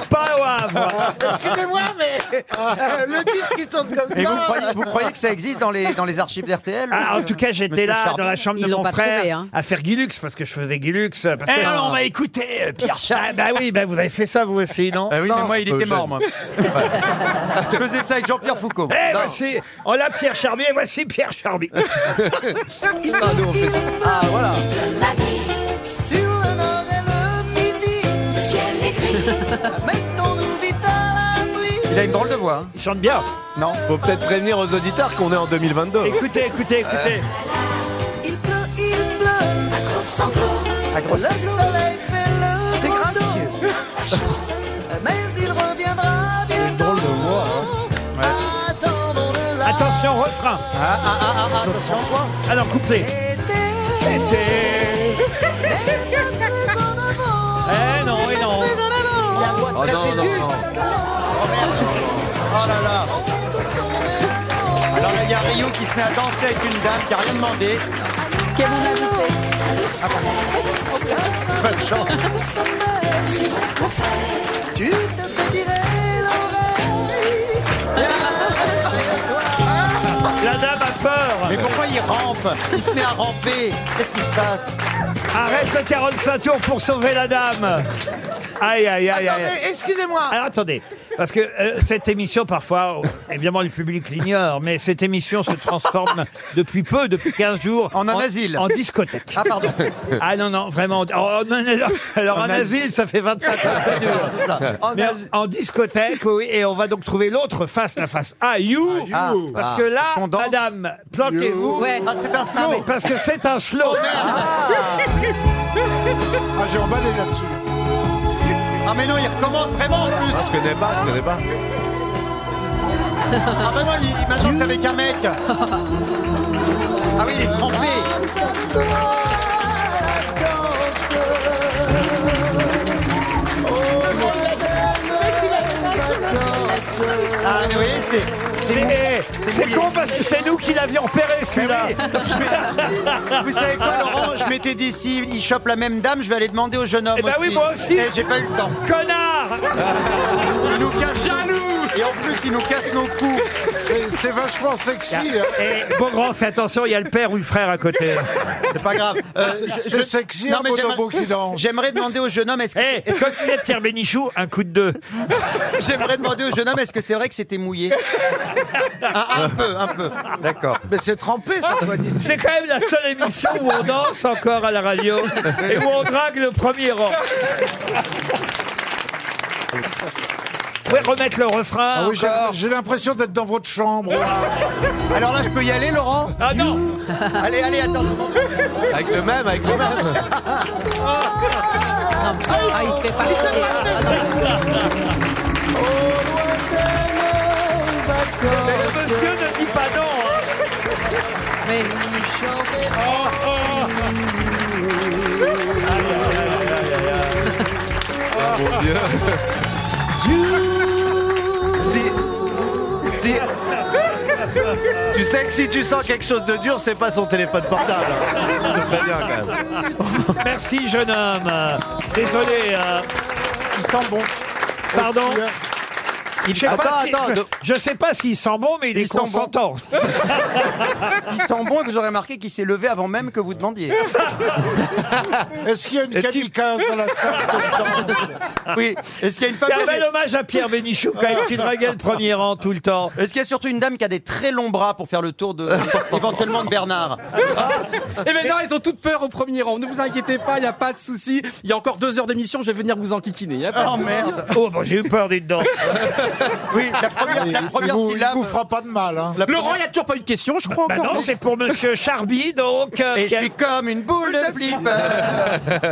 Pas au Havre.
Excusez-moi, mais euh, le disque qui tourne comme
Et
ça.
vous croyez, vous croyez que ça existe dans les, dans les archives d'RTL
Ah, en tout cas, j'étais là dans la chambre de mon frère
Hein.
à faire Guilux parce que je faisais Guilux. Parce
Eh, alors, on va
écouter Ah. Pierre Charles. bah oui, bah vous avez fait ça vous aussi, non
Ah oui, mais moi, il était mort, moi.
je faisais ça avec Jean-Pierre Foucault. Eh, voici, on l'a Pierre Charby, et voici Pierre Charby.
Ah, voilà.
Sur le nord et le midi, le ciel est gris. Maintenant nous vit à l'abri.
Il a une drôle de voix. hein.
Il chante bien.
Non.
Faut peut-être prévenir aux auditeurs qu'on est en 2022.
Écoutez, écoutez, écoutez.
Euh. Il pleut, il pleut, à gros sanglots.
À gros
le
sanglots.
soleil fait le
C'est
beau
gracieux.
dos. Mais il reviendra bientôt.
Drôle de voix. hein.
Attendons-le là.
Attention, refrain.
Ah, ah, ah, ah, attention.
Alors, coupez. Eh non, eh non.
Oh non, non, non. Oh là là. Alors là, il y a Rio qui se met à danser avec une dame qui a rien demandé. Ah
Quel on a goûté
Bonne chance.
Tu te fais tirer l'oreille.
La dame a peur.
Mais pourquoi il rampe Il se met à ramper. Qu'est-ce qui se passe
Arrête le 45 tours pour sauver la dame. Aïe, aïe, aïe, aïe.
Attendez, excusez-moi.
Alors attendez, parce que euh, cette émission, parfois, oh, évidemment, le public l'ignore, mais cette émission se transforme depuis peu, depuis 15 jours. En
un asile.
En discothèque.
Bah, Ah, pardon.
Ah non, non, vraiment. Oh, non, non, non. Alors
En
en
asile.
asile, ça fait 25 ans. que ça dure.
C'est ça. En
Mais
asile.
en, en discothèque, oui, et on va donc trouver l'autre face, la face A, you,
Ah,
parce
ah.
que là, madame, planquez-vous.
Ouais. Ah, c'est un Oh, slow.
Non, mais Parce que c'est un slow.
Ah, j'ai emballé là-dessus.
Ah mais non, il recommence vraiment en plus.
Je connais pas, je connais pas.
Ah bah non, il, il- maintenant c'est avec un mec. Ah oui, il est trempé.
Ah, mais oui, c'est. C'est con parce que c'est nous qui l'avions repéré celui-là.
Eh Vous savez quoi, Laurent Je m'étais dit, si il chope la même dame, je vais aller demander au jeune homme
Eh ben
aussi.
oui, moi aussi.
Et j'ai pas eu le temps.
Connard
Il nous casse Jaloux Et en plus, il nous casse nos coups.
C'est vachement sexy.
Et bon grand, fais attention, il y a le père ou le frère à côté.
C'est pas grave. Euh, je-
C'est
je-
sexy,
Non,
un
mais
bonobo
j'aimerais-
qui danse.
J'aimerais demander au jeune homme, est-ce que. est-ce que-
Comme il est Eh, de Pierre Bénichou, un coup de deux.
J'aimerais demander au jeune homme, est-ce que c'est vrai que c'était mouillé Ah,
Euh,
Un peu, un peu. D'accord.
Mais c'est trempé, ça, toi,
Ah, C'est quand même la seule émission où on danse encore à la radio et où on drague le premier rang. Vous pouvez remettre le refrain
Ah oui, j'ai-
encore
J'ai l'impression d'être dans votre chambre.
Alors là, je peux y aller, Laurent
Ah non
Allez, allez, attends.
Avec le même, avec le même.
Ah, il fait pas.
Mais le monsieur ne dit pas non hein. Ah,
Si. Si. Tu sais que si tu sens quelque chose de dur, c'est pas son téléphone portable. hein. Je te
Ah,
préviens
bah,
quand même.
Merci, jeune homme. Désolé. Il sent bon. Pardon il sais
Attends,
pas si-
attends,
je-
de-
je sais pas s'il sent bon, mais il, est
sent bon.
consentant.
Il sent bon et vous aurez remarqué qu'il s'est levé avant même que vous demandiez.
Est-ce qu'il y a une kamikaze dans la salle
Oui. Est-ce qu'il y a une
C'est
femme
un bel hommage à Pierre Bénichou quand même, qui draguait le premier rang tout le temps.
Est-ce qu'il y a surtout une dame qui a des très longs bras pour faire le tour de éventuellement de Bernard
Et maintenant, Eh ben ils ont toutes peur au premier rang. Ne vous inquiétez pas, il n'y a pas de souci. Il y a encore deux heures d'émission, je vais venir vous enquiquiner. Y a pas de
Oh
souci.
merde
Oh, bon, j'ai eu peur des dedans.
Oui, la première, la première
vous,
syllabe.
Il vous fera pas de mal. Hein.
La
Laurent, il n'y a toujours pas eu de question, je crois
Bah
encore.
non, c'est pour Monsieur Charby, donc. euh,
Et je
qui a-
suis comme une boule de flip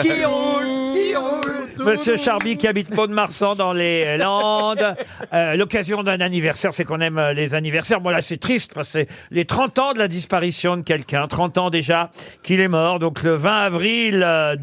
qui roule, qui roule.
Monsieur Charby qui habite Mont-de-Marsan dans les Landes. Euh, L'occasion d'un anniversaire, c'est qu'on aime euh, les anniversaires. Bon là, c'est triste parce que c'est les 30 ans de la disparition de quelqu'un, 30 ans déjà qu'il est mort. Donc le 20 avril euh,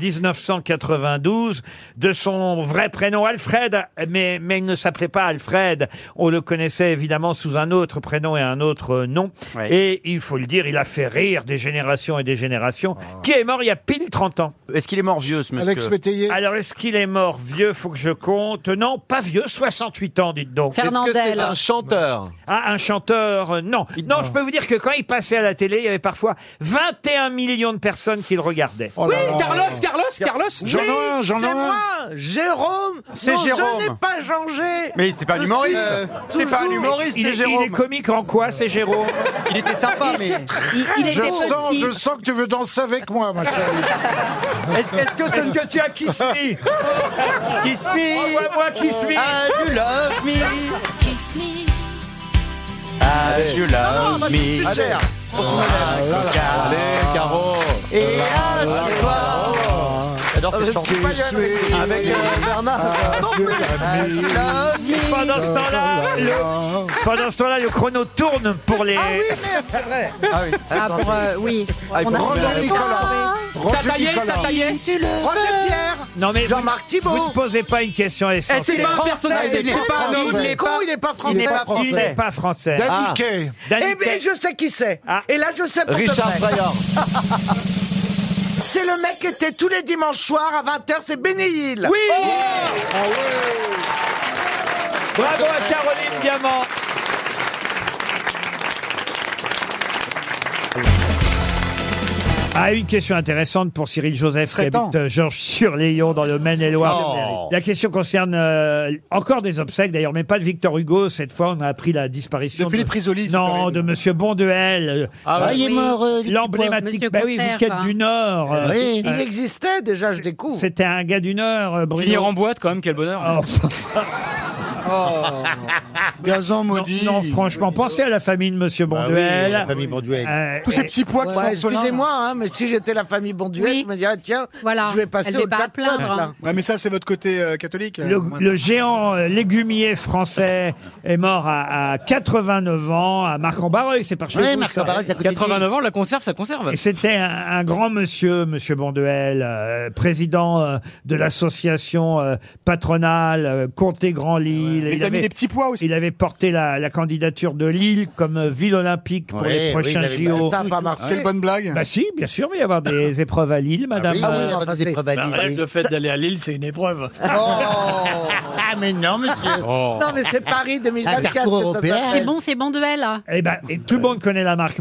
1992, de son vrai prénom Alfred, mais, mais il ne s'appelait pas Alfred. On le connaissait évidemment sous un autre prénom et un autre euh, nom.
Ouais.
Et il faut le dire, il a fait rire des générations et des générations. Qui est mort il y a pile 30 ans
Ah. Est-ce qu'il est mort vieux, ce monsieur
Alex Métayer.
alors, est-ce qu'il est mort vieux Faut que je compte. Non, pas vieux, 68 ans, dites donc.
Fernandel. Un chanteur.
Ah, un chanteur, euh, non. Non, je peux vous dire que quand il passait à la télé, il y avait parfois 21 millions de personnes qui le regardaient.
Oh
Oui,
là là.
Carlos, Carlos, Carlos.
J'en ai
Oui,
un, j'en ai
c'est
un.
moi, Jérôme.
C'est
Non,
Jérôme.
Je n'ai pas changé.
Mais c'était pas un
Je
humoriste.
suis, euh,
c'est pas un
toujours-
humoriste,
il,
c'est
est,
Jérôme.
il est comique en quoi, c'est Jérôme
Il était sympa, mais est-ce
Il, il
Je
était
sens,
petit.
je sens que tu veux danser avec moi, ma chérie.
est-ce que ce
Est-ce que tu as kiffé
qui
Ah,
Envoie-moi moi qui suis
As you love me
Kiss me.
Ah,
As you love me
Allez, Caro.
Et assis-toi J'adore cette chanson.
Avec euh, Bernard.
As you
Ah,
love me
Pendant ce temps-là, le, pendant ce temps-là, le chrono tourne pour les.
Ah oui.
Ah, pour, euh, oui.
Ah, il
On a
faut
sauvé
Nicolas.
Ah.
ça.
T'as taillé, t'as taillé. Roger Pierre.
Non mais vous,
Jean-Marc Thibault.
vous ne posez pas une question
Eh, c'est
essentielle.
pas un
Français,
personnage,
il est
c'est pas un homme.
français. Il est con,
il est pas
Il n'est pas
Il n'est
français.
pas français.
Ah.
Ah.
Danny Kaye.
Danny
Eh bien,
Kaye.
je sais qui c'est.
Ah.
Et là, je sais pour de
Richard
vrai.
Pryor.
C'est le mec qui était tous les dimanches soirs à 20h, c'est Benny Hill. Oh
Oui
Ah,
Bravo à Caroline Diamant Ah, une question intéressante pour Cyril Joseph qui
Traitant.
habite euh, Georges sur Léon dans le Maine-et-Loire.
Oh.
La question concerne euh, encore des obsèques d'ailleurs, mais pas de Victor Hugo. Cette fois, on a appris la disparition
Depuis
de,
les Prisoli, c'est
non,
terrible.
de Monsieur Bonduel, euh,
Ah, il est mort. euh, lui,
l'emblématique.
Monsieur
Bah oui,
Conter,
Viquette
quoi.
du Nord. euh,
Il
euh,
existait déjà, je découvre.
C'était un gars du Nord, euh, Bruno.
Finir en boîte quand même, quel bonheur.
Oh. Gazan maudit. Bah Non, franchement, pensez à la famille de Monsieur Bonduel. Euh,
la famille Bonduel.
Tous ces petits pois qui sont solins.
Excusez-moi, hein, mais si j'étais la famille Bonduel, je me dirais, tiens, je vais passer au jackpot,
hein.
hein.
là.
Ouais, mais ça, c'est votre côté euh, catholique.
Le, le géant euh, légumier français est mort à, à 89 ans à Marc-en-Barreuil, c'est par chez
Oui,
vous, ça.
Marc-en-Barreuil, c'est à côté de 89 ans, la conserve, ça conserve.
Euh,
Et c'était un, un grand monsieur, monsieur Bonduel, euh, président euh, de l'association euh, patronale euh, Comté-Grand-Lille.
Mais
Il
ça a mis des
avait-
petits pois aussi.
Il avait porté la, la candidature de Lille comme euh, ville olympique pour
Ouais,
les
oui, il
prochains
avait-
JO.
ça a pas marché. Quelle bonne blague.
Bah si, bien sûr, il va y avoir des épreuves à Lille, madame.
Ah oui,
euh,
il va y avoir des épreuves à Lille, oui.
Bah, Le fait d'aller à Lille, c'est une épreuve.
Ah, mais non, monsieur.
Oh.
Non, mais c'est Paris 2024.
Un parcours européen.
C'est bon, c'est bon hein. duel.
Eh ben, et tout le monde connaît la marque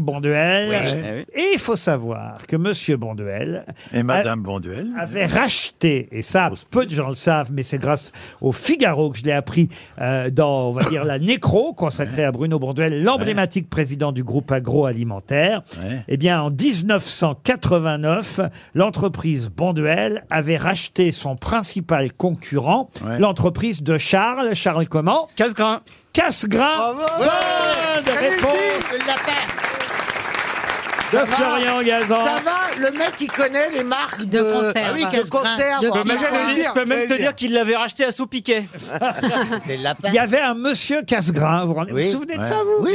Oui.
Bonduel. Et il faut savoir que Monsieur Bonduel
Et Madame Bonduel
avait racheté, et ça, peu de gens le savent, mais c'est grâce au Figaro que je l'ai appris euh, dans, on va dire, la nécro consacrée à Bruno Bonduel, l'emblématique président du groupe agroalimentaire.
Ouais.
Eh bien, en 1989, l'entreprise Bonduel avait racheté son principal concurrent,
Ouais.
l'entreprise de Charles. Charles comment Casgrain. Casgrain. Bonne réponse de
Ça va
Florian Gazan.
Ça va, le mec il connaît les marques de,
conserve.
Ah oui, de conserve.
Je peux même te dire- je peux même te dire qu'il l'avait racheté à Soupiquet.
Il y avait un monsieur Casgrain, Ah, vous vous rendez- vous vous souvenez de ça, vous
Oui,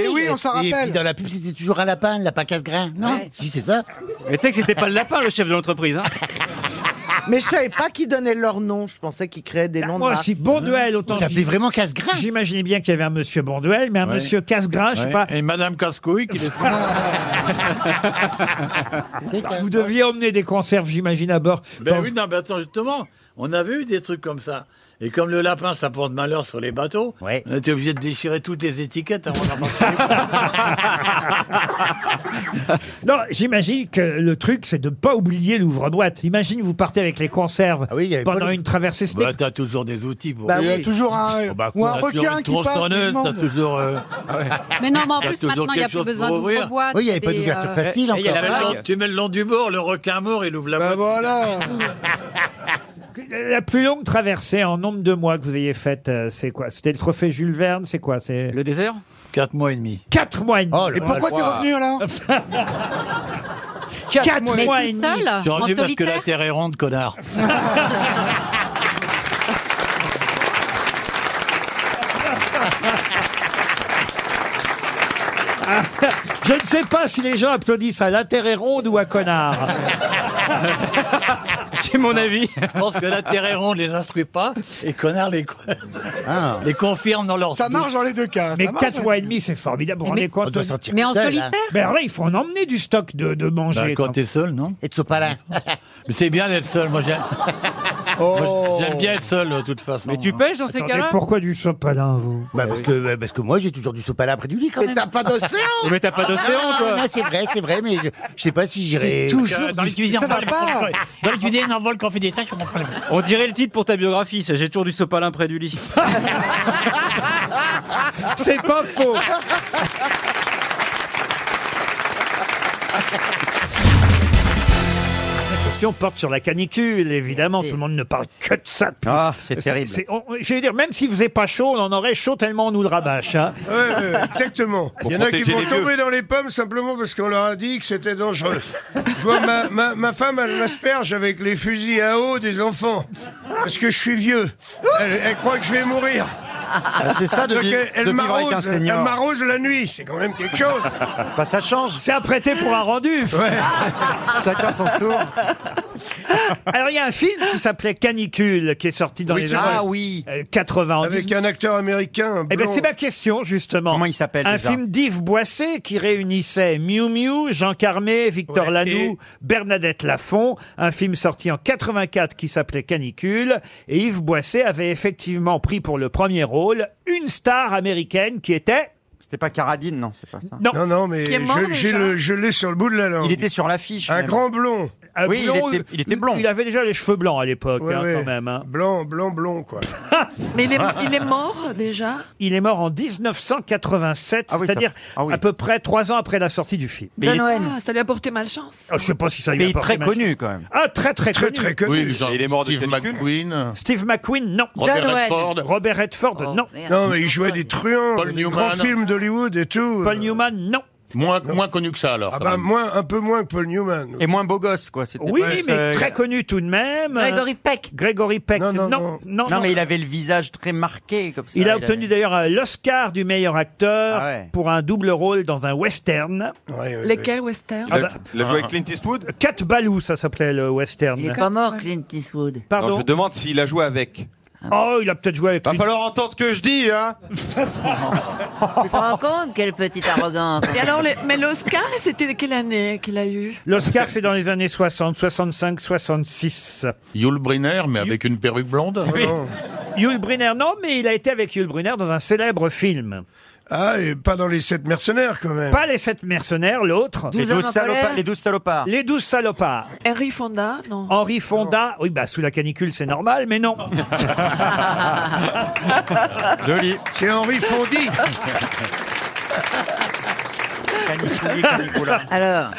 Et puis dans la pub, c'était toujours un lapin, le lapin casse-grain. Non Si, c'est ça.
Mais tu sais que c'était pas le lapin, le chef de l'entreprise. Hein.
Mais je savais pas qu'ils donnaient leur nom. Je pensais qu'ils créaient des noms
Moi
de
aussi,
marques.
Bonduel, autant.
Il s'appelait
vraiment Casgrain. J'imaginais bien qu'il y avait un monsieur Bonduel, mais un
Ouais.
monsieur Casgrain, je sais
Ouais.
pas.
Et Madame Cascouille qui les
Vous deviez emmener des conserves, j'imagine, à bord.
Ben
Dans-
oui, non, mais attends, justement, on avait eu des trucs comme ça. Et comme le lapin, ça porte malheur sur les bateaux, on était obligé de déchirer toutes les étiquettes avant d'embarquer.
Non, j'imagine que le truc, c'est de ne pas oublier l'ouvre-boîte. Imagine, vous partez avec les conserves pendant une traversée. C'était
Bah, t'as toujours des outils pour.
Eh, Bah Il y a oui. toujours un-
Oh, bah,
ou un
t'as toujours
requin
une
qui passe, tout le
tronçonneuse, T'as
monde.
toujours. euh,
Mais non, mais en
t'as
plus,
toujours
maintenant, il n'y a
quelque
plus
chose
besoin
pour ouvrir.
d'ouvre-boîte. des, euh,
Et il y a le long- Tu mets le long du bord, le requin mort, il ouvre la boîte.
Bah voilà.
La plus longue traversée en nombre de mois que vous ayez faite, euh, c'est quoi C'était le trophée Jules Verne, c'est quoi C'est Le
désert
4 mois et demi.
4 mois et
Oh,
demi.
là Et pourquoi là. t'es revenu,
alors
Quatre
4
mois
mois
et
et demi.
demi. J'ai rendu parce que la Terre est ronde, connard.
Ah, Je ne sais pas si les gens applaudissent à la Terre est ronde ou à connard.
C'est mon avis. Je pense que la Terre est ronde, les instruit pas, et connard les, les confirme dans leur.
Ah. Ça marche hein. dans les deux cas.
Mais 4 mois et demi, c'est formidable. Vous vous
Mais-
rendez compte
On doit sentir
Mais en seul, solitaire hein.
Ben ouais, il faut en emmener du stock de, de manger.
Bah, quand t'es seul, non
Et de sopalin.
Mais c'est bien d'être seul, moi j'aime.
Oh.
Moi, J'aime bien être seul de toute façon. Mais
tu pêches dans ces cas-là
pourquoi du sopalin, vous
bah, parce, que, bah, parce que moi, j'ai toujours du sopalin après du lit quand
Mais
même.
t'as pas d'océan Mais t'as pas d'océan,
Ah,
toi.
Non, c'est vrai, c'est vrai, mais je, je sais pas si j'irai.
dans les cuisines,
Ça
on
va
vole
pas.
quand- dans les cuisines, on vole quand on fait des tâches, on prend les- On dirait le titre pour ta biographie, ça. J'ai toujours du sopalin près du lit.
Ah, C'est pas faux. La question porte sur la canicule, évidemment. Tout le monde ne parle que de ça. depuis-
Ah, c'est terrible.
c'est- on- je veux dire, même si vous n'êtes pas chaud, on en aurait chaud tellement on nous le rabâche. hein.
Ouais, ouais, exactement.
Pour
Il y en a qui
protéger
vont
les vieux.
tomber dans les pommes simplement parce qu'on leur a dit que c'était dangereux. Je vois ma, ma, ma femme, elle m'asperge avec les fusils à eau des enfants. Parce que je suis vieux. Elle, elle croit que je vais mourir.
Ah, c'est ça de
Donc
vivre-
elle, elle
de vivre avec
m'arrose,
un senior.
Elle m'arrose la nuit. C'est quand même quelque chose.
Bah, ça change. C'est apprêté pour un rendu.
Chacun son tour.
Alors, il y a un film qui s'appelait Canicule, qui est sorti dans
Oui,
les
c'est vrai.
années
Ah oui.
Euh, 80.
Avec un acteur américain.
Eh ben,
blond.
c'est ma question, justement. Comment il s'appelle Un
déjà
film d'Yves Boisset qui réunissait Miu Miu, Jean Carmé, Victor Lanoux, Bernadette Lafont. Un film sorti en 84 qui s'appelait Canicule. Et Yves Boisset avait effectivement pris pour le premier rôle une star américaine qui était... C'était pas Caradine, non, c'est pas ça. Non,
non, mais je, j'ai le- je l'ai sur le bout de la langue.
Il était sur l'affiche,
Un
même.
grand blond.
euh,
Oui, il
blond,
était- il était blond.
Il avait déjà les cheveux blancs à l'époque,
Ouais,
hein,
ouais.
quand même. hein.
Blanc, blanc, blanc, quoi.
Mais il est- il est
mort déjà
Il est mort en 1987, c'est-à-dire à peu près trois ans après la sortie du film.
Ah, ça lui a porté malchance.
Ah, je sais pas si ça lui a
Mais il est
apporté
très
mal-
connu, quand même.
Ah, très très connu.
il est mort Steve McQueen.
Steve McQueen, non.
Robert John Wayne. Redford.
Robert Redford, non.
Oh, Non, mais il jouait des truands,
Paul
des
Newman.
grands films d'Hollywood et tout.
Paul Newman, non.
Moins, moins connu que ça, alors.
Ah
quand
bah,
même.
moins, un peu moins que Paul Newman.
Et moins beau gosse, quoi. c'était
Oui,
pas-
mais
euh,
très connu tout de même.
Gregory
Peck. Gregory Peck. Non, non, non.
Non, mais il avait le visage très marqué, comme ça.
Il a obtenu d'ailleurs euh, l'Oscar du meilleur acteur
Ah ouais.
pour un double rôle dans un western.
Lesquels western
Ah bah-
Il a joué avec Clint Eastwood
Cat Balou, ça s'appelait le western.
Il est
pas
mort, Clint Eastwood. Pardon
Non, je demande s'il a joué avec.
Oh, il a peut-être joué avec.
Ah Va falloir entendre ce que je dis, hein
Tu te rends compte quelle petite arrogance
Et alors, les- mais l'Oscar, c'était quelle année qu'il a eu
L'Oscar, c'est dans les années 60, 65, 66.
Yul Brynner, mais avec une perruque blonde. Ah
Yul Brynner, non, mais il a été avec Yul Brynner dans un célèbre film.
Ah, et pas dans Les Sept Mercenaires, quand même.
Pas les sept mercenaires, l'autre.
Les Douze hommes douze en salopards- colère. les
douze salopards. Les douze salopards.
Henry Fonda, non.
Henri Fonda, oui, bah sous la canicule, c'est normal, mais non.
Ah,
Joli.
C'est Henri Fondy.
Alors.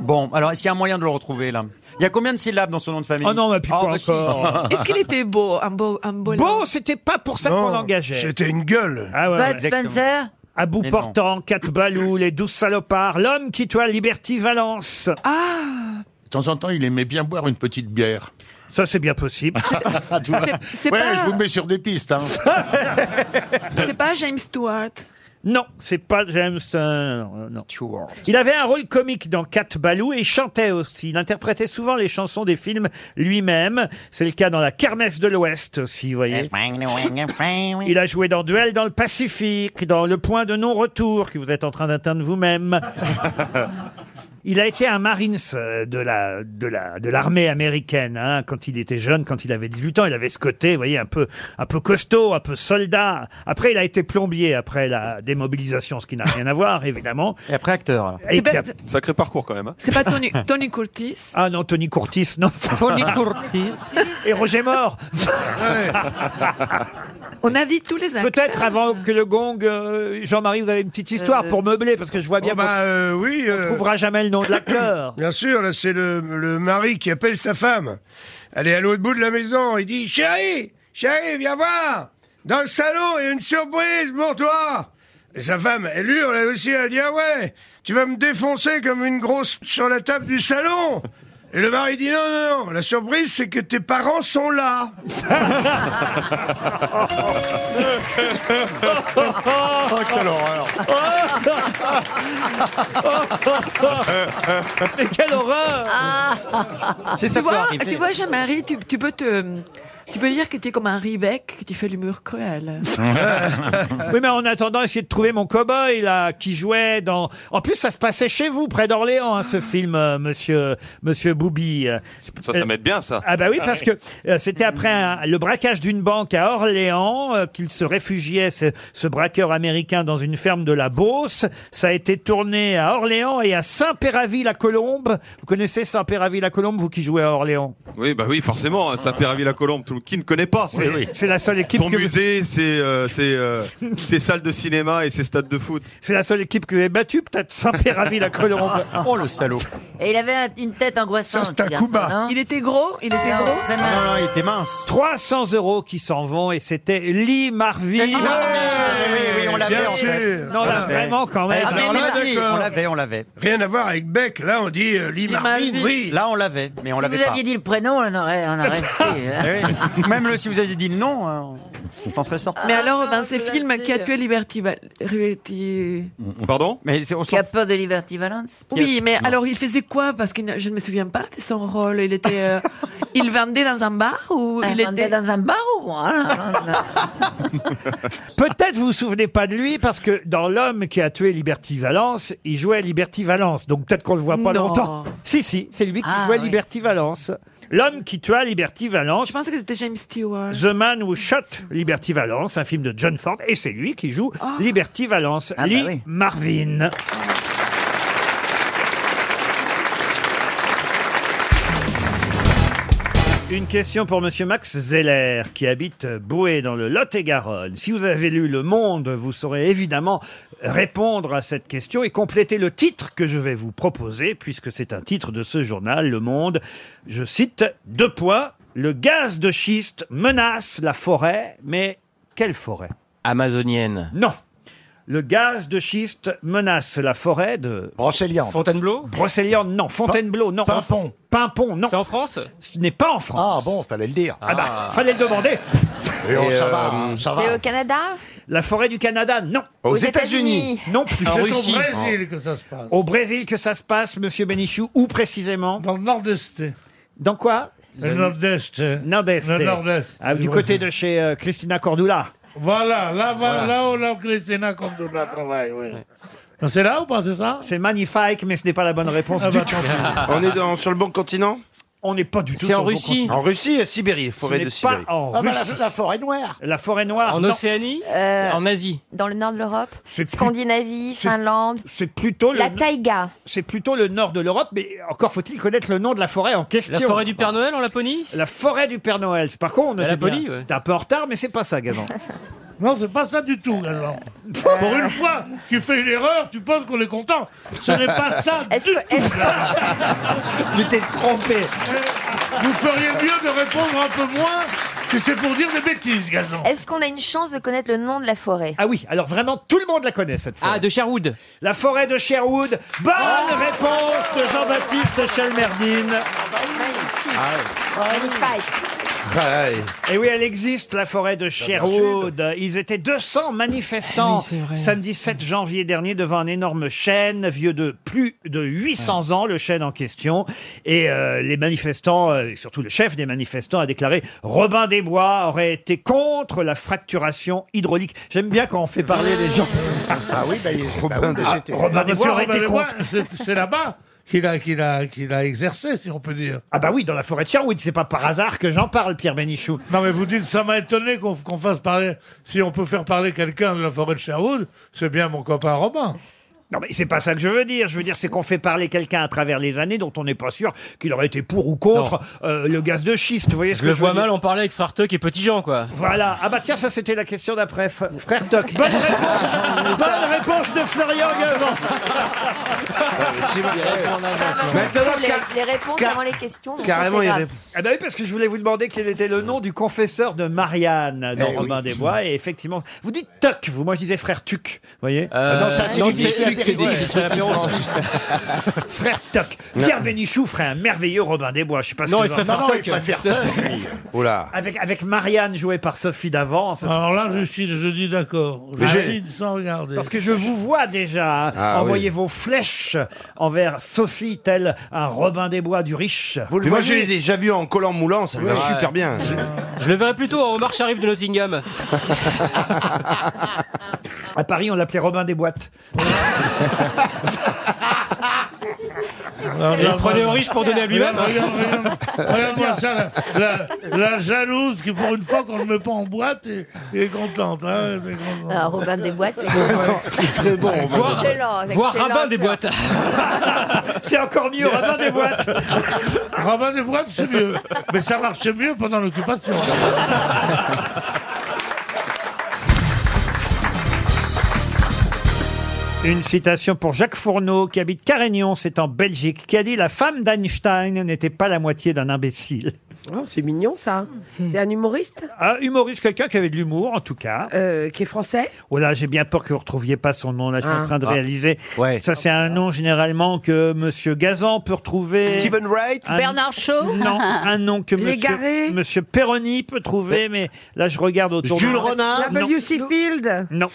Bon, alors est-ce qu'il y a un moyen de le retrouver là Il y a combien de syllabes dans son nom de famille
Oh non, mais puis
Ah,
quoi
bah si,
encore
si.
Est-ce qu'il était beau, un beau, un beau
Bon, c'était pas pour ça qu'on l'engageait.
C'était une gueule.
Ah ouais,
Bud
ouais.
Spencer
À bout
Mais non.
portant, Cat Balou, les douze salopards, l'homme qui tua Liberty Valence.
Ah
De temps en temps, il aimait bien boire une petite bière.
Ça, c'est bien possible.
c'est
ouais,
pas-
je vous mets sur des pistes. Hein.
C'est pas James Stewart.
Non, c'est pas James. euh, non. Il avait un rôle comique dans Cat Balou et il chantait aussi. Il interprétait souvent les chansons des films lui-même. C'est le cas dans La Kermesse de l'Ouest aussi, vous voyez.
Eh
Il a joué dans Duel dans le Pacifique, dans Le Point de Non-Retour que vous êtes en train d'atteindre vous-même. Il a été un Marines euh, de la de la de l'armée américaine hein, quand il était jeune, quand il avait 18 ans, il avait ce côté, vous voyez, un peu un peu costaud, un peu soldat. Après, il a été plombier après la démobilisation, ce qui n'a rien à voir évidemment.
Et après acteur.
Et puis,
Sacré parcours quand même. hein.
C'est pas Tony, Tony Curtis.
ah non, Tony Curtis, non. Tony Curtis. Et Roger Mort.
On invite tous les acteurs.
Peut-être avant que le gong, euh, Jean-Marie, vous avez une petite histoire
Euh,
pour meubler, parce que je vois bien
Oh bah,
qu'on-
euh, oui,
on trouvera jamais le nom de l'acteur.
Bien sûr, là, c'est le, le mari qui appelle sa femme. Elle est à l'autre bout de la maison. Il dit Chérie, chérie, viens voir. Dans le salon, il y a une surprise pour toi. Et sa femme, elle hurle, elle aussi, elle dit Ah ouais, tu vas me défoncer comme une grosse sur la table du salon. Et le mari dit Non, non, non, la surprise, c'est que tes parents sont là.
Oh, quelle horreur
Mais quelle horreur
Ah.
C'est ça
tu
peut
vois,
arriver.
Tu vois, Jean-Marie, tu, tu peux te... Tu peux dire que tu es comme un Ribec, que tu fais l'humour cruel.
oui, mais en attendant, essayez de trouver mon cow-boy, là, qui jouait dans... En plus, ça se passait chez vous, près d'Orléans, hein, ce film, euh, monsieur, monsieur Boubi. Euh,
Ça, ça m'aide bien, ça.
Ah bah oui, parce que euh, c'était après un- le braquage d'une banque à Orléans euh, qu'il se réfugiait, ce, ce braqueur américain, dans une ferme de la Beauce. Ça a été tourné à Orléans et à Saint-Péraville-la-Colombe. Vous connaissez Saint-Péraville-la-Colombe, vous qui jouez à Orléans
Oui, bah oui, forcément, hein, Saint-Pierre-Villa-Colombe, tout le- qui ne connaît pas
C'est- c'est la seule équipe
Son
que vous-
musée, ses, euh, ses, euh, ses salles de cinéma et ses stades de foot.
C'est la seule équipe que vous avez battue, peut-être Saint-Péraville-la-Colombe.
Oh, le salaud
Et il avait un- une tête angoissante.
Ça, c'est un
ce garçon,
Cuba.
non
Il était gros Il était
Non,
gros
Ah
très mal.
non, il était mince. 300 euros qui s'en vont et c'était Lee Marvin.
Lee Marvin, Ah oui, oui, oui, on l'avait,
bien
en
sûr.
fait.
Non, là, vraiment, quand même.
Ah, mais
Alors
Lee
là,
Marvin,
d'accord.
on l'avait, on l'avait.
Rien à voir avec Beck. Là, on dit euh, Lee Marvin,
Marvin.
oui.
Là, on l'avait, mais on
Si
l'avait
vous
pas.
aviez dit le prénom, on aurait, on aurait su, hein.
Eh oui. Même le- si vous aviez dit le nom, hein, on s'en serait sorti.
Mais alors, dans ces
je
films,
l'ai
qui a
dit.
tué Liberty... Val- Liberty-
Pardon
Mais c'est- on
Qui
s'en
a peur de Liberty Valence
Oui, mais
Non.
alors, il faisait quoi Parce que je ne me souviens pas de son rôle. Il était... euh, il vendait dans un bar ou
Ah,
il
vendait
était...
dans un bar ou... Ah, non, non, non.
Peut-être vous vous souvenez pas de lui parce que dans L'homme qui a tué Liberty Valence, il jouait Liberty Valence. Donc peut-être qu'on le voit pas
Non.
longtemps. Si, si, c'est lui qui
Ah,
jouait
oui.
Liberty Valence. L'homme qui tua Liberty Valence.
Je pensais que c'était James Stewart.
The Man Who Shot Liberty Valence, un film de John Ford, et c'est lui qui joue
Ah.
Liberty Valence,
bah
Lee Marvin. Une question pour Monsieur Max Zeller, qui habite Boué dans le Lot-et-Garonne. Si vous avez lu Le Monde, vous saurez évidemment répondre à cette question et compléter le titre que je vais vous proposer, puisque c'est un titre de ce journal, Le Monde. Je cite deux points. Le gaz de schiste menace la forêt, mais quelle forêt Amazonienne. Non. Le gaz de schiste menace la forêt de... Brocéliande. Fontainebleau Brocéliande, non. Fontainebleau, non. Pimpon. Pimpon, non. C'est en France Ce n'est pas en France. Ah bon, fallait le dire. Ah, oh, bah, fallait le demander. euh,
Et on- ça va, ça
C'est au Canada
La forêt du Canada, non.
Aux Aux États-Unis. États-Unis.
Non plus.
En
C'est
Russie.
que ça se passe. Au Brésil que ça se passe, monsieur Bénichou, où précisément Dans le nord-est. Dans quoi
Le Nord-Est.
Nord-Est.
Le Nord-Est.
Ah, du
Du
côté
Brésil.
de chez euh, Christina Cordula.
Voilà, là,
Voilà.
va là où la Christina Cordula travaille, oui.
Ah, C'est là ou pas, c'est ça C'est magnifique, mais ce n'est pas la bonne réponse
Ah
du
bah,
tout.
tant
On est dans- sur le bon continent
On n'est pas du tout
C'est en
sur le bon
Russie
continent.
En Russie, Sibérie, forêt
Ce
de
n'est pas
Sibérie.
en
Ah bah,
Russie.
la-
forêt noire. La forêt noire.
En
non.
Océanie
Euh,
En Asie.
Dans le nord de l'Europe
C'est plus-
Scandinavie,
c'est-
Finlande.
C'est plutôt le
La
no-
taïga.
C'est plutôt le nord de l'Europe, mais encore faut-il connaître le nom de la forêt en question.
La forêt du Père Noël en Laponie
La forêt du Père Noël. C'est par contre, on
La
était
Laponie,
bien.
ouais.
T'es un peu en retard, mais c'est pas ça, Gazan.
Non, c'est pas ça du tout, Galant. Pour une fois, tu fais une erreur, tu penses qu'on est content. Ce n'est pas ça du tout. tu t'es trompé. Vous feriez mieux de répondre un peu moins que c'est pour dire des bêtises, Gazon.
Est-ce qu'on a une chance de connaître le nom de la forêt
Ah oui, alors vraiment, tout le monde la connaît cette forêt. Ah, de Sherwood. Ah. La forêt de Sherwood. Bonne réponse de Jean-Baptiste Chalmerdine.
Ah, bah
Ah,
Ah,
Et Eh oui, elle existe, la forêt de Sherwood. Ils étaient 200 manifestants samedi 7 janvier dernier devant un énorme chêne, vieux de plus de 800 ans, le chêne en question. Et euh, les manifestants, euh, et surtout le chef des manifestants, a déclaré Robin des Bois aurait été contre la fracturation hydraulique. J'aime bien quand on fait parler les gens.
Ah oui, bah, il-
Robin,
bah oui,
des-
bah,
Ah, Robin des
Monsieur
Bois aurait
Robin
été
des Bois,
contre.
c'est- C'est là-bas qu'il a, qu'il a, qu'il a exercé, si on peut dire.
Ah bah oui, dans la forêt de Sherwood, c'est pas par hasard que j'en parle, Pierre Bénichou.
Non mais vous dites, ça m'a étonné qu'on qu'on fasse parler, si on peut faire parler quelqu'un de la forêt de Sherwood, c'est bien mon copain Robin.
Non mais c'est pas ça que je veux dire. Je veux dire c'est qu'on fait parler quelqu'un à travers les années dont on n'est pas sûr qu'il aurait été pour ou contre euh, le gaz de schiste. Vous voyez ce
Je
que
le
je
vois
veux dire
mal en parler avec Frère Tuck et Petit Jean, quoi.
Voilà. Ah bah tiens, ça c'était la question d'après, fr- frère Toc. Bonne réponse, bonne réponse de Florian Gazan.
Maintenant, les, les réponses avant les questions. donc Oh, ça, c'est grave.
Ah bah oui, parce que je voulais vous demander quel était le nom du confesseur de Marianne dans Robin des Bois. Et effectivement, vous dites Toc, vous, moi je disais frère Tuc, vous voyez
Ah non, ça, c'est
non,
des
c'est
biscuits
Tuc, c'est
apéritifs,
des-
c'est la réponse.
Frère Toc. Pierre Bénichou ferait un merveilleux Robin des Bois. Je sais pas ce
Non,
que
il
vous en
ferait
pensez.
Frère Tuck.
Oula. Avec, avec Marianne jouée par Sophie d'avance.
Alors là, je suis, je dis d'accord. Je
Mais j'ai-
signe sans regarder.
Parce que je vous vois déjà hein,
Ah,
envoyer vos flèches envers Sophie, tel un Robin des Bois du riche.
Mais moi, je l'ai déjà vu en collant moulant, ça me va
Ouais.
super bien.
Je le verrais plutôt en marche arrive de Nottingham.
À Paris, on l'appelait Robin des Boîtes. Ah,
Il prenait au riche pour donner à lui-même.
Regarde, regarde, regarde, regarde-moi ça, la, la- la jalouse qui, pour une fois, quand je me mets pas en boîte, est, est contente. hein, elle est contente.
Alors, Robin des boîtes, c'est
C'est très bon.
Voir- Excellent, voir excellent, Rabin des excellent.
boîtes.
c'est encore mieux, Rabin des boîtes.
Rabin des boîtes, c'est mieux. Mais ça marchait mieux pendant l'occupation.
Une citation pour Jacques Fourneau, qui habite Carignan, c'est en Belgique, qui a dit La femme d'Einstein n'était pas la moitié d'un imbécile.
c'est mignon ça. C'est un humoriste
Un Hmm. Ah, humoriste, quelqu'un qui avait de l'humour en tout cas.
qui est français
Oh là, j'ai bien peur que vous ne retrouviez pas son nom. Là, je suis
Hein
Ah.
en train de
Ah.
réaliser. Ça, c'est un nom généralement que Monsieur Gazan peut retrouver.
Stephen Wright
Un-
Bernard Shaw
Non, un nom que
Les Garés
Monsieur, monsieur Perroni peut
Euh,
trouver, mais là, je regarde autour. de
Jules
moi.
Renard
Non.
W.C. Field
Non.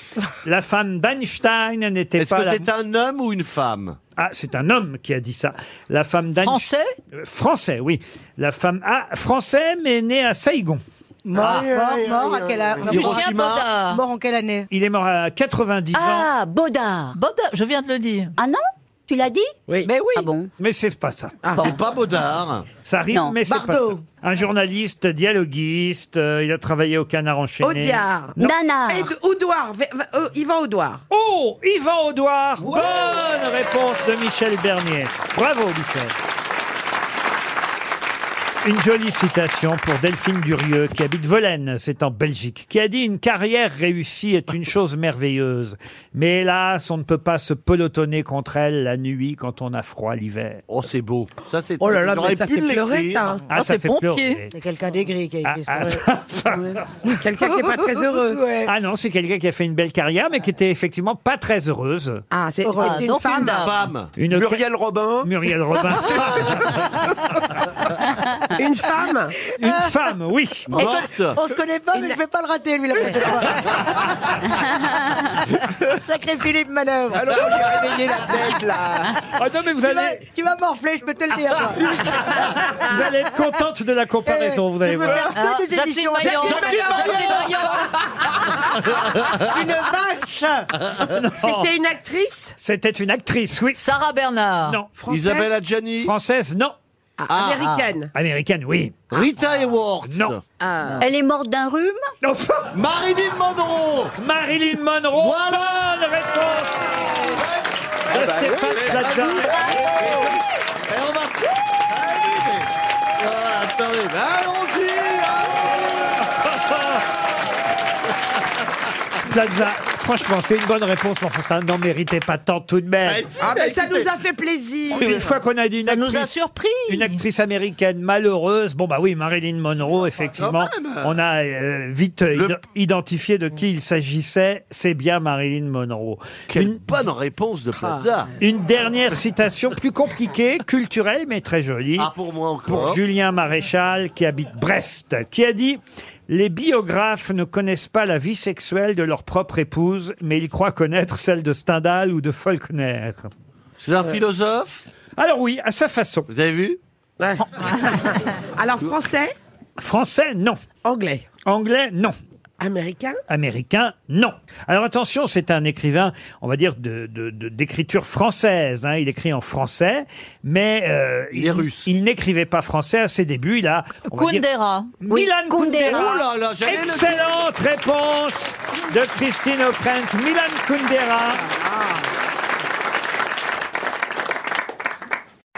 La femme d'Einstein n'était
Est-ce
pas
que
la...
c'est un homme ou une femme
Ah, c'est un homme qui a dit ça. La femme d'Einstein... Français Français, oui. La femme... Ah, français, mais né à Saigon. Ah,
mort à quelle heure
Hiroshima.
Mort en quelle année
Il est mort à 90 ans.
Ah, Baudard. Baudard, je viens de le dire. Ah non Tu l'as dit Oui. Mais oui. Ah bon
Mais c'est pas ça.
bon.
Pas Baudard.
Ça rime,
Non.
mais c'est pas ça.
Bardot.
Un journaliste, dialoguiste, euh, il a travaillé au Canard enchaîné.
Audiard.
Non.
Audouard. Ve- ve- euh, Yvan Audouard.
Oh, Yvan Audouard. Bonne réponse de Michel Bernier. Bravo, Michel. Une jolie citation pour Delphine Durieux, qui habite Volaine, c'est en Belgique, qui a dit Une carrière réussie est une chose merveilleuse. Mais hélas, on ne peut pas se pelotonner contre elle la nuit quand on a froid l'hiver. Oh, c'est beau.
Ça, c'est.
Oh là là,
J'aurais
mais ça
pu
fait
l'écrire.
pleurer, ça. Ah, ça fait pleurer.
C'est quelqu'un d'aigri qui a écrit
Ah,
ça. ouais. quelqu'un qui est pas très heureux.
Ah non, c'est quelqu'un qui a fait une belle carrière, mais qui était effectivement pas très heureuse.
Ah, c'est
Heureuse.
c'était une femme.
Une... Muriel Robin. Muriel Robin.
Une femme
Une femme, oui.
On se connaît pas, mais je vais pas le rater, lui, la prochaine fois. Sacré Philippe Manœuvre.
Alors,
j'ai réveillé la bête, là.
Oh non, mais vous
tu
allez-
Vas, tu vas morfler, je peux te le dire. toi.
Vous allez être contente de la comparaison, vous allez
Je veux
voir.
faire deux des émissions. Ah. Jacqueline
Une vache
Ah Non.
C'était une actrice
C'était une actrice, oui.
Sarah Bernard.
Non.
Française
Adjani. Française, non.
Ah, américaine. Ah.
Américaine, oui. Rita Hayworth. Non.
Elle est morte d'un rhume
Marilyn Monroe. Marilyn Monroe. Voilà la réponse. De Stéphane Plaza.
Et on va. Allez, mais- Ah, Attendez, mais allons-y
Plaza. Franchement, c'est une bonne réponse, mais enfin, ça n'en méritait pas tant tout de
bah,
même.
Ah, mais ça nous a fait plaisir.
Une fois qu'on a dit une
Ça
actrice,
nous a surpris.
une actrice américaine malheureuse, bon bah oui, Marilyn Monroe, effectivement, on a euh, vite id- identifié de qui il s'agissait, c'est bien Marilyn Monroe. une bonne réponse de
Plaza.
Une dernière citation plus compliquée, culturelle, mais très jolie.
Ah, pour moi encore.
Pour Julien Maréchal, qui habite Brest, qui a dit Les biographes ne connaissent pas la vie sexuelle de leur propre épouse, mais ils croient connaître celle de Stendhal ou de Faulkner.
C'est un philosophe
Alors oui, à sa façon.
Vous avez vu
Alors, français
Français, non.
Anglais
Anglais, non.
Américain
Américain, non. Alors attention, c'est un écrivain, on va dire, de- de- de- d'écriture française. hein. Il écrit en français, mais euh, il, il n'écrivait pas français à ses débuts. Il a on va dire-
Kundera.
Milan Kundera.
Oh
là là, j'allais le-
Excellente réponse de Christine O'Krent. Milan Kundera.